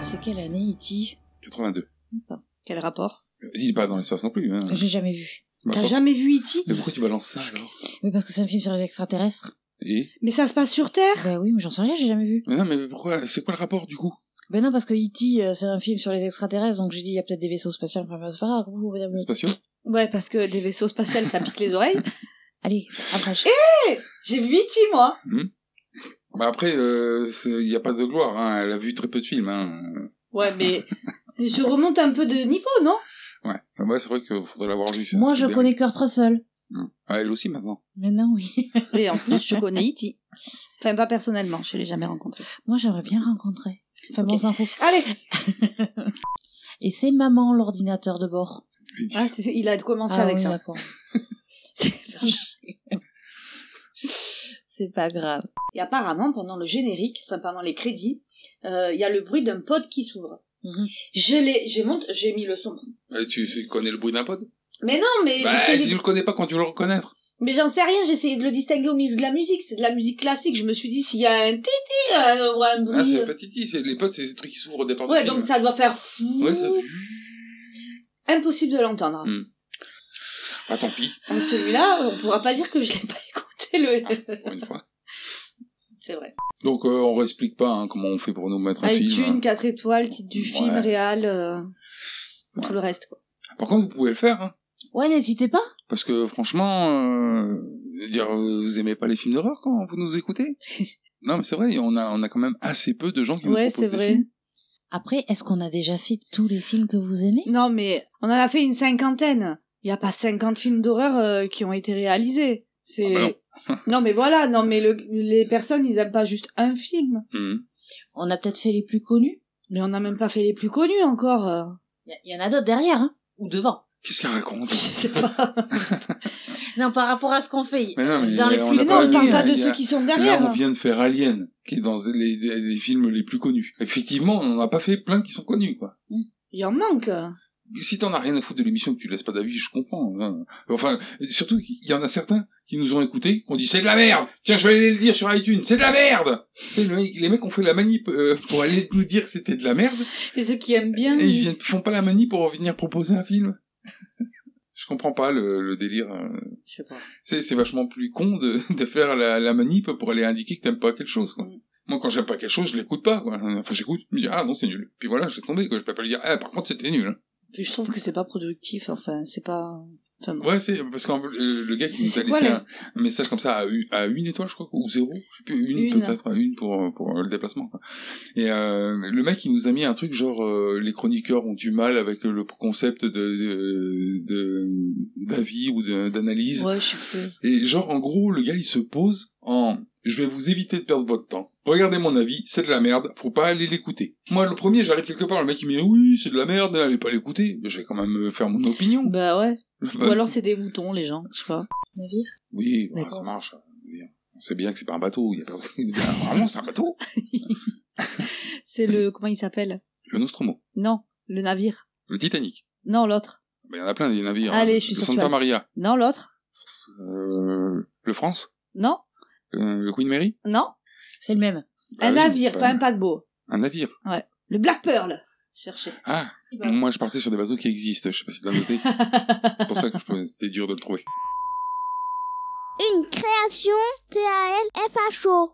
B: C'est quelle année, E E.T.
G: 82.
H: Quel rapport
G: Il est pas dans l'espace non plus. Hein.
B: J'ai jamais vu.
G: Bah,
H: T'as
G: pourquoi-
H: jamais vu
M: E
H: E.T.
G: Mais pourquoi tu balances ça alors
B: Mais parce que c'est un film sur les extraterrestres.
G: Et
H: Mais ça se passe sur Terre
B: Bah oui, mais j'en sais rien, j'ai jamais vu.
G: Mais non, mais pourquoi C'est quoi le rapport du coup
B: Ben non, parce que E.T., euh, c'est un film sur les extraterrestres, donc j'ai dit, il y a peut-être des vaisseaux spatiaux, enfin, ben, c'est pas grave. vous, vous- vous-
G: Spatiaux
H: Ouais, parce que des vaisseaux spatiaux, ça pique les oreilles.
B: Allez, approche.
H: [laughs] J'ai vu E.T., moi
G: Bah après, euh, c'est- il n'y a pas de gloire. Hein. Elle a vu très peu de films. Hein.
H: Ouais, mais... Je remonte un peu de niveau, non
G: Ouais. Ah ouais, c'est vrai qu'il faudrait l'avoir vu.
B: Moi, je
G: Spielberg.
B: connais Kurt Russell.
G: Hmm. Ah, elle aussi maintenant.
B: Mais non, oui. [laughs]
M: Et en plus, je connais E.T. Enfin, pas personnellement, je l'ai jamais rencontré.
B: Moi, j'aimerais bien le rencontrer. Enfin, bon, on s'en fout.
H: Allez
B: Et c'est maman, l'ordinateur de bord.
H: ah, c'est- Il a commencé
B: Ah
H: avec
M: [laughs]
B: oui,
H: ça.
B: d'accord. [laughs] C'est pas grave.
H: Et apparemment, pendant le générique, enfin pendant les crédits, euh, il y a le bruit d'un pod qui s'ouvre. J'ai les, j'ai mont- j'ai mis le son.
G: Bah, tu sais- connais le bruit d'un pod
H: Mais non, mais
G: Bah,
H: j'essayais-
G: si tu le connais pas, quand tu veux le reconnaître
H: mais j'en sais rien. J'essayais de le distinguer au milieu de la musique. C'est de la musique classique. Je me suis dit s'il y a un tété euh, ou un
G: Ah,
H: bruit.
G: c'est pas Titi, c'est les pods, c'est ces trucs qui s'ouvrent au départ du
H: ouais,
G: film.
H: donc ça doit faire fou.
G: Ouais, ça-
H: Impossible de l'entendre.
G: Hmm. Ah, tant pis.
H: Donc celui-là, on pourra pas dire que je l'ai pas écouté le. [laughs]
G: une fois.
H: C'est vrai.
G: Donc, euh, on réexplique pas hein, comment on fait pour nous mettre un film. hein.
H: iTunes, 4 étoiles, titre du film,
G: Ouais.
H: réal, euh, tout le reste quoi.
G: Par contre, vous pouvez le faire, hein,
B: Ouais, n'hésitez pas.
G: parce que franchement, euh, je veux dire, euh, vous aimez pas les films d'horreur quand vous nous écoutez Non, mais c'est vrai, on a, on a quand même assez peu de gens qui nous proposent des films.
B: Après, est-ce qu'on a déjà fait tous les films que vous aimez
M: Non, mais on en a fait une cinquantaine. Il n'y a pas 50 films d'horreur euh, qui ont été réalisés. C'est
G: ben
H: Ah
M: [laughs] non. mais voilà, non mais le- les personnes, ils aiment pas juste un film.
G: Mmh.
B: On a peut-être fait les plus connus.
M: Mais on n'a même pas fait les plus connus encore. [laughs] euh.
B: Il y, en a d'autres derrière, hein, ou devant.
G: Qu'est-ce qu'elle raconte
B: Non, par rapport à ce qu'on fait.
G: Mais non, mais
B: dans les
G: on
B: plus
G: a
B: non, on parle
G: il y a-
B: pas de
G: il y a-
B: ceux qui sont
G: Là, on
B: derrière.
G: vient de faire Alien, qui est dans les, les- les films les plus connus. Effectivement, on n'en a pas fait plein qui sont connus, quoi.
M: Il en manque. euh.
G: Si t'en as rien à foutre de l'émission, que tu laisses pas d'avis, je comprends. hein. Enfin, surtout qu'il y en a certains qui nous ont écoutés, qui ont dit c'est de la merde. Tiens, je vais aller le dire sur iTunes, c'est de la merde. Tu sais, le mec- les mecs ont fait la manip euh, pour aller nous dire que c'était de la merde,
M: Et ceux qui aiment bien.
G: et ils viennent, font pas la manip pour venir proposer un film. [laughs] je comprends pas le, le délire. euh.
M: Je sais pas.
G: C'est, c'est vachement plus con de, [laughs] de faire la, la manip pour aller indiquer que t'aimes pas quelque chose, quoi. Moi, quand j'aime pas quelque chose, je l'écoute pas, quoi. Enfin, j'écoute, je me dis, ah non, c'est nul. Puis voilà, j'ai tombé, quoi. Je peux pas lui dire, ah, par contre, c'était nul.
M: Puis je trouve que c'est pas productif, enfin, c'est pas. Enfin, bon.
G: Ouais, c'est parce que le gars qui nous a
M: C'est
G: laissé
M: quoi,
G: un, un message comme ça à, une- à une étoile, je crois, ou zéro, je sais plus, une,
M: Une.
G: peut-être, une pour, pour le déplacement. Quoi. Et euh, le mec, il nous a mis un truc genre euh, les chroniqueurs ont du mal avec le concept de de- de d'avis ou de- d'analyse.
M: Ouais, je sais
G: Et genre, en gros, le gars, il se pose en « Je vais vous éviter de perdre votre temps. Regardez mon avis, c'est de la merde, faut pas aller l'écouter. » Moi, le premier, j'arrive quelque part, le mec, il me dit « Oui, c'est de la merde, allez pas l'écouter. » Je vais quand même euh, faire mon opinion.
M: Bah ouais. Ou alors c'est des moutons, les gens, je sais pas.
B: Navire.
G: Oui, bah,
M: D'accord.
G: ça marche. Je veux dire, On sait bien que c'est pas un bateau. Il y a personne qui me dit, Ah, vraiment, c'est un bateau
M: C'est le. Comment il s'appelle
G: Le Nostromo,
M: Non, le navire.
G: le Titanic.
M: Non, l'autre.
G: Bah, Il y en a plein des navires.
M: Allez,
G: Le-
M: je suis
G: Le
M: sûre que
G: Santa
M: tu vas-
G: Maria,
M: Non, l'autre.
G: euh, le France,
M: Non,
G: euh, le Queen Mary,
M: non.
B: C'est le même.
M: un
G: Bah oui,
M: navire,
G: pas
M: pas un
G: mal.
M: paquebot.
G: un navire.
M: Ouais. Le Black Pearl. Cherchez.
G: Ah,
M: Bah.
G: moi je partais sur des bateaux qui existent. Je sais pas si t'as noté. c'est pour ça que je peux- c'était dur de le trouver.
N: Une création T-A-L-F-H-O.